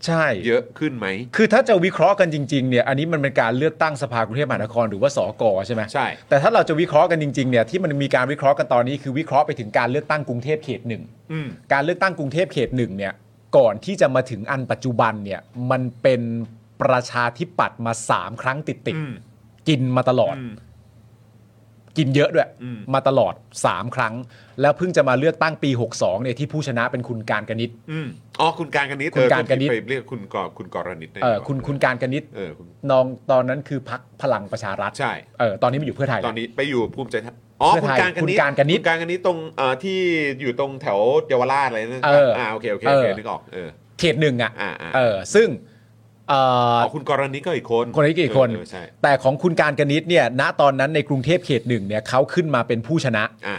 Speaker 2: ใช่
Speaker 1: เยอะขึ้นไหม
Speaker 2: คือถ้าจะวิเคราะห์กันจริงๆเนี่ยอันนี้มันเป็นการเลือกตั้งสภากรุงเทพมหานครหรือว่าสกใช่ไหม
Speaker 1: ใช่
Speaker 2: แต่ถ้าเราจะวิเคราะห์กันจริงๆเนี่ยที่มันมีการวิเคราะห์กันตอนนี้คือวิเคราะห์ไปถึงการเลือกตั้งกรุงเทพเขตหนึ่ง
Speaker 1: อืม
Speaker 2: การเลือกตั้งกรุงเทพเขตหนึ่งเนี่ยก่อนที่จะมาถึงอันปัจจุบันเนี่ยมันเป็นประชาธิปัตย์มาสามครั้งติดติด
Speaker 1: อืม
Speaker 2: ๆกินมาตลอด
Speaker 1: อืม
Speaker 2: กินเยอะด้วย
Speaker 1: อืม
Speaker 2: มาตลอด 3 ครั้ง แล้วเพิ่งจะมาเลือกตั้งปี 62เนี่ยที่ผู้ชนะเป็นคุณการกนิษฐ์
Speaker 1: อืมอ๋อคุณการกันนิด
Speaker 2: คุณการกนิษฐ์
Speaker 1: เออที่ไปเรียกคุณกอคุณกรณิตได้
Speaker 2: เออคุณคุณการกนิษฐ์
Speaker 1: เออคุณ
Speaker 2: นองตอนนั้นคือพักพลังประชารัฐ
Speaker 1: ใช่
Speaker 2: เออตอนนี้มาอยู่เพื่อไท
Speaker 1: ต
Speaker 2: ยแล้
Speaker 1: อ
Speaker 2: ว
Speaker 1: นนี้ไปอยู่ภูมิใจไทยอ๋อคุณ
Speaker 2: เพื่อไทย
Speaker 1: การกันนิด
Speaker 2: คุณการกนิษฐ์
Speaker 1: คุณการกันนิดตรงเอ่อที่อยู่ตรงแถวเยาวราชอะไรนั่น
Speaker 2: เอออ่
Speaker 1: ่าโอเคโอเคโอเค
Speaker 2: เออ
Speaker 1: นึกออกเออ
Speaker 2: เขตหนึ่งอ่ะ
Speaker 1: อ่าอ่า
Speaker 2: เออซึ่งเออ
Speaker 1: อ๋อคุณกรณิตก็อีกคน
Speaker 2: คนนี้ก็อีกคน
Speaker 1: เใช่
Speaker 2: แต่ของคุณการกนิษฐ์เนี่ยณตอนนั้นในกรุงเทพเขตหนึ่งเนี่ยเขาขึ้นมาเป็นผู้ชนะ
Speaker 1: อ่า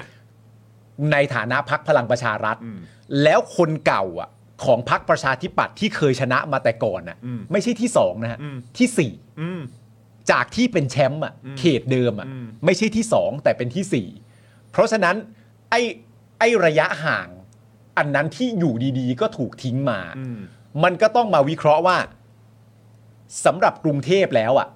Speaker 2: ในฐานะพักพลังประชารัฐ
Speaker 1: อืม
Speaker 2: แล้วคนเก่าอ่ะของพักประชาธิปัตย์ที่เคยชนะมาแต่ก่อนน่ะ
Speaker 1: อืม
Speaker 2: ไม่ใช่ที่สองนะฮะ
Speaker 1: อืม
Speaker 2: ที่สี่
Speaker 1: อืม
Speaker 2: จากที่เป็นแชมป์อ่ะ
Speaker 1: อืม
Speaker 2: เขตเดิมอ่ะ
Speaker 1: อืม
Speaker 2: ไม่ใช่ที่สองแต่เป็นที่สี่เพราะฉะนั้นไอ้ไอ้ระยะห่าง อันนั้นที่อยู่ดีๆ ก็ถูกทิ้งมา
Speaker 1: อืม
Speaker 2: มันก็ต้องมาวิเคราะห์ว่าสำหรับกรุงเทพแล้วอ่ะ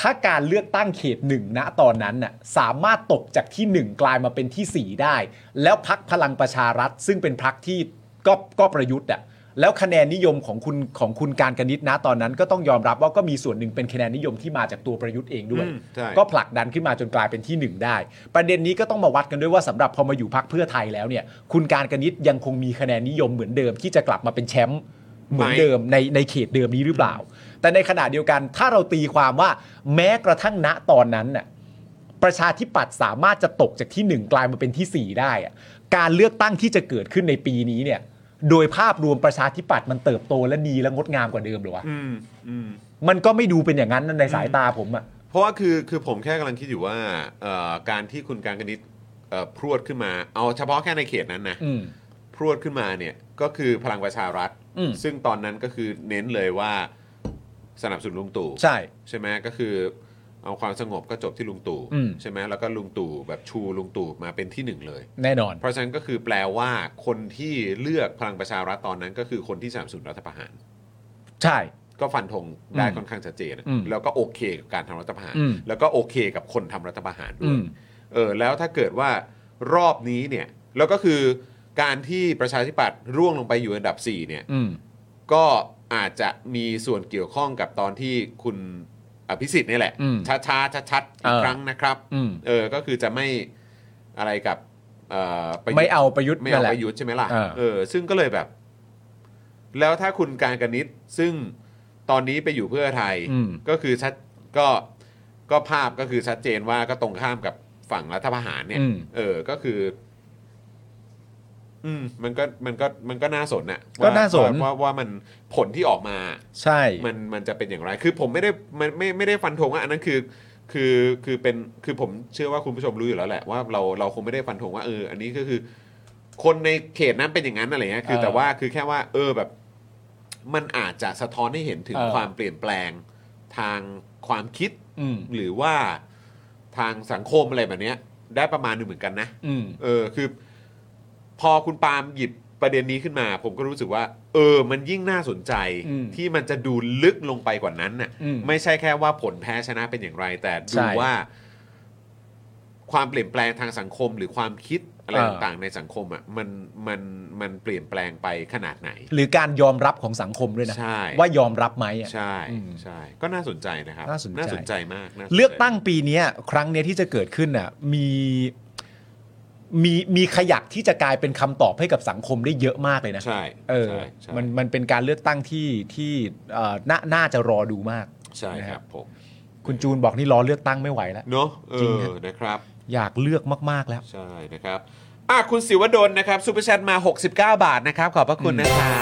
Speaker 2: ถ้าการเลือกตั้งเขตหนึ่งณตอนนั้นน่ะสามารถตกจากที่หนึ่งกลายมาเป็นที่สี่ได้ แล้วพักพลังประชารัฐ ซึ่งเป็นพักที่ก็ก็ประยุทธ์อ่ะแล้วคะแนนนิยมของคุณของคุณการกนิษฐ์ณตอนนั้น ก็ต้องยอมรับว่าก็มีส่วนหนึ่งเป็นคะแนนนิยมที่มาจากตัวประยุทธ์เองด้วย
Speaker 1: อืมใช่
Speaker 2: ก็ผลักดันขึ้นมาจนกลายเป็นที่หนึ่งได้ ประเด็นนี้ก็ต้องมาวัดกันด้วยว่าสำหรับพอมาอยู่พักเพื่อไทยแล้วเนี่ย คุณการกนิษฐ์ยังคงมีคะแนนนิยมเหมือนเดิมที่จะกลับมาเป็นแชมป์ เหมือนเดิมในในเขตเดิมนี้หรือเปล่า แต่ในขณะเดียวกันถ้าเราตีความว่าแม้กระทั่งณตอนนั้นน่ะประชาธิปัตย์สามารถจะตกจากที่ 1 กลายมาเป็นที่ 4 ได้อะการเลือกตั้งที่จะเกิดขึ้นในปีนี้เนี่ย โดยภาพรวมประชาธิปัตย์มันเติบโตและดีและงดงามกว่าเดิมเหรือวะ
Speaker 1: อืมอืม
Speaker 2: มันก็ไม่ดูเป็นอย่างนั้นในสายตาผมอะ
Speaker 1: เพราะว่าคือคือผมแค่กำลังคิดอยู่ว่าเอ่อการที่คุณการกนิษฐ์เอ่อพรวดขึ้นมา เอาเฉพาะแค่ในเขตนั้นนะ
Speaker 2: อืม
Speaker 1: พรวดขึ้นมาเนี่ยก็คือพลังประชารัฐ
Speaker 2: อืม
Speaker 1: ซึ่งตอนนั้นก็คือเน้นเลยว่าสนับสนุนลุงตู่
Speaker 2: ใช่
Speaker 1: ใช่ไหมก็คือเอาความสงบก็จบที่ลุงตู่
Speaker 2: อืม
Speaker 1: ใช่ไหมแล้วก็ลุงตู่แบบชูลุงตู่มาเป็นที่หนึ่งเลย
Speaker 2: แน่นอน
Speaker 1: เพราะฉะนั้นก็คือแปลว่าคนที่เลือกพลังประชารัฐตอนนั้นก็คือคนที่สนับสนุนรัฐประหาร
Speaker 2: ใช่
Speaker 1: ก็ฟันธงได้
Speaker 2: อืม
Speaker 1: ค่อนข้างชัดเจนอะ
Speaker 2: อืม
Speaker 1: แล้วก็โอเคกับการทำรัฐประหาร
Speaker 2: อืม
Speaker 1: แล้วก็โอเคกับคนทำรัฐประหารด้
Speaker 2: อื
Speaker 1: วย
Speaker 2: ม
Speaker 1: เออแล้วถ้าเกิดว่ารอบนี้เนี่ยแล้วก็คือการที่ประชาธิปัตย์ร่วงลงไปอยู่อันดับ4เนี่ย
Speaker 2: อืม
Speaker 1: ก็อาจจะมีส่วนเกี่ยวข้องกับตอนที่คุณอภิสิทธิ์นี่แหละ
Speaker 2: อืม
Speaker 1: ช้าช้าชัดชัดๆอีก
Speaker 2: เออ
Speaker 1: ครั้งนะครับ
Speaker 2: อืม
Speaker 1: เออ ก็คือจะไม่อะไรกับเอ่อประยุทธ์
Speaker 2: ไม่เอาประยุทธ์
Speaker 1: ไม่เอา
Speaker 2: นั่นแห
Speaker 1: ป
Speaker 2: ละ
Speaker 1: ระยุทธ์ใช่ไหมล่ะ
Speaker 2: เออ
Speaker 1: เออ ซึ่งก็เลยแบบ แล้วถ้าคุณการกนิษฐ์ซึ่งตอนนี้ไปอยู่เพื่อไทย
Speaker 2: อืม
Speaker 1: ก็คือชัดก็ก็ภาพก็คือชัดเจนว่าก็ตรงข้ามกับฝั่งรัฐประหารเนี่ย
Speaker 2: อืม
Speaker 1: เออ ก็คือ อืม มันก็มันก็มันก็น่าสนนะ
Speaker 2: ก็น่าสน
Speaker 1: ว่าว่าว่ามันผลที่ออกมา
Speaker 2: ใช่
Speaker 1: มันมันจะเป็นอย่างไร คือผมไม่ได้มันไม่ไม่ได้ฟันธงว่าอันนั้นคือ คือคือเป็นคือผมเชื่อว่าคุณผู้ชมรู้อยู่แล้วแหละว่าเราเราคงไม่ได้ฟันธงว่าเออ อันนี้ก็คือ คนในเขตนั้นเป็นอย่างนั้นอะไรเงี้ยคือ
Speaker 2: เออ
Speaker 1: แต่ว่าคือแค่ว่า เออแบบ มันอาจจะสะท้อนให้เห็นถึง
Speaker 2: เออ
Speaker 1: ความเปลี่ยนแปลงทางความคิด
Speaker 2: อืม
Speaker 1: หรือว่าทางสังคมอะไรแบบเนี้ย ได้ประมาณหนึงเหมือนกันนะ
Speaker 2: อืม
Speaker 1: เออคือ พอคุณปาล์มหยิบประเด็นนี้ขึ้นมา ผมก็รู้สึกว่า เออ มันยิ่งน่าสนใจ
Speaker 2: อืม
Speaker 1: ที่มันจะดูลึกลงไปกว่านั้นน่ะ
Speaker 2: อืม
Speaker 1: ไม่ใช่แค่ว่าผลแพ้ชนะเป็นอย่างไร แต่ดู
Speaker 2: ใช่
Speaker 1: ว่า ความเปลี่ยนแปลงทางสังคมหรือความคิดอะไร
Speaker 2: เออ
Speaker 1: ต่างๆในสังคมอ่ะมันมันมันเปลี่ยนแปลงไปขนาดไหน
Speaker 2: หรือการยอมรับของสังคมด้วยนะ
Speaker 1: ใช่
Speaker 2: ว่ายอมรับไหมอะ
Speaker 1: ใช่
Speaker 2: อืม
Speaker 1: ใช่ ก็น่าสนใจนะครับ
Speaker 2: น่าสนใจ
Speaker 1: น่าสนใจมากน่าสนใจ
Speaker 2: เลือกตั้งปีเนี้ยครั้งเนี้ยที่จะเกิดขึ้นน่ะมีมีมีขยักที่จะกลายเป็นคำตอบให้กับสังคมได้เยอะมากเลยนะ
Speaker 1: ใช่
Speaker 2: เออ
Speaker 1: ใช่ใช่
Speaker 2: มันมันเป็นการเลือกตั้งที่ที่เอ่อน่าน่าจะรอดูมาก
Speaker 1: ใช่
Speaker 2: นะ
Speaker 1: ค
Speaker 2: ครั
Speaker 1: รับ บผม
Speaker 2: คุณจูนบอกนี่รอเลือกตั้งไม่ไหวแล้ว
Speaker 1: เนาะเอ
Speaker 2: จริง
Speaker 1: อ
Speaker 2: ฮะ
Speaker 1: นะครับ
Speaker 2: อยากเลือกมากๆแล้ว
Speaker 1: ใช่นะครับอ่ะคุณศิวดลนะครับซูเปอร์แชทมา 69 บาทนะครับ ขอบพระคุณนะครั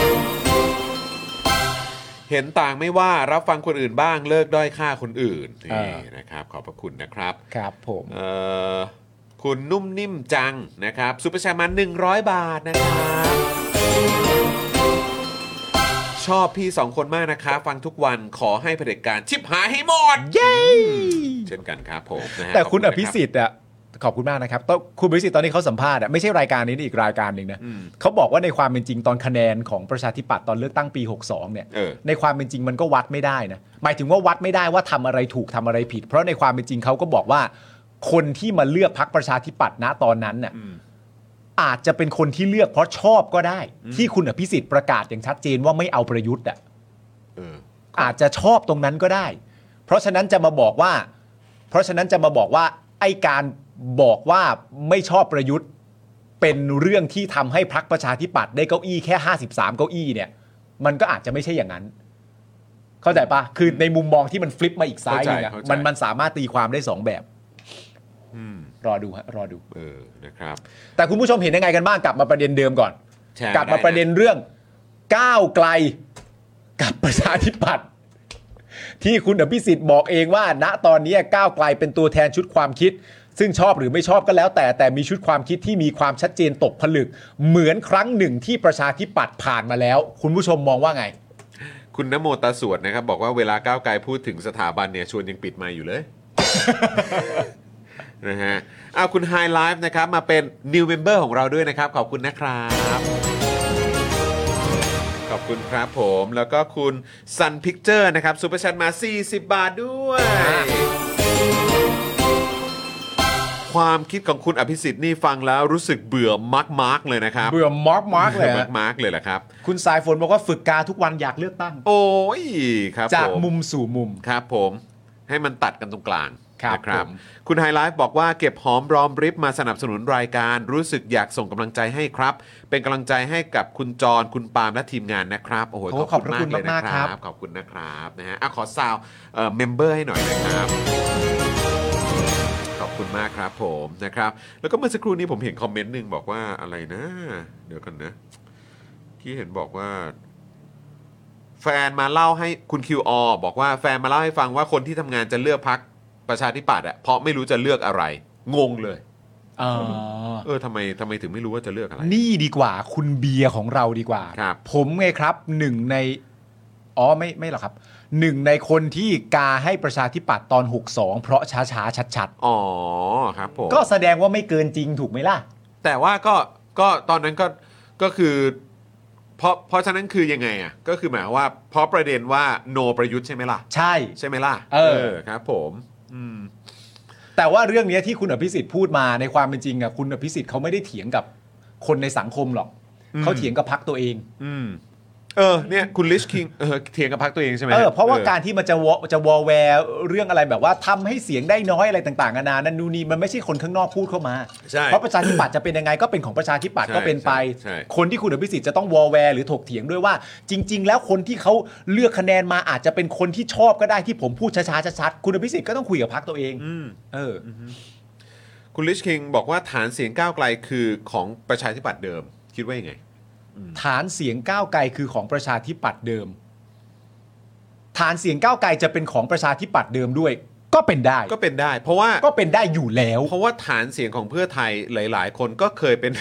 Speaker 1: บ เห็นต่างไม่ว่ารับฟังคนอื่นบ้างเลิกด้อยค่าคนอื่น
Speaker 2: อ่า
Speaker 1: นี่นะครับ ขอบพระคุณนะครับ
Speaker 2: ครับผม
Speaker 1: เอ่อคุณนุ่มนิ่มจังนะครับซูเปอร์แชทมา 100 บาทนะครับ ช อบพี่สองคนมากนะคะ ฟังทุกวันขอให้เผด็จการชิบหายให้หมด
Speaker 2: เย้
Speaker 1: เช่นกันครับผมนะฮะ
Speaker 2: แต่คุณ
Speaker 1: ข
Speaker 2: อบ ภิ
Speaker 1: นะรับ
Speaker 2: สิทธิ์อ่ะขอบคุณมากนะครับต้องคุณอภิสิทธิ์ตอนนี้เขาสัมภาษณ์อ่ะไม่ใช่รายการนี้นะอีกรายการหนึ่งนะ
Speaker 1: อืม
Speaker 2: เขาบอกว่าในความเป็นจริงตอนคะแนนของประชาธิปัตย์ตอนเลือกตั้งปี 62 เนี่ย
Speaker 1: เออ
Speaker 2: ในความเป็นจริงมันก็วัดไม่ได้นะหมายถึงว่าวัดไม่ได้ว่าทำอะไรถูกทำอะไรผิด เพราะในความเป็นจริงเขาก็บอกว่า คนที่มาเลือกพักประชาธิปัตย์ณตอนนั้นน่ะอาจจะเป็นคนที่เลือกเพราะชอบก็ได้ ที่คุณอภิสิทธิ์ประกาศอย่างชัดเจนว่าไม่เอาประยุทธ์อ่ะ
Speaker 1: เออ
Speaker 2: อาจจะชอบตรงนั้นก็ได้ เพราะฉะนั้นจะมาบอกว่า เพราะฉะนั้นจะมาบอกว่าไอการบอกว่าไม่ชอบประยุทธ์ เป็นเรื่องที่ทำให้พรรคประชาธิปัตย์ได้เก้าอี้แค่ 53 เก้าอี้เนี่ย มันก็อาจจะไม่ใช่อย่างนั้น เข้าใจปะคือในมุมมองที่มันฟลิปมาอีกซ้ายหนึงอะ
Speaker 1: เข้าใจเข้าใจ
Speaker 2: มันมันสามารถตีความได้สองแบบ
Speaker 1: อืม
Speaker 2: รอดูฮะรอดู
Speaker 1: เออนะครับ
Speaker 2: แต่คุณผู้ชมเห็นยังไงกันบ้างกลับมาประเด็นเดิมก่อน
Speaker 1: แชร์
Speaker 2: กลับมาประเด็นเรื่องก้าวไกลกับประชาธิปัตย์ที่คุณอภิสิทธิ์บอกเองว่า ณตอนนี้ก้าวไกลเป็นตัวแทนชุดความคิด ซึ่งชอบหรือไม่ชอบก็แล้ว แต่แต่มีชุดความคิดที่มีความชัดเจนตกผลึก เหมือนครั้งหนึ่งที่ประชาธิปัตย์ผ่านมาแล้ว คุณผู้ชมมองว่าไง
Speaker 1: คุณนโมตาสวดนะครับ บอกว่าเวลาก้าวไกลพูดถึงสถาบันเนี่ย ชวนยังปิดไมค์อยู่
Speaker 2: *laughs*
Speaker 1: เลย นะฮะเอาคุณไฮไลฟ์นะครับ มาเป็น new member ของเราด้วยนะครับ ขอบคุณนะครับ ขอบคุณครับผม แล้วก็คุณ Sun Picture นะครับซูเปอร์ชันมา 40 บาทด้วย ความคิดของคุณอภิสิทธิ์นี่ฟังแล้วรู้สึกเบื่อมากๆเลยนะครับ
Speaker 2: เบื่อมอร์กมาร์กเลย
Speaker 1: บื่อ
Speaker 2: ฮะ
Speaker 1: มากๆเลยแหละครับ
Speaker 2: คุณสายฝนบอกว่าฝึกกาทุกวันอยากเลือกตั้ง
Speaker 1: โอ้ยครับ
Speaker 2: จาก
Speaker 1: ผ
Speaker 2: มุมสู่มุม
Speaker 1: ครับผมให้มันตัดกันตรงกลาง
Speaker 2: ครับ
Speaker 1: นะครับ
Speaker 2: ผม
Speaker 1: คุณไฮไลฟ์บอกว่าเก็บหอมรอมริบมาสนับสนุนรายการ รู้สึกอยากส่งกำลังใจให้ครับ เป็นกำลังใจให้กับคุณจรคุณปาล์มและทีมงานนะครับโอ้โห
Speaker 2: โอ้
Speaker 1: ขอบคุณ
Speaker 2: ขอบพระคุณ
Speaker 1: มากเลยนะ
Speaker 2: มาก
Speaker 1: ค
Speaker 2: ๆครั
Speaker 1: รับบ ขอบคุณนะครับนะฮะอ่ะขอซาวเมมเบอร์ให้หน่อยนะครับ ขอบคุณมากครับผมนะครับ แล้วก็เมื่อสักครู่นี้ผมเห็นคอมเมนต์หนึ่งบอกว่าอะไรนะ เดี๋ยวกันนะที่เห็นบอกว่า แฟนมาเล่าให้คุณคิวอบอกว่าแฟนมาเล่าให้ฟังว่าคนที่ทำงานจะเลือกพักประชาธิปัตย์อะเพราะไม่รู้จะเลือกอะไร งงเลย
Speaker 2: อ่า
Speaker 1: เออทำไมทำไมถึงไม่รู้ว่าจะเลือกอะไร
Speaker 2: นี่ดีกว่าคุณเบียร์ของเราดีกว่า
Speaker 1: ครับ
Speaker 2: ผมไงครับหนึ่งในอ๋อไม่ไม่หรอกครับหนึ่งในคนที่กาให้ประชาธิปัตย์ตอน 62 เพราะช้าช้าชัดชัด
Speaker 1: อ๋อครับผม
Speaker 2: ๆ ก็แสดงว่าไม่เกินจริงถูกไหมล่ะ
Speaker 1: แต่ว่าก็ก็ตอนนั้นก็ก็คือเพราะเพราะฉะนั้นคือยังไงอะก็คือหมายความว่าเพราะประเด็นว่าโนประยุทธ์ใช่ไหมล่ะ
Speaker 2: ใช่
Speaker 1: ใช่ไหมล่ะ
Speaker 2: เออ
Speaker 1: ครับ ผม อืม
Speaker 2: แต่ว่าเรื่องเนี้ยที่คุณอภิสิทธิ์พูดมาในความเป็นจริงอะคุณอภิสิทธิ์เขาไม่ได้เถียงกับคนในสังคมหรอก
Speaker 1: อืม
Speaker 2: เขาเถียงกับพักตัวเอง
Speaker 1: อืม เออ เนี่ยคุณลิชคิงเออเถียงกับพักตัวเองใช่ไหม
Speaker 2: เออเพราะว่า
Speaker 1: ออ
Speaker 2: การที่มันจะวอจะวอลแวร์เรื่องอะไรแบบว่าทำให้เสียงได้น้อยอะไรต่างๆนานานั่นนู่นนี่มันไม่ใช่คนข้างนอกพูดเข้ามา
Speaker 1: ใช่
Speaker 2: เพราะประชาธิปัตย์จะเป็นยังไงก็เป็นของประชาธิปัตย์
Speaker 1: ใช่
Speaker 2: ก็เป็นไป
Speaker 1: ใช่ใช่
Speaker 2: คนที่คุณอภิสิทธิ์จะต้องวอลแวร์หรือถกเถียงด้วยว่า จริง ๆ แล้วคนที่เขาเลือกคะแนนมาอาจจะเป็นคนที่ชอบก็ได้ที่ผมพูดช้าๆชัดๆคุณอภิสิทธิ์ก็ต้องคุยกับพรรคตัวเอง
Speaker 1: อืม
Speaker 2: เอออ
Speaker 1: คุณลิชคิงบอกว่าฐานเสียงก้าวไกลคือของประชาธิปัตย์เดิม คิดว่ายังไง
Speaker 2: ฐานเสียงก้าวไกลคือของประชาธิปัตย์เดิม ฐานเสียงก้าวไกลจะเป็นของประชาธิปัตย์เดิมด้วย ก็เป็นได้
Speaker 1: ก็เป็นได้ เพราะว่า
Speaker 2: ก็เป็นได้อยู่แล้ว
Speaker 1: เพราะว่าฐานเสียงของเพื่อไทยหลาย ๆ คนก็เคยเป็น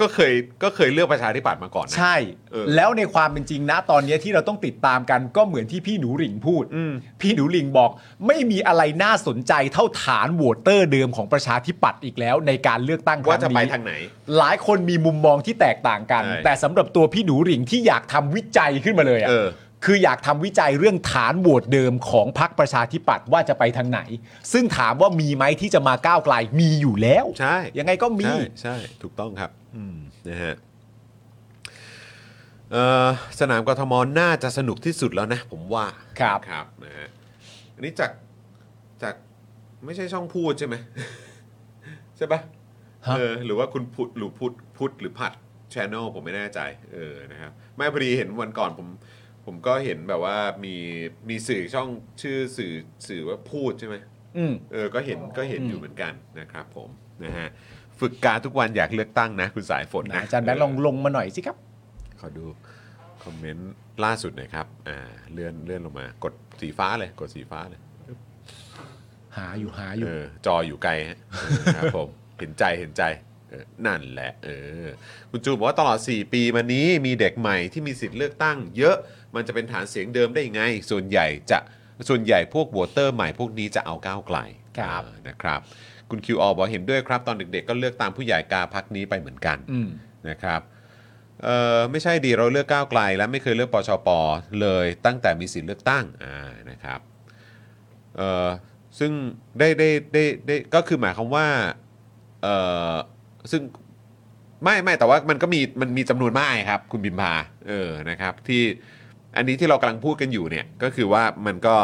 Speaker 1: ก็เคยก็เคยเลือกประชาธิปัตย์มาก่อนนะ
Speaker 2: ใช่
Speaker 1: เออ
Speaker 2: แล้วในความเป็นจริงนะตอนเนี้ยที่เราต้องติดตามกันก็เหมือนที่พี่หนูหลิงพูด
Speaker 1: อืม
Speaker 2: พี่หนูหลิงบอก ไม่มีอะไรน่าสนใจเท่าฐานโหวตเตอร์เดิมของประชาธิปัตย์อีกแล้ว ในการเลือกตั้งค
Speaker 1: ว่า
Speaker 2: รั้ง
Speaker 1: จะไป
Speaker 2: นี้
Speaker 1: ทางไหน
Speaker 2: หลายคนมีมุมมองที่แตกต่างกัน
Speaker 1: ใช่
Speaker 2: แต่สำหรับตัวพี่หนูหลิงที่อยากทำวิจัยขึ้นมาเลยอะ
Speaker 1: เออ
Speaker 2: คืออยากทำวิจัยเรื่องฐานโหวตเดิมของพรรคประชาธิปัตย์ว่าจะไปทางไหน ซึ่งถามว่ามีไหมที่จะมาก้าวไกลมีอยู่แล้ว
Speaker 1: ใช่
Speaker 2: ยังไงก็มี
Speaker 1: ใช่ใช่ถูกต้องครับ อืมนะฮะเอ่อสนามกทมน่าจะสนุกที่สุดแล้วนะ ผมว่า
Speaker 2: ครับ
Speaker 1: ครับนะฮะอันนี้จากจากไม่ใช่ช่องพูดใช่ไหม *laughs* ใช่ปะ
Speaker 2: ฮะ
Speaker 1: เออหรือว่าคุณพุทธหรือพุทธพุทธหรือพัดชแนลผมไม่แน่ใจเออนะครับไม่พอดีเห็นวันก่อนผม ผมก็เห็นแบบว่ามีมีสื่อช่องชื่อสื่อสื่อว่าพูดใช่ไหม
Speaker 2: อืม
Speaker 1: เออก็เห็นก็เห็น
Speaker 2: อืม
Speaker 1: อยู่เหมือนกันนะครับผมนะฮะฝึกการทุกวันอยากเลือกตั้งนะคุณสายฝน
Speaker 2: ไหน
Speaker 1: นะ
Speaker 2: อาจารย์แบงค์ลองลงมาหน่อยสิครับ
Speaker 1: ขอดูคอมเมนต์ล่าสุดหน่อยครับอ่าเลื่อนเลื่อนลงมา กดสีฟ้าเลยกดสีฟ้าเลย
Speaker 2: หาอยู่หาอยู่
Speaker 1: *laughs* เออจออยู่ไกลฮะเออครับผมเห็นใจเห็นใจ ออนั่นแหละเออคุณจูบอกว่าตลอด 4 ปีมานี้มีเด็กใหม่ที่มีสิทธิ์เลือกตั้ง เยอะมันจะเป็นฐานเสียงเดิมได้ยังไง ส่วนใหญ่จะส่วนใหญ่พวกวอเตอร์ใหม่พวกนี้จะเอาก้าวไกล
Speaker 2: ครับ
Speaker 1: เออนะครับ คุณคิวออบอกเห็นด้วยครับ ตอนเด็กๆ ก็เลือกตามผู้ใหญ่กาพักนี้ไปเหมือนกัน
Speaker 2: อืม
Speaker 1: นะครับเออไม่ใช่ดีเราเลือกก้าวไกล และไม่เคยเลือกปชปเลยตั้งแต่มีสิทธิ์เลือกตั้งอ่านะครับเออซึ่งได้ได้ได้ได้ก็คือหมายความว่าเออซึ่งไม่ไม่แต่ว่ามันก็มีมันมีจำนวนมากครับ คุณบิมพาเออนะครับที่อันนี้ที่เรากำลังพูดกันอยู่เนี่ยก็คือว่ามันก็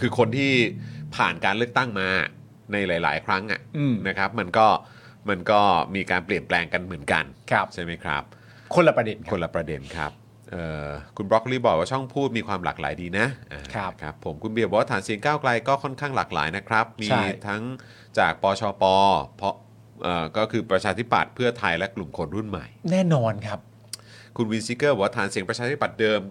Speaker 1: คือคนที่ผ่านการเลือกตั้งมาในหลาย ๆ ครั้งอะ
Speaker 2: อืม
Speaker 1: นะครับ มันก็มันก็มีการเปลี่ยนแปลงกันเหมือนกัน
Speaker 2: ครับ
Speaker 1: ใช่ไหมครับ
Speaker 2: คนละประเด็นค
Speaker 1: ครับ นละประเด็นครับเอ่อคุณบรอกโคลีบอกว่าช่องพูดมีความหลากหลายดีนะอ่า
Speaker 2: ครับ
Speaker 1: ครับผมคุณเบียร์บอกว่าฐานเสียงก้าวไกลก็ค่อนข้างหลากหลายนะครับ มี
Speaker 2: ใช่
Speaker 1: ทั้งจากปชปเพราะเอ่อก็คือประชาธิปัตย์เพื่อไทยและกลุ่มคนรุ่นใหม่
Speaker 2: แน่นอนครับ
Speaker 1: คุณวินซิเกอร์บอกว่าฐานเสียงประชาธิปัตย์เดิม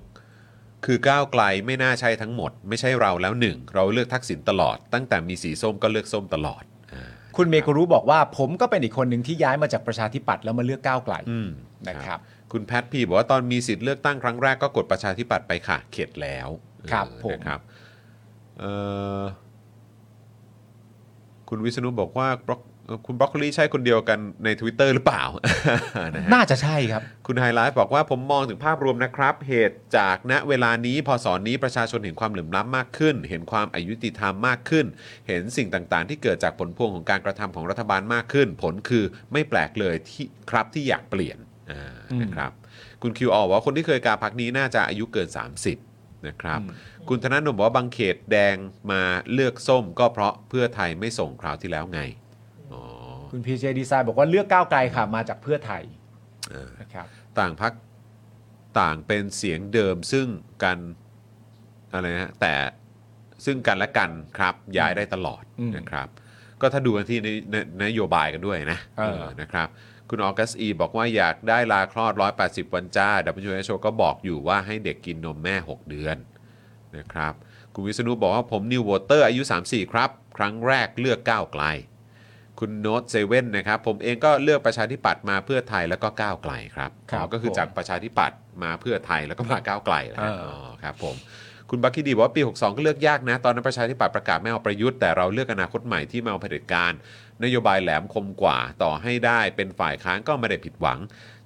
Speaker 1: คือก้าวไกลไม่น่าใช่ทั้งหมด ไม่ใช่เราแล้วหนึ่ง เราเลือกทักษิณตลอด ตั้งแต่มีสีส้มก็เลือกส้มตลอดอ่า
Speaker 2: คุณเมกุรู้บอกว่าผมก็เป็นอีกคนหนึ่งที่ย้ายมาจากประชาธิปัตย์แล้วมาเลือกก้าวไกล
Speaker 1: อืม
Speaker 2: นะครับ
Speaker 1: คุณแพทพีบอกว่าตอนมีสิทธิ์เลือกตั้งครั้งแรกก็กดประชาธิปัตย์ไปค่ะ เข็ดแล้ว
Speaker 2: ครับ
Speaker 1: เออ
Speaker 2: ผม
Speaker 1: นะครับเอ่อคุณวิษณุบอกว่า Broc- เอ่อคุณบรอกโคลีใช่คนเดียวกันใน Twitter หรือเปล่า *laughs* นะฮะ
Speaker 2: น่าจะใช่ครับ
Speaker 1: คุณไฮไลท์บอกว่าผมมองถึงภาพรวมนะครับ เหตุจากณเวลานี้พอสอนนี้ประชาชนเห็นความเหลื่อมล้ำมากขึ้น เห็นความอายุติธรรมมากขึ้น เห็นสิ่งต่างๆ ที่เกิดจากผลพวงของการกระทำของรัฐบาลมากขึ้น ผลคือไม่แปลกเลยที่ครับที่อยากเปลี่ยนอ่า
Speaker 2: อืม
Speaker 1: นะครับ คุณคิวออกว่าคนที่เคยกาพักนี้น่าจะอายุเกิน 30 นะครับ คุณธนาโนมบอกว่าบางเขตแดงมาเลือกส้ม ก็เพราะเพื่อไทยไม่ส่งคราวที่แล้วไงอ๋อ
Speaker 2: คุณพีเจดีไซน์บอกว่าเลือกก้าวไกลค่ะมาจากเพื่อไทยนะครับ
Speaker 1: ต่างพักต่างเป็นเสียงเดิมซึ่งกันอะไรนะแต่ซึ่งกันและกันครับย้ายได้ตลอด
Speaker 2: อืม
Speaker 1: นะครับ ก็ถ้าดูกันที่นนนโยบายกันด้วยนะ
Speaker 2: เออ
Speaker 1: เออนะครับ คุณออกัสอีบอกว่าอยากได้ลาคลอด 180 วันจ้า WHO ก็บอกอยู่ว่าให้เด็กกินนมแม่ 6 เดือนนะครับ คุณวิษณุบอกว่าผมนิวโวเตอร์อายุ 34 ครับ ครั้งแรกเลือกก้าวไกล คุณโน้ตเซเว่นนะครับ ผมเองก็เลือกประชาธิปัตย์มาเพื่อไทยแล้วก็ก้าวไกลครับ
Speaker 2: ครับ
Speaker 1: อ๋อก็คือ
Speaker 2: ผม
Speaker 1: จากประชาธิปัตย์มาเพื่อไทยแล้วก็มาก้าวไกลนะฮะ
Speaker 2: เอออ๋
Speaker 1: อ๋อครับผมคุณบัคกี้ดีบอกว่าปี 62 ก็เลือกยากนะ ตอนนั้นประชาธิปัตย์ประกาศไม่เอาประยุทธ์แต่เราเลือกอนาคตใหม่ที่มาเอาเผด็จการ นโยบายแหลมคมกว่าต่อให้ได้เป็นฝ่ายค้านก็ไม่ได้ผิดหวัง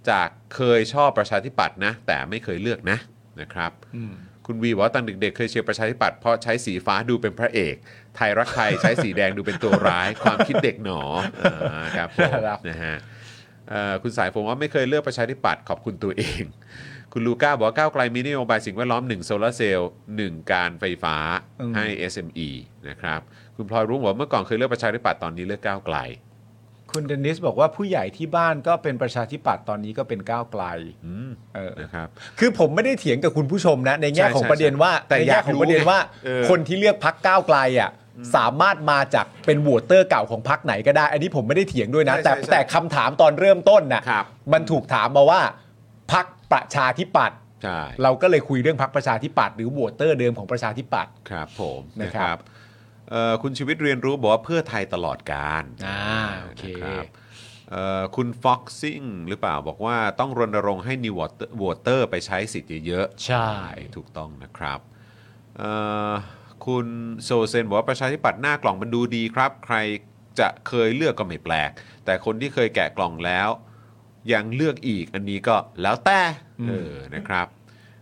Speaker 1: จากเคยชอบประชาธิปัตย์นะ แต่ไม่เคยเลือกนะนะครับ คุณวีบอกว่าตอนเด็กๆเคยเชียร์ประชาธิปัตย์เพราะใช้สีฟ้าดูเป็นพระเอก ไทยรักไทย ใช้สีแดงดูเป็นตัวร้าย ความคิดเด็กหนออาครับผม
Speaker 2: ครับ
Speaker 1: นะฮะเอ่อคุณสายผมว่าไม่เคยเลือกประชาธิปัตย์ขอบคุณตัวเอง คุณลูก้าบอกว่าก้าวไกลมีนโยบายสิ่งแวดล้อม 1 โซลาร์เซลล์1การไฟฟ้า
Speaker 2: อืม
Speaker 1: ให้ SME นะครับคุณพลอยรุ้งบอกว่าเมื่อก่อนเคยเลือกประชาธิปัตย์ตอนนี้เลือกก้าวไกล
Speaker 2: คุณเดนิสบอกว่าผู้ใหญ่ที่บ้านก็เป็นประชาธิปัตย์ตอนนี้ก็เป็นก้าวไกล
Speaker 1: อืม
Speaker 2: เออ
Speaker 1: นะครับ
Speaker 2: คือผมไม่ได้เถียงกับคุณผู้ชมนะ ในแง่
Speaker 1: ใช่
Speaker 2: ของ
Speaker 1: ใช่
Speaker 2: ประเด็นว่า
Speaker 1: แต่
Speaker 2: ใน
Speaker 1: อยา
Speaker 2: แง่
Speaker 1: ก
Speaker 2: ขอ
Speaker 1: รู้
Speaker 2: งประเด็นว่า
Speaker 1: เออ
Speaker 2: คนที่เลือกพักก้าวไกลอ่ะสามารถมาจากเป็นโหวตเตอร์เก่าของพักไหนก็ได้ อันนี้ผมไม่ได้เถียงด้วยนะ
Speaker 1: ใช่
Speaker 2: แต่
Speaker 1: ใช่ใช่
Speaker 2: แต่คำถามตอนเริ่มต้นน่ะ
Speaker 1: ครับ
Speaker 2: มันถูกถามมาว่าพักประชาธิปัตย์
Speaker 1: ใช่
Speaker 2: เราก็เลยคุยเรื่องพักประชาธิปัตย์หรือโหวตเตอร์เดิมของประชาธิปัตย์
Speaker 1: ครับผมนะ
Speaker 2: นะ
Speaker 1: ค
Speaker 2: ครั
Speaker 1: รับบ เอ่อคุณชีวิตเรียนรู้บอกว่าเพื่อไทยตลอดการ
Speaker 2: อ่าโอเค
Speaker 1: นะครับเอ่อคุณฟ็อกซิ่งหรือเปล่าบอกว่าต้องรณรงค์ให้นิววอเตอร์ไปใช้สิทธิ์เยอะๆ
Speaker 2: ใช่
Speaker 1: ถูกต้องนะครับเอ่อคุณโซเซนบอกว่าประชาธิปัตย์หน้ากล่องมันดูดีครับ ใครจะเคยเลือกก็ไม่แปลก แต่คนที่เคยแกะกล่องแล้ว ยังเลือกอีกอันนี้ก็แล้วแต่เออนะครับ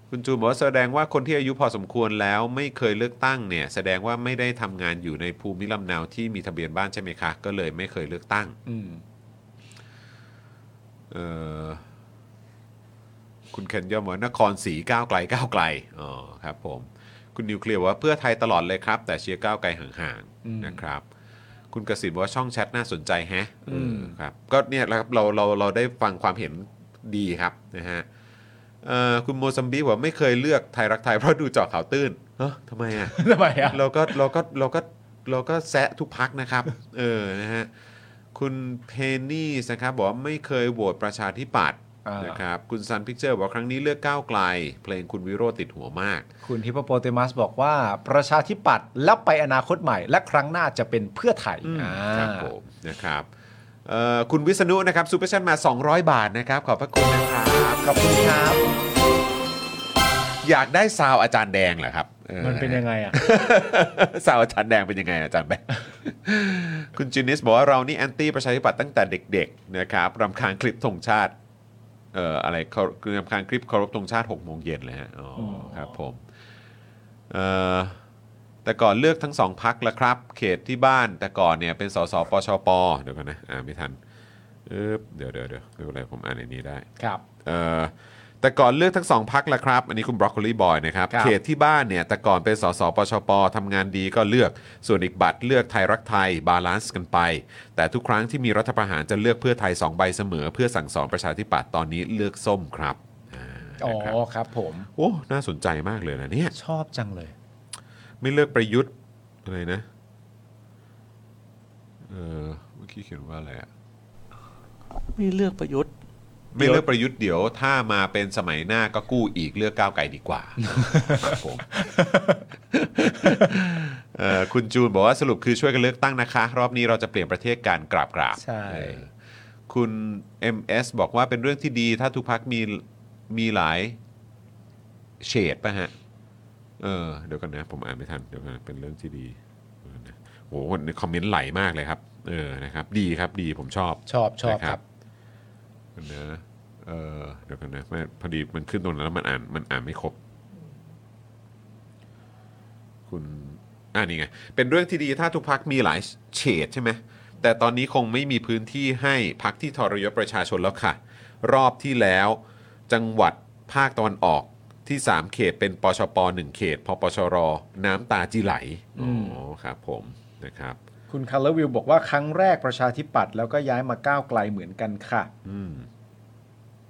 Speaker 1: คุณจูนบอกว่าแสดงว่าคนที่อายุพอสมควรแล้วไม่เคยเลือกตั้งเนี่ยแสดงว่าไม่ได้ทำงานอยู่ในภูมิลำเนาที่มีทะเบียนบ้านใช่ไหมคะ ก็เลยไม่เคยเลือกตั้ง
Speaker 2: อืม
Speaker 1: เอ่อคุณเคนยอมว่านครศรีก้าวไกลก้าวไกลอ๋อครับผม คุณนิวเคลียร์บอกว่าเพื่อไทยตลอดเลยครับ แต่เชียร์ก้าวไกลห่าง
Speaker 2: อืม
Speaker 1: ๆนะครับ คุณกสินบอกว่าช่องแชทน่าสนใจแฮะ
Speaker 2: อืม
Speaker 1: เออครับก็เนี่ยแหละครับเราเราเราได้ฟังความเห็นดีครับนะฮะเอ่อคุณโมซัมบิบอกว่าไม่เคยเลือกไทยรักไทยเพราะดูเจาะข่าวตื้นเฮ้อทำไมอ่ะ
Speaker 2: ทำไมอ่ะ
Speaker 1: เราก็เราก็เราก็เราก็แซะทุกพักนะครับ เออนะฮะคุณเพนนี่นะครับบอกว่าไม่เคยโหวตประชาธิปัตย์
Speaker 2: อ่าน
Speaker 1: นะครับคุณซันพิกเจอร์บอกว่าครั้งนี้เลือกก้าวไกล เพลงคุณวิโรจน์ติดหัวมาก
Speaker 2: คุณฮิปโปโปเตมัสบอกว่าประชาธิปัตย์แล้วไปอนาคตใหม่ และครั้งหน้าจะเป็นเพื่อไทย
Speaker 1: อืม
Speaker 2: อ่า
Speaker 1: ครับผมนะครับ เอ่อคุณวิษณุนะครับซูเปอร์ชั่นมา 200 บาทนะครับ ขอบพระคุณนะครับ
Speaker 2: ขอบคุณครับ
Speaker 1: อยากได้ซาวอาจารย์แดงเหรอครับออ
Speaker 2: มันเป็นยังไง
Speaker 1: *laughs*
Speaker 2: อ่ะ
Speaker 1: สาวอาจารย์แดงเป็นยังไงอาจารย์แบงค์ *laughs* คุณจินิสบอกว่าเรานี่แอนตี้ประชาธิปัตย์ตั้งแต่เด็กๆนะครับรำคาญคลิปธงชาติเอ่ออะไรเคารคือรำคาญคลิปเคารพธงชาติ6โมงเย็นเลยฮะอ๋ออ
Speaker 2: อ
Speaker 1: ครับผมเอ่อแต่ก่อนเลือกทั้งสองพักละครับ เขตที่บ้านแต่ก่อนเนี่ยเป็นสสปชปเดี๋ยวกันนะอ่านไม่ทันเอ๊บเดี๋ยวเดี๋ยวเดี๋ยวไม่เป็นไรผมอ่านในนี้ได้
Speaker 2: ครับ
Speaker 1: เอ่อแต่ก่อนเลือกทั้งสองพักละครับ อันนี้คุณบรอกโคลีบอยนะครับ
Speaker 2: ครับ
Speaker 1: เขตที่บ้านเนี่ย แต่ก่อนเป็นสสปชปทำงานดีก็เลือก ส่วนอีกบัตรเลือกไทยรักไทย บาลานซ์กันไป แต่ทุกครั้งที่มีรัฐประหารจะเลือกเพื่อไทย 2 ใบเสมอ เพื่อสั่งสอนประชาธิปัตย์ตอนนี้เลือกส้มครับอ่า
Speaker 2: อ๋อ
Speaker 1: นะครับ
Speaker 2: ครับผม
Speaker 1: โอ้น่าสนใจมากเลยนะเนี่ย
Speaker 2: ชอบจังเลย
Speaker 1: ไม่เลือกประยุทธ์อะไรนะ เออเมื่อกี้เขียนว่าอะไรอะ
Speaker 3: ไม่เลือกประยุทธ์
Speaker 1: ไม่เลือกประยุทธ์เดี๋ยวถ้ามาเป็นสมัยหน้าก็กู้อีกเลือกก้าวไกลดีกว่า ครับผม *laughs* เอ่อคุณจูนบอกว่าสรุปคือช่วยกันเลือกตั้งนะคะ รอบนี้เราจะเปลี่ยนประเทศการกราบกราบ
Speaker 2: ใช่
Speaker 1: เออคุณ MS บอกว่าเป็นเรื่องที่ดี ถ้าทุกพักมีมีหลายเฉดป่ะฮะ เออเดี๋ยวกันนะ ผมอ่านไม่ทันเดี๋ยวกันนะเป็นเรื่องที่ดีเดี๋ยวก่อนนะโหคนในคอมเมนต์ไหลมากเลยครับ เออนะครับ ดีครับดีผมชอบ
Speaker 2: ชอบชอบ
Speaker 1: นะค
Speaker 2: ค
Speaker 1: รั
Speaker 2: รับ บ
Speaker 1: เดี๋ยวนะเออเดี๋ยวกันนะไม่พอดีมันขึ้นตรงนั้นแล้วมันอ่านมันอ่านไม่ครบ คุณอ่านี่ไง เป็นเรื่องที่ดีถ้าทุกพักมีหลายเฉดใช่ไหม แต่ตอนนี้คงไม่มีพื้นที่ให้พักที่ทรยศประชาชนแล้วค่ะ รอบที่แล้ว จังหวัดภาคตะวันออกที่ 3 เขตเป็นปชปหนึ่งเขต พปชร น้ำตาจีไหลอ๋ออครับผมนะครับ
Speaker 2: คุณคาร์ลวิวบอกว่าครั้งแรกประชาธิปัตย์แล้วก็ย้ายมาก้าวไกลเหมือนกันค่ะ
Speaker 1: อืม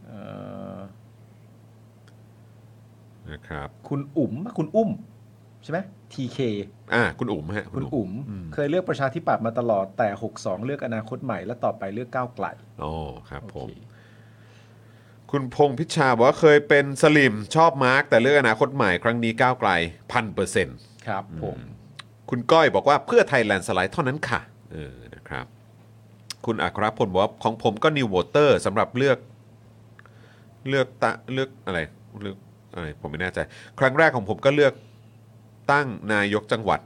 Speaker 2: เอ่อ
Speaker 1: นะครับ
Speaker 2: คุณอุ๋มคุณอุ้มใช่ไหมทีเค
Speaker 1: อ่าคุณอุ๋มฮะ
Speaker 2: คุณอุ๋มเคยเลือกประชาธิปัตย์มาตลอดแต่ 62 เลือกอนาคตใหม่และต่อไปเลือกก้าวไกล
Speaker 1: อ๋อครับ
Speaker 2: โอ
Speaker 1: ผม
Speaker 2: เค
Speaker 1: คุณพงพิชชาบอกว่าเคยเป็นสลิมชอบมาร์กแต่เลือกอนาคตใหม่ครั้งนี้ก้าวไกลพันเปอร์เซ็นต์
Speaker 2: ครับผม
Speaker 1: คุณก้อยบอกว่าเพื่อไทยแลนด์สไลด์เท่านั้นค่ะเออนะครับ คุณอัครพลบอกว่าของผมก็นิวโวเตอร์สำหรับเลือก เลือกตะเลือกอะไรเลือกอะไรผมไม่แน่ใจ ครั้งแรกของผมก็เลือกตั้งนายกจังหวัด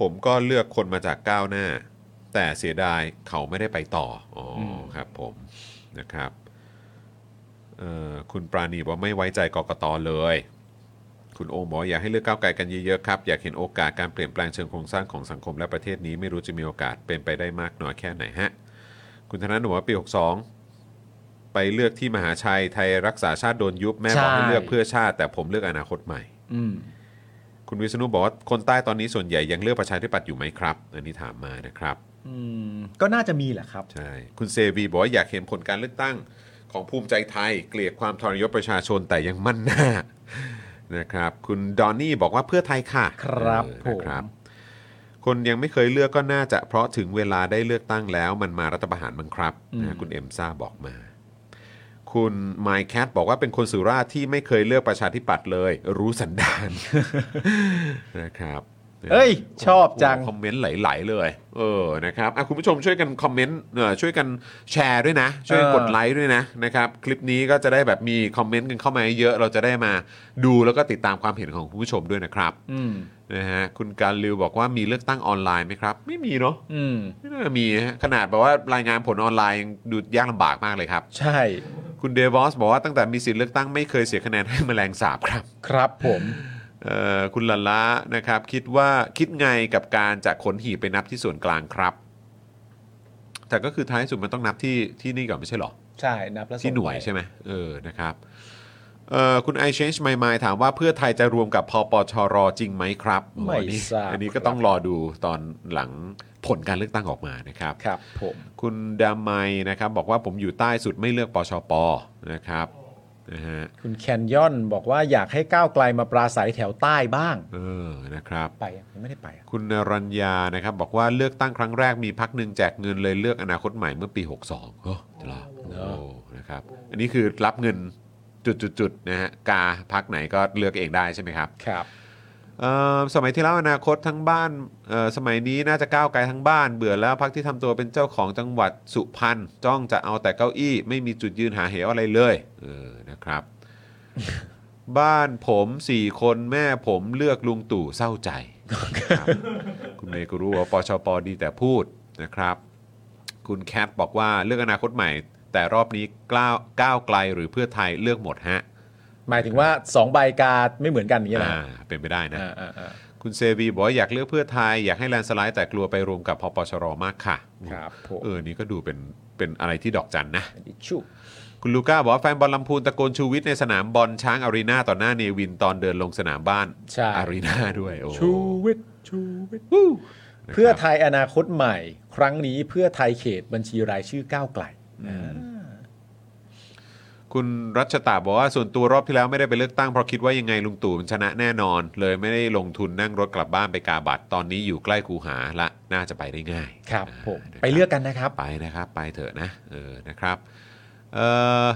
Speaker 1: ผมก็เลือกคนมาจากก้าวหน้า แต่เสียดายเขาไม่ได้ไปต่ออ๋ออครับผมนะครับเอ่อคุณปราณีบอกว่าไม่ไว้ใจกกตเลย คุณโอมบอกว่าอยากให้เลือกก้าวไกลกันเยอะๆครับ อยากเห็นโอกาสการเปลี่ยนแปลงเชิงโครงสร้างของสังคมและประเทศนี้ไม่รู้จะมีโอกาสเป็นไปได้มากน้อยแค่ไหนฮะ คุณธนาหนูว่าปี 62 ไปเลือกที่มหาชัยไทยรักษาชาติโดนยุบแม่บอกให้เลือกเพื่อชาติ แต่ผมเลือกอนาคตใหม่
Speaker 2: อืม
Speaker 1: คุณวิษณุบอกว่าคนใต้ตอนนี้ส่วนใหญ่ยังเลือกประชาธิปัตย์อยู่ไหมครับ อันนี้ถามมานะครับ
Speaker 2: อืมก็น่าจะมีแหละครับ
Speaker 1: ใช่ คุณเซวีบอกว่าอยากเห็นผลการเลือกตั้งของภูมิใจไทย เกลียดความทรยศประชาชนแต่ยังมั่นหน้า นะครับ *laughs* คุณดอนนี่บอกว่าเพื่อไทยค่ะ
Speaker 2: ครับ
Speaker 1: เออนะ
Speaker 2: ผม
Speaker 1: คนยังไม่เคยเลือกก็น่าจะเพราะถึงเวลาได้เลือกตั้งแล้ว มันมารัฐประหารมั้งครับนะคุณเอ็มซ่าบอกมา คุณไมค์แคทบอกว่าเป็นคนสุราษฎร์ที่ไม่เคยเลือกประชาธิปัตย์เลย รู้สันดาน *laughs* นะครับ
Speaker 2: เอ้ยชอบจัง
Speaker 1: โโหคอมเมนต์ไหลายๆเลย เออนะครับอ่ะคุณผู้ชมช่วยกันคอมเมนต์เอ่อช่วยกันแชร์ด้วยนะ ช่วยกันกดไลค์ด้วยนะนะครับ คลิปนี้ก็จะได้แบบมีคอมเมนต์กันเข้ามาเยอะเราจะได้มาดูแล้วก็ติดตามความเห็นของคุณผู้ชมด้วยนะครับ
Speaker 2: อืม
Speaker 1: นะฮะคุณการลิวบอกว่ามีเลือกตั้งออนไลน์ไหมครับ ไม่มีเนาะ
Speaker 2: อืม
Speaker 1: ไม่น่ามีฮะขนาดแบบว่ารายงานผลออนไลน์ยังดูยากลำบากมากเลยครับ
Speaker 2: ใช่
Speaker 1: คุณเดวอสบอกว่าตั้งแต่มีสิทธิ์เลือกตั้งไม่เคยเสียคะแนนให้แมลงสาบครับ
Speaker 2: ครับผม
Speaker 1: เอ่อคุณละละนะครับ คิดว่าคิดไงกับการจะขนหีบไปนับที่ส่วนกลางครับ แต่ก็คือท้ายสุดมันต้องนับที่ที่นี่ก่อนไม่ใช่เหรอ
Speaker 2: ใช่นับแล้วส่ง
Speaker 1: ที่หน่วย
Speaker 2: ไป
Speaker 1: ใช่ไหมเออนะครับเอ่อคุณ i change my mind ถามว่าเพื่อไทยจะรวมกับพปชรจริงไหมครับ
Speaker 2: ไม่
Speaker 1: อันนี้
Speaker 2: ทราบ
Speaker 1: อันนี้ก็ต้องรอดูตอนหลังผลการเลือกตั้งออกมานะครับ
Speaker 2: ครับผม
Speaker 1: คุณดามัยนะครับ บอกว่าผมอยู่ใต้สุดไม่เลือกปชปนะครับนะฮะ
Speaker 2: คุณแคนยอนบอกว่าอยากให้ก้าวไกลมาปราศัยแถวใต้บ้าง
Speaker 1: เออนะครับ
Speaker 2: ไปอ่ะยังไม่ได้ไปอ่ะ
Speaker 1: คุณนรัญญานะครับ บอกว่าเลือกตั้งครั้งแรกมีพักหนึ่งแจกเงินเลยเลือกอนาคตใหม่เมื่อปี 62เฮ้อจะรอโอ้นะครับ อันนี้คือรับเงินจุดๆๆนะฮะกาพักไหนก็เลือกเองได้ใช่ไหมครับ
Speaker 2: ครับ
Speaker 1: เอ่อสมัยที่แล้วอนาคตทั้งบ้านเอ่อสมัยนี้น่าจะก้าวไกลทั้งบ้าน เบื่อแล้วพักที่ทำตัวเป็นเจ้าของจังหวัดสุพรรณจ้องจะเอาแต่เก้าอี้ ไม่มีจุดยืนหาเหวอะไรเลยเออนะครับ *laughs* บ้านผมสี่คนแม่ผมเลือกลุงตู่เศร้าใจครับ *laughs* คุณเมย์ก็รู้ว่าปชปดีแต่พูดนะครับ คุณแคทบอกว่าเลือกอนาคตใหม่ แต่รอบนี้ก้าวก้าวไกลหรือเพื่อไทยเลือกหมดฮะ
Speaker 2: หมายถึงว่าสองใบกาไม่เหมือนกันอย่างนี้แหละ
Speaker 1: อ่าเป็นไปได้นะ
Speaker 2: อ่าอ่าอ่า
Speaker 1: คุณเซบีบอกว่าอยากเลือกเพื่อไทย อยากให้แลนด์สไลด์แต่กลัวไปรวมกับพปชรมากค่ะ
Speaker 2: ครับผม
Speaker 1: เออ นี่ก็ดูเป็นเป็นอะไรที่ดอกจันนะ
Speaker 2: อิชชู
Speaker 1: คุณลูก้าบอกว่าแฟนบอลลำพูนตะโกนชูวิทย์ในสนามบอลช้างอารีนาต่อหน้าเนวินตอนเดินลงสนามบ้าน
Speaker 2: ใช่
Speaker 1: อารีนาด้วยโอ้
Speaker 2: ชูวิทย์ชูวิทย์
Speaker 1: นะครับ
Speaker 2: เพื่อไทยอนาคตใหม่ ครั้งนี้เพื่อไทยเขตบัญชีรายชื่อก้าวไกล
Speaker 1: คุณรัชตาบอกว่าส่วนตัวรอบที่แล้วไม่ได้ไปเลือกตั้งเพราะคิดว่ายังไงลุงตู่มันชนะแน่นอน เลยไม่ได้ลงทุนนั่งรถกลับบ้านไปกาบัตรตอนนี้อยู่ใกล้คูหาละน่าจะไปได้ง่าย
Speaker 2: ครับ
Speaker 1: อ่า
Speaker 2: ผม
Speaker 1: นะครับ
Speaker 2: ไปเลือกกันนะครับ
Speaker 1: ไปนะครับ ไปเถอะนะเออนะครับเอ่อ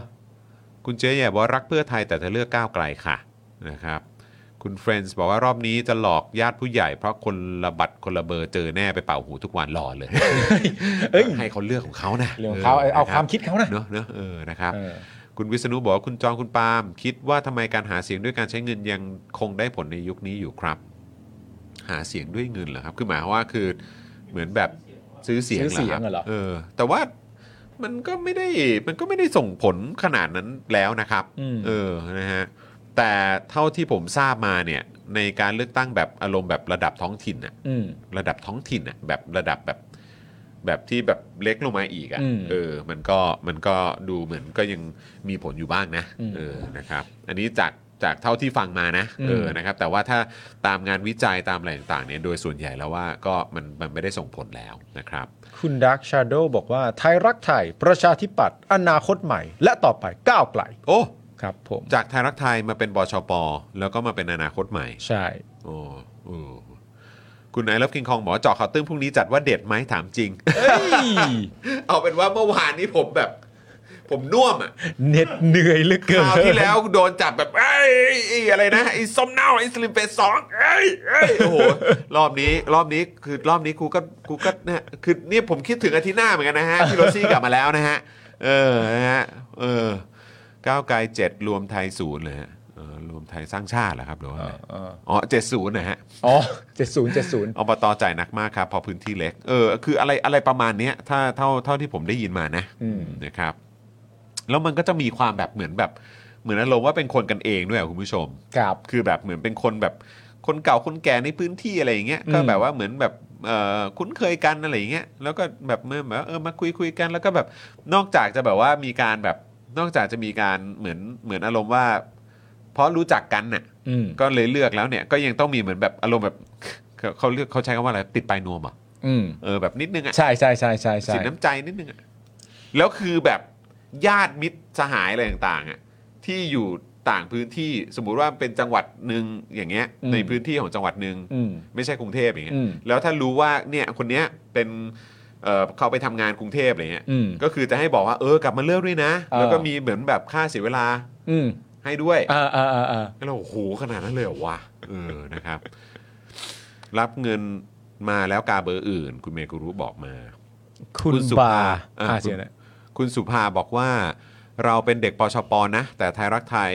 Speaker 1: คุณเจ๊ใหญ่บอกว่ารักเพื่อไทยแต่เธอเลือกก้าวไกลค่ะนะครับ คุณเฟรนด์บอกว่ารอบนี้จะหลอกญาติผู้ใหญ่ เพราะคนละบัตรคนละเบอร์เจอแน่ไปเป่าหูทุกวันหล่อเลย
Speaker 2: เอ้ย
Speaker 1: ให้เขาเลือกของเขานะ
Speaker 2: เรื่องของเขาเอาเอาความคิดเขานะ
Speaker 1: เนอะเนอะเออนะครับ
Speaker 2: เออ
Speaker 1: คุณวิษณุบอกว่าคุณจองคุณปาล์มคิดว่าทำไมการหาเสียงด้วยการใช้เงินยังคงได้ผลในยุคนี้อยู่ครับ หาเสียงด้วยเงินเหรอครับ คือหมายความว่าคือเหมือนแบบซื้อเสียง
Speaker 2: ซื้อเสียง
Speaker 1: เห
Speaker 2: เห
Speaker 1: ร
Speaker 2: ร
Speaker 1: อ
Speaker 2: อ
Speaker 1: เออ แต่ว่ามันก็ไม่ได้มันก็ไม่ได้ส่งผลขนาดนั้นแล้วนะครับ
Speaker 2: อืม
Speaker 1: เออนะฮะแต่เท่าที่ผมทราบมาเนี่ย ในการเลือกตั้งแบบอารมณ์แบบระดับท้องถิ่นน่ะ
Speaker 2: อืม
Speaker 1: ระดับท้องถิ่นอะแบบระดับแบบแบบที่แบบเล็กลงมาอีกอะ
Speaker 2: อืม
Speaker 1: เออ มันก็มันก็ดูเหมือนก็ยังมีผลอยู่บ้างนะ
Speaker 2: อืม
Speaker 1: เออนะครับ อันนี้จากจากเท่าที่ฟังมานะ
Speaker 2: อืม
Speaker 1: เออนะครับ แต่ว่าถ้าตามงานวิจัยตามอะไรต่างๆเนี่ยโดยส่วนใหญ่แล้วว่าก็มันมันไม่ได้ส่งผลแล้วนะครับ
Speaker 2: คุณดักชาโดบอกว่า ไทยรักไทย ประชาธิปัตย์อนาคตใหม่ และต่อไปก้าวไกล
Speaker 1: โอ้
Speaker 2: ครับผม
Speaker 1: จากไทยรักไทยมาเป็นบชปแล้วก็มาเป็นอนาคตใหม่
Speaker 2: ใช่
Speaker 1: *laughs* โอ้โอ้คุณนายรับกิงคองหมอกว่าเจาะข่าวตื้นพรุ่งนี้จัดว่าเด็ดไหมถามจริง *laughs* เอาเป็นว่าเมื่อวานนี้ผมแบบ ผมน่วมอ่ะ
Speaker 2: เหน็ดเหนื่อยเหลือเกิ
Speaker 1: ค
Speaker 2: น
Speaker 1: ราวที่แล้วโดนจับแบบเอ้ยไอ้อะไรนะไอ้ส้มเน่าไอ้สลิมเฟสสองเอ้ยเอ้ยโอ้โหรอบนี้รอบนี้คือรอบนี้กูก็กูก็เนี่ยคือเนี่ยผมคิดถึงอาทิตย์หน้าเหมือนกัน
Speaker 2: *laughs*
Speaker 1: นะฮะที่โรซี่กลับมาแล้วนะฮะเออนะฮะเออก้าวไกลเจ็ดรวมไทยศูนย์เลยฮะเออรวมไทยสร้างชาติเหรอครับหรือว่าไง
Speaker 2: เออ
Speaker 1: อ๋อเจ็ดศูนย์นะฮะ
Speaker 2: อ๋อเจ็ดศูนย์เจ็ดศูนย์
Speaker 1: อบตจ่ายหนักมากครับ พอพื้นที่เล็ก เออ คืออะไรอะไรประมาณเนี้ยถ้าเท่าเท่าที่ผมได้ยินมานะนะครับ แล้วมันก็จะมีความแบบเหมือนแบบ เหมือนอารมณ์ว่าเป็นคนกันเองด้วยอะคุณผู้ชม
Speaker 2: ครับ
Speaker 1: คือแบบเหมือนเป็นคนแบบคนเก่าคนแก่ในพื้นที่อะไรอย่างเงี้ย
Speaker 2: อืม
Speaker 1: ก็แบบว่าเหมือนแบบเอ่อคุ้นเคยกันอะไรอย่างเงี้ยแล้วก็แบบเมื่อแบบเออมาคุยคุยกันแล้วก็แบบนอกจากจะแบบว่ามีการแบบนอกจากจะมีการเหมือนเหมือนอารมณ์ว่า เพราะรู้จักกันน่ะ
Speaker 2: อืม
Speaker 1: ก็เลยเลือกแล้วเนี่ยก็ยังต้องมีเหมือนแบบอารมณ์แบบ *laughs* เขาเขาเลือกเขาใช้คำว่าอะไรติดปลายนวมเหรอ่ะ
Speaker 2: อืม
Speaker 1: เออแบบนิดนึงอ่ะ
Speaker 2: ใช่ใช่ใช่ใช่ใช่
Speaker 1: สินน้ำใจนิดนึงอ่ะแล้วคือแบบญาติมิตรสหายอะไรต่างๆอ่ะที่อยู่ต่างพื้นที่สมมุติว่าเป็นจังหวัดหนึ่งอย่างเงี้ย ในพื้นที่ของจังหวัดหนึ่ง
Speaker 2: อืม
Speaker 1: ไม่ใช่กรุงเทพอย่างเงี้
Speaker 2: อื
Speaker 1: ย
Speaker 2: ม
Speaker 1: แล้วถ้ารู้ว่าเนี่ยคนเนี้ยเป็นเอ่อเขาไปทำงานกรุงเทพอะไรเงี้ย
Speaker 2: อืม
Speaker 1: ก็คือจะให้บอกว่าเออกลับมาเลิกด้วยนะ
Speaker 2: เออ
Speaker 1: แล้วก็มีเหมือนแบบค่าเสียเวลา
Speaker 2: อืม
Speaker 1: ให้ด้วย
Speaker 2: อ่าอ่าอ่าอ่า
Speaker 1: แล้วเราโอ้โหขนาดนั้นเลยเหรอวะเออ นะครับ รับเงินมาแล้วกาเบอร์อื่น คุณเมกุรุบอกมา
Speaker 2: คุณ
Speaker 1: คุณสุ
Speaker 2: บา
Speaker 1: ภาอ่า
Speaker 2: อ่า
Speaker 1: คุณ
Speaker 2: เชียร์นะ
Speaker 1: คุณสุภาบอกว่าเราเป็นเด็กปชปนะ แต่ไทยรักไทย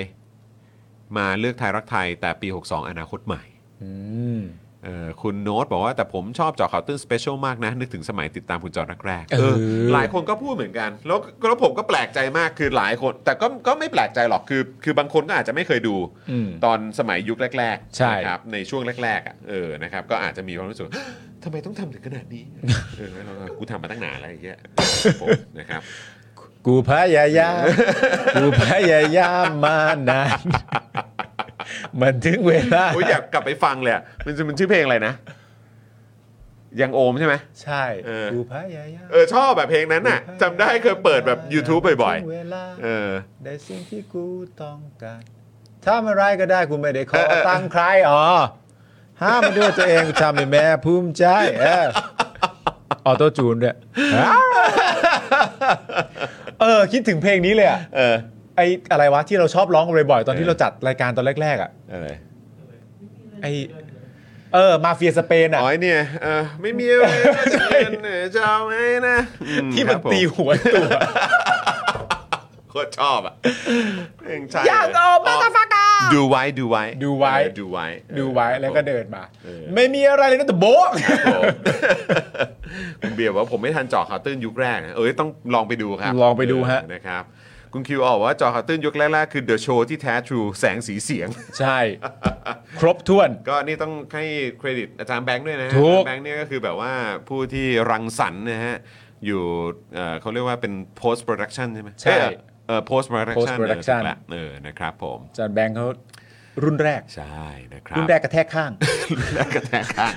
Speaker 1: มาเลือกไทยรักไทย แต่ปี 62 อนาคตใหม่
Speaker 2: อืม
Speaker 1: เอ่อคุณโน้ตบอกว่าแต่ผมชอบเจาะข่าวตื้นสเปเชียลมากนะ นึกถึงสมัยติดตามคุณจอแรกๆ
Speaker 2: เออ
Speaker 1: เออหลายคนก็พูดเหมือนกัน แล้วแล้วผมก็แปลกใจมากคือหลายคน แต่ก็ก็ไม่แปลกใจหรอกคือคือบางคนก็อาจจะไม่เคยดู
Speaker 2: อืม
Speaker 1: ตอนสมัยยุคแรกๆ
Speaker 2: ใช่
Speaker 1: นะครับในช่วงแรกๆอ่ะเออนะครับก็อาจจะมีความรู้สึกว่า *gasps* ทำไมต้องทำถึงขนาด
Speaker 2: *laughs*
Speaker 1: นี้เออเราก็กูทำมาตั้งนานแล้วไอ้เงี้ยผมนะครับ
Speaker 2: กูพยายาม กูพยายามมานาน มันถึงเวลา
Speaker 1: โอ้ยอยากกลับไปฟังเลยอะมันมันชื่อเพลงอะไรนะ ยังโอมใช่ไหม
Speaker 2: ใช่
Speaker 1: เออ
Speaker 2: กูพยายาม
Speaker 1: เออชอบแบบเพลงนั้นน่ะจำได้เคยเปิดแบบ YouTube บ่อย
Speaker 2: ถึงเวลา
Speaker 1: ๆเออ
Speaker 2: ได้สิ่งที่กูต้องการทำอะไรก็ได้กูไม่ได้ขอ
Speaker 1: เออเออ
Speaker 2: ตังค์ใครอ๋อห้ามมาด้วยตัวเองทำให้แม่ภูมิใจเออออโต้จูนด้วยเออ คิดถึงเพลงนี้เลยอ่ะ
Speaker 1: เออ
Speaker 2: ไออะไรวะที่เราชอบร้องกันบ่อยๆตอนที่เราจัดรายการตอนแรกๆอ่ะ
Speaker 1: อะไร
Speaker 2: ไอ เออมาเฟียสเปนอ่ะ
Speaker 1: อ๋อเนี่ยเออไม่มีอะไรนะจะเรียนเนี่ยจะเอาไงนะอื
Speaker 2: ที่
Speaker 1: ครั
Speaker 2: มัน
Speaker 1: บผ
Speaker 2: ตีหัวตัว
Speaker 1: โคตรชอบอ่ะเพลงใช่
Speaker 2: อยากออกมาตาฟากา
Speaker 1: ดูไว้ดูไว้
Speaker 2: ดูไว้
Speaker 1: เออดูไว้
Speaker 2: ดูไว้แล้วก็
Speaker 1: เดิน
Speaker 2: เดินมา
Speaker 1: เออ
Speaker 2: ไม่มีอะไรเลยนะแต่โบ๊ะ *laughs*
Speaker 1: คุณเบียร์บอกว่าผมไม่ทันเจอข่าวตื้นยุคแรกนะเอ้ยต้องลองไปดูครับ
Speaker 2: ลองไปดูฮะ
Speaker 1: เออนะครับคุณคิวออกว่าเจอข่าวตื้นยุคแรกๆคือเดอะโชว์ที่แท้ทรูแสงสีเสียง
Speaker 2: ใช่ ครบถ้วน
Speaker 1: ก็นี่ต้องให้เครดิตอาจารย์แบงค์ด้วยนะฮะ
Speaker 2: ถูก
Speaker 1: อาจารย์แบงค์เนี่ยก็คือแบบว่าผู้ที่รังสรรค์นะฮะ อยู่เอ่อเขาเรียกว่าเป็น post production ใช่ไหม
Speaker 2: ใช่
Speaker 1: เอ้ยเอ่อ post production
Speaker 2: post production
Speaker 1: นะเออนะครับผม
Speaker 2: อาจานแบงค์เขารุ่นแรก
Speaker 1: ใช่นะครับ
Speaker 2: รุ่นแรกกระแทก *laughs* ข้าง
Speaker 1: แรกกระแทกข้าง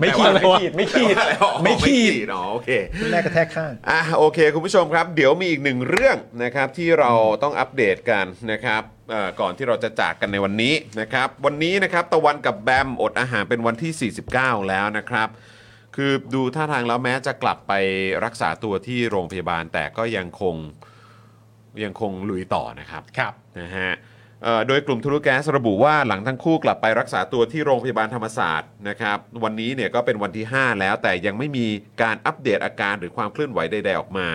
Speaker 2: ไม่ขีดไม่ขีดไม่ขีด
Speaker 1: แปลว่าอะไรอ๋อ
Speaker 2: ไม่ขีด
Speaker 1: อ๋อโอเค
Speaker 2: รุ่นแรกกระแทกข้าง
Speaker 1: อ่ะโอเค คุณผู้ชมครับ เดี๋ยวมีอีกหนึ่งเรื่องนะครับที่เราต้องอัปเดตกันนะครับเอ่อก่อนที่เราจะจากกันในวันนี้นะครับวันนี้นะครับตะวันกับแบมอดอาหารเป็นวันที่ 49 แล้วนะครับ คือดูท่าทางแล้วแม้จะกลับไปรักษาตัวที่โรงพยาบาลแต่ก็ยังคงยังคงลุยต่อนะครับ
Speaker 2: ครับ
Speaker 1: นะฮะเอ่อโดยกลุ่มทะลุแก๊สระบุว่าหลังทั้งคู่กลับไปรักษาตัวที่โรงพยาบาลธรรมศาสตร์นะครับวันนี้เนี่ยก็เป็นวันที่ 5 แล้วแต่ยังไม่มีการอัปเดตอาการหรือความเคลื่อนไหวใดๆออกมา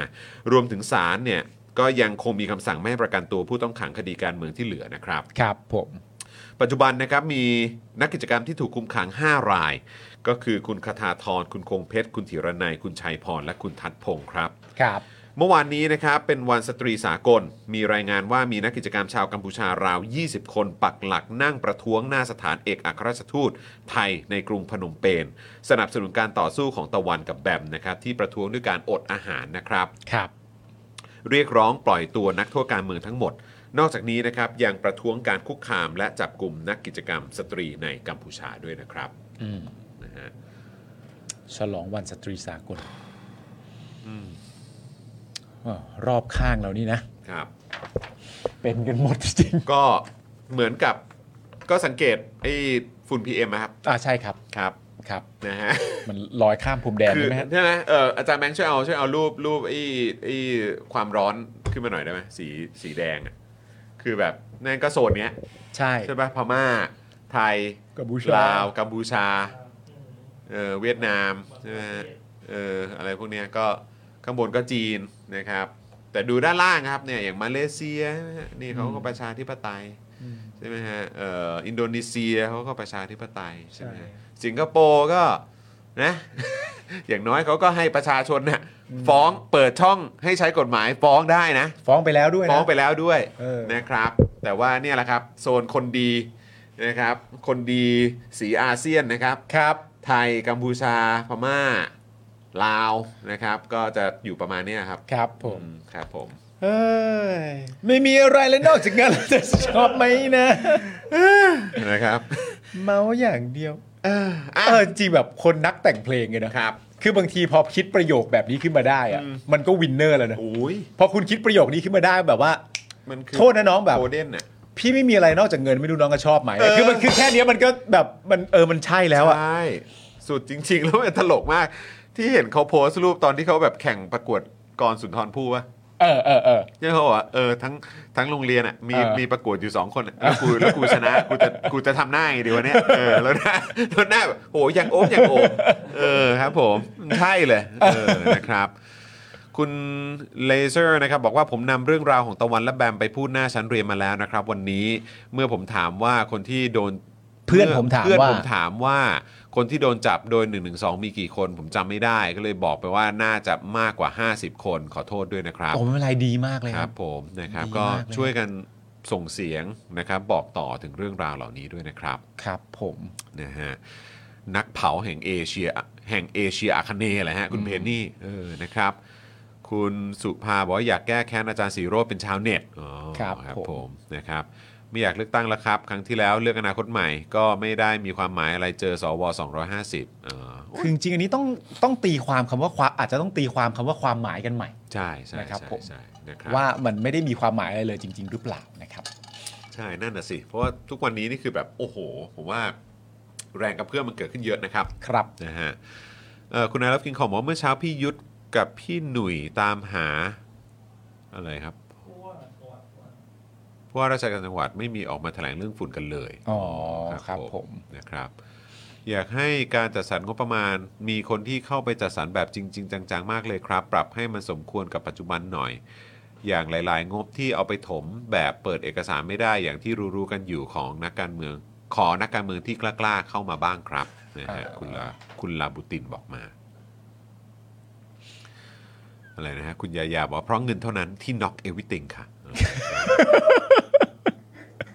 Speaker 1: รวมถึงศาลเนี่ยก็ยังคงมีคำสั่งไม่ให้ประกันตัวผู้ต้องขังคดีการเมืองที่เหลือนะครับ
Speaker 2: ครับผม
Speaker 1: ปัจจุบันนะครับมีนักกิจกรรมที่ถูกคุมขัง 5 ราย ก็คือคุณคทาธรคุณคงเพชร คุณธีรนัย คุณชัยพรและคุณทัดพงศ์ครับ
Speaker 2: ครับ
Speaker 1: เมื่อวานนี้นะครับเป็นวันสตรีสากล มีรายงานว่ามีนักกิจกรรมชาวกัมพูชาราว 20 คนปักหลักนั่งประท้วงหน้าสถานเอกอัครราชทูตไทยในกรุงพนมเปญสนับสนุนการต่อสู้ของตะวันกับแบมนะครับที่ประท้วงด้วยการอดอาหารนะครับ
Speaker 2: ครับ
Speaker 1: เรียกร้องปล่อยตัวนักโทษการเมืองทั้งหมด นอกจากนี้นะครับยังประท้วงการคุกคามและจับกลุ่มนักกิจกรรมสตรีในกัมพูชาด้วยนะครับ
Speaker 2: อืม
Speaker 1: นะฮะ
Speaker 2: ฉลองวันสตรีสากลอ้อรอบข้างเรานี่นะ
Speaker 1: ครับ
Speaker 2: เป็นกันหมดจริง
Speaker 1: ก็เหมือนกับก็สังเกตไอ้ฝุ่น PM นะครับ
Speaker 2: ๆอ่าใช่ครับ
Speaker 1: ครับ
Speaker 2: ครับ
Speaker 1: นะฮะ
Speaker 2: มันลอยข้ามพรมแดน
Speaker 1: คือ
Speaker 2: ใช่ไหมฮะ
Speaker 1: ใช่ไหมเอออาจารย์แบงค์ช่วยเอาช่วยเอารูปรูปไอ้ไอ้ความร้อนขึ้นมาหน่อยได้ไหมสีสีแดงอะคือแบบนั่นก็โซนเนี้ย
Speaker 2: ใช่
Speaker 1: ใช่ป่ะพม่า ไทย
Speaker 2: กัมพูชา
Speaker 1: ลาวกัมพูชาเออเวียดนามใช่ไหมฮะเอออะไรพวกเนี้ยก็ข้างบนก็จีนนะครับ แต่ดูด้านล่างครับเนี่ยอย่างมาเลเซียใช่ไหมฮะนี่เขาก็ประชาธิปไตยใช่ไหมฮะเอออินโดนีเซียเขาก็ประชาธิปไตยใช่ไหมฮะสิงคโปร์ก็นะ *laughs* อย่างน้อยเขาก็ให้ประชาชนเนี่ยฟ้องเปิดช่องให้ใช้กฎหมายฟ้องได้นะ
Speaker 2: ฟ้องไปแล้วด้วยนะ
Speaker 1: ฟ้องไปแล้วด้วย
Speaker 2: เออ
Speaker 1: นะครับ แต่ว่าเนี่ยแหละครับ โซนคนดีนะครับ คนดีสีอาเซียนนะครับ
Speaker 2: ครับ
Speaker 1: ไทยกัมพูชาพม่าลาวนะครับ ก็จะอยู่ประมาณเนี้ยครับ
Speaker 2: ครับผ
Speaker 1: อื
Speaker 2: ม
Speaker 1: มครับผม
Speaker 2: เอ้ยไม่มีอะไรแล้วนอกจากงาน *laughs* เราจะชอบไหมนะ
Speaker 1: นะครับ
Speaker 2: เมาอย่างเดียว
Speaker 1: เอออ่ะ
Speaker 2: เออจริงแบบคนนักแต่งเพลงเลยนะครับคือบางทีพอคิดประโยคแบบนี้ขึ้นมาได้อะมันก็วินเนอร์แล้วนะ
Speaker 1: โอ้ย
Speaker 2: พอคุณคิดประโยคนี้ขึ้นมาได้แบบว่า
Speaker 1: มันคือ
Speaker 2: โทษนะน้องแบบ
Speaker 1: โกลเด้นน่ะ
Speaker 2: พี่ไม่มีอะไรนอกจากเงินไม่รู้น้องก็ชอบไหม
Speaker 1: เออ
Speaker 2: คือมันคือแค่เนี้ยมันก็แบบมันเออมันใช่แล้วอะ
Speaker 1: ใช่สุดจริง ๆ แล้วมันตลกมาก ที่เห็นเขาโพสต์รูปตอนที่เขาแบบแข่งประกวดกรสุนทรภู่วะ
Speaker 2: เออเออเออ
Speaker 1: เนี่ยเขาบอกว่าเออทั้งทั้งโรงเรียนอ่ะมี
Speaker 2: เออ
Speaker 1: มีประกวดอยู่สองคนอะแล้วกูแล้วกูช
Speaker 2: *laughs*
Speaker 1: นะกูจะกูจะทำหน้าไงดีวะเนี่ยเออแล้วหน้าแล้วหน้าแบบโอ้ยังโอบยังโอบเออครับผมใช่เลยเออนะครับ คุณเลเซอร์นะครับบอกว่าผมนำเรื่องราวของตะวันและแบมไปพูดหน้าชั้นเรียนมาแล้วนะครับ วันนี้เมื่อผมถามว่าคนที่โดน
Speaker 2: เพื่อนผมถาม
Speaker 1: เพื่อน
Speaker 2: ว่า
Speaker 1: ผมถามว่าคนที่โดนจับโดย 1 1 2 มีกี่คน ผมจำไม่ได้ก็เลยบอกไปว่าน่าจะมากกว่า 50 คนขอโทษด้วยนะครับ
Speaker 2: โอ้ไม่เป็นไรดีมากเลย
Speaker 1: ค
Speaker 2: ค
Speaker 1: รั
Speaker 2: รั
Speaker 1: บบ ผมนะครับ
Speaker 2: ดี
Speaker 1: ก็
Speaker 2: มากเลย
Speaker 1: ช่วยกันส่งเสียงนะครับบอกต่อถึงเรื่องราวเหล่านี้ด้วยนะครับ
Speaker 2: ครับ ผม
Speaker 1: นะฮะนักเผาแห่งเอเชียแห่งเอเชียอาคเนย์แหละฮะคุณเพนนี่เออนะครับ คุณสุภาบอกว่าอยากแก้แค้นอาจารย์สีโรจน์เป็นชาวเน็ตอ๋อ
Speaker 2: ครับผม
Speaker 1: ผมนะครับไม่อยากเลือกตั้งแล้วครับ ครั้งที่แล้วเลือกอนาคตใหม่ ก็ไม่ได้มีความหมายอะไรเจอสว250อ๋อ
Speaker 2: คือจริงๆอันนี้ต้องต้องตีความคำว่าความอาจจะต้องตีความคำว่าความหมายกันใหม่
Speaker 1: ใช่ใช่
Speaker 2: นะครับ
Speaker 1: ใช่
Speaker 2: ผม
Speaker 1: ใช่นะครับ
Speaker 2: ว่ามันไม่ได้มีความหมายอะไรเลยจริง ๆ หรือเปล่านะครับ
Speaker 1: ใช่นั่นน่ะสิเพราะว่าทุกวันนี้นี่คือแบบโอ้โห ผมว่าแรงกระเพื่อมมันเกิดขึ้นเยอะนะครับ
Speaker 2: ครับ
Speaker 1: นะฮะเอ่อคุณนายรับกินของบอกว่าเมื่อเช้าพี่ยุทธกับพี่หนุ่ยตามหาอะไรครับผู้ว่าราชการจังหวัดไม่มีออกมาแถลงเรื่องฝุ่นกันเลย
Speaker 2: อ๋อครับผม
Speaker 1: นะครับ อยากให้การจัดสรรงบประมาณ มีคนที่เข้าไปจัดสรรแบบจริง ๆ จัง ๆ มากเลยครับ ปรับให้มันสมควรกับปัจจุบันหน่อย อย่างหลาย ๆ งบที่เอาไปถมแบบเปิดเอกสารไม่ได้อย่างที่รู้ๆกันอยู่ของนักการเมือง ขอนักการเมืองที่กล้าๆเข้ามาบ้างครับนะฮะคุณลาคุณลาบุตินบอกมาอะไรนะฮะคุณยายาบอกว่าเพราะเงินเท่านั้นที่น็อกเอวิติง *laughs* ค่ะ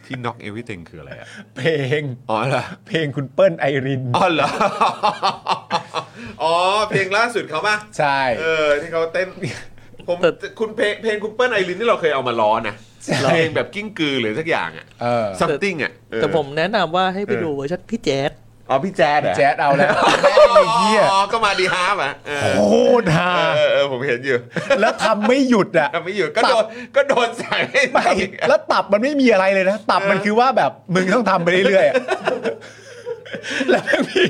Speaker 1: ที่น็อกเอวิติงคืออะไรอะ
Speaker 2: เพลง
Speaker 1: อ๋อเหรอ
Speaker 2: เพลงคุณเปิ้ลไอริน
Speaker 1: อ๋อเหรอ *laughs* อ๋อ เพลงล่าสุดเขาป่ะ
Speaker 2: ใช่
Speaker 1: เออ ที่เขาเต้น ผม
Speaker 3: เออ
Speaker 1: คุณเพลงเพลงคุณเปิ้ลไอรินที่เราเคยเอามาล้อนะ
Speaker 2: ใช่
Speaker 1: เพลงแบบกิ้งกือหรือสักอย่างอ่ะ
Speaker 2: เออ
Speaker 1: something อ่ะเออ
Speaker 3: แต่ผมแนะนำว่าให้ไปดูเวอร์ชันพี่แจ๊ด
Speaker 1: อ๋อ พี่แจ๊ดเหรอ
Speaker 2: แจ๊ดเอาแล้วแม่ง
Speaker 1: อ๋
Speaker 2: ไอ้เหี้ย
Speaker 1: อ ก็มาดีฮาร์ปอ่ะเออ
Speaker 2: โคตรฮา
Speaker 1: เออเออเออผมเห็นอยู่
Speaker 2: แล้วทำไม่หยุดอ่ะ
Speaker 1: ไม่อยู่ก็โดนก็โดนสั่งให้
Speaker 2: ไม่
Speaker 1: ทำอีกอะ
Speaker 2: แล้วตับมันไม่มีอะไรเลยนะ ตับมันคือว่าแบบมึงต้องทำไปเรื่อยๆอะแล้วแม่งมี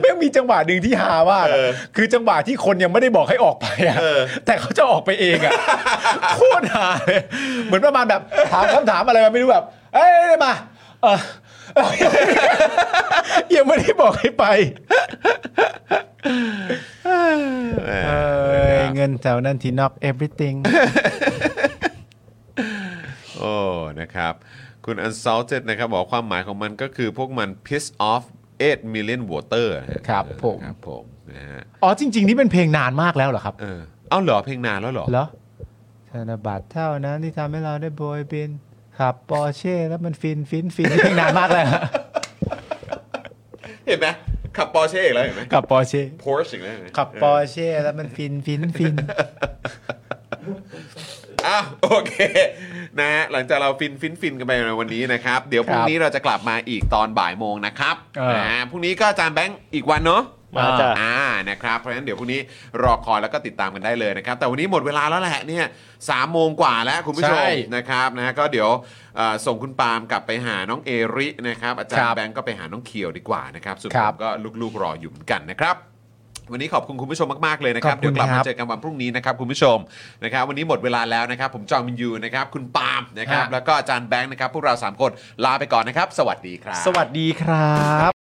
Speaker 2: แม่งมีจังหวะหนึ่งที่ฮามากอะคือจังหวะที่คนยังไม่ได้บอกให้ออกไปอะแต่เขาจะออกไปเองอะ *laughs* โคตรฮาเลยเหมือนประมาณแบบถามคำถามอะไรมาไม่รู้แบบ เอ้ยได้มาเออเอ *laughs* อยังไม่ได้บอกให้ไปเอ้ยเงินแถวนั้นที่นอก everything
Speaker 1: โอ้ นะครับ คุณ unsalted นะครับ บอกว่าความหมายของมันก็คือพวกมัน piss off 8 million water
Speaker 2: ครับผม
Speaker 1: ครับผมนะฮะ
Speaker 2: อ๋อจริง ๆ นี่เป็นเพลงนานมากแล้วเหรอครับ
Speaker 1: เออเอาเหรอเพลงนานแล้วเหรอ
Speaker 2: เหรอธนบัตรเท่านั้นที่ทำให้เราได้โบยบิน ขับปอร์เช่แล้วมันฟินฟินฟิน เพลงนานมากเลยฮะ
Speaker 1: เห็นไหมขับปอร์เช่อีกแล้วเห็นไหม
Speaker 2: *laughs* ขับปอร์เช่
Speaker 1: พอร์ชอีกแล้วเห็นไหม
Speaker 2: ขับปอร์เช่แล้วมันฟินฟินฟิน
Speaker 1: อ้าวโอเคนะฮะหลังจากเราฟินฟินฟินกันไปในวันนี้นะครับ เดี๋ยวพรุ่งนี้เราจะกลับมาอีกตอนบ่ายโมงนะครับ
Speaker 2: เออ
Speaker 1: นะฮะพรุ่งนี้ก็อาจารย์แบงค์อีกวันเนาะ
Speaker 3: มาจาก
Speaker 1: อ่านะครับเพราะฉะนั้นเดี๋ยวพรุ่งนี้รอคอยแล้วก็ติดตามกันได้เลยนะครับ แต่วันนี้หมดเวลาแล้วแหละเนี่ยสามโมงกว่าแล้วคุณผู้ชม
Speaker 2: ใช่
Speaker 1: นะครับนะก็เดี๋ยวเอ่อส่งคุณปาล์มกลับไปหาน้องเอรินะครับอาจาร
Speaker 2: ครั
Speaker 1: ย์
Speaker 2: บ
Speaker 1: แบงค์ก็ไปหาน้องเคียวดีกว่านะครับส่วนผ
Speaker 2: ครับ
Speaker 1: มก็ลูกๆรออยู่เหมือนกันนะครับ วันนี้ขอบคุณคุณผู้ชมมาก ๆ เลยนะครับ
Speaker 2: ขอบคุ
Speaker 1: เดี๋ย
Speaker 2: ณ
Speaker 1: วกลับ
Speaker 2: ครั
Speaker 1: มา
Speaker 2: บ
Speaker 1: เจอกันวันพรุ่งนี้นะครับ คุณผู้ชมนะครับ วันนี้หมดเวลาแล้วนะครับ ผมจอมินยูนะครับ คุณปาล์มนะครับ
Speaker 2: ฮะ
Speaker 1: แล้วก็อาจารย์แบงค์นะครับ พวกเรา 3 คนลาไปก่อนนะครับ สวัสดีครับ
Speaker 2: สวัสดีครับ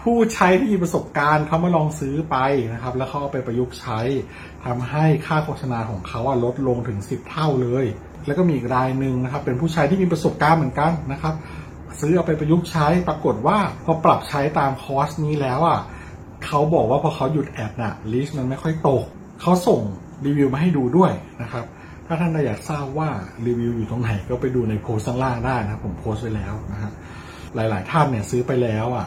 Speaker 4: ผู้ใช้ที่มีประสบการณ์เขามาลองซื้อไปนะครับ แล้วเขาเอาไปประยุกต์ใช้ทำให้ค่าโฆษณาของเขาอะลดลงถึง 10 เท่าเลย แล้วก็มีอีกรายหนึ่งนะครับ เป็นผู้ใช้ที่มีประสบการณ์เหมือนกันนะครับ ซื้อเอาไปประยุกต์ใช้ปรากฏว่าพอปรับใช้ตามคอร์สนี้แล้วอ่ะเขาบอกว่าพอเขาหยุดแอดน่ะลิสต์มันไม่ค่อยตกเขาส่งรีวิวมาให้ดูด้วยนะครับ ถ้าท่านอยากทราบว่ารีวิวอยู่ตรงไหนก็ไปดูในโพสต์ข้างล่างได้นะครับผมโพสต์ไว้แล้วนะครับ หลาย ๆ ท่านเนี่ยซื้อไปแล้วอ่ะ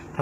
Speaker 4: ถ้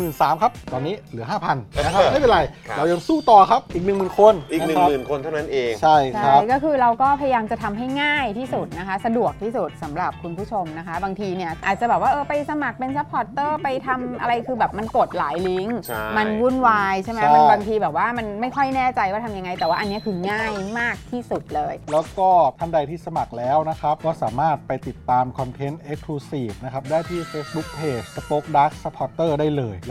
Speaker 4: มื่นสามครับ ตอนนี้เหลือ 5,000 นะครับ ไม่เป็นไร
Speaker 5: ครับ
Speaker 4: เรายังสู้ต่อครับอีก 10,000 คน
Speaker 5: อีก 1
Speaker 4: ะครับ
Speaker 5: 0,000 คนเท่านั้นเอง
Speaker 4: ใช่
Speaker 6: ใช่
Speaker 4: ครับ
Speaker 6: ก็คือเราก็พยายามจะทำให้ง่ายที่สุดนะคะ สะดวกที่สุดสำหรับคุณผู้ชมนะคะ บางทีเนี่ยอาจจะแบบว่าเออไปสมัครเป็น s u p ซัพพอร์ตเตอร์ไปทำอะไรคือแบบมันกดหลายลิงก์
Speaker 1: ใช่
Speaker 6: มันวุ่นวายใช่ไหม
Speaker 5: ใช่
Speaker 6: มันบางทีแบบว่ามันไม่ค่อยแน่ใจว่าทำยังไง แต่ว่าอันเนี้ยคือง่ายมากที่สุดเลย
Speaker 5: แล้วก็ท่านใดที่สมัครแล้วนะครับ ก็สามารถไปติดตามคอนเทนต์ Exclusive นะครับ ได้ที่ Facebook Page Spoke Dark Supporter ได้เลย แ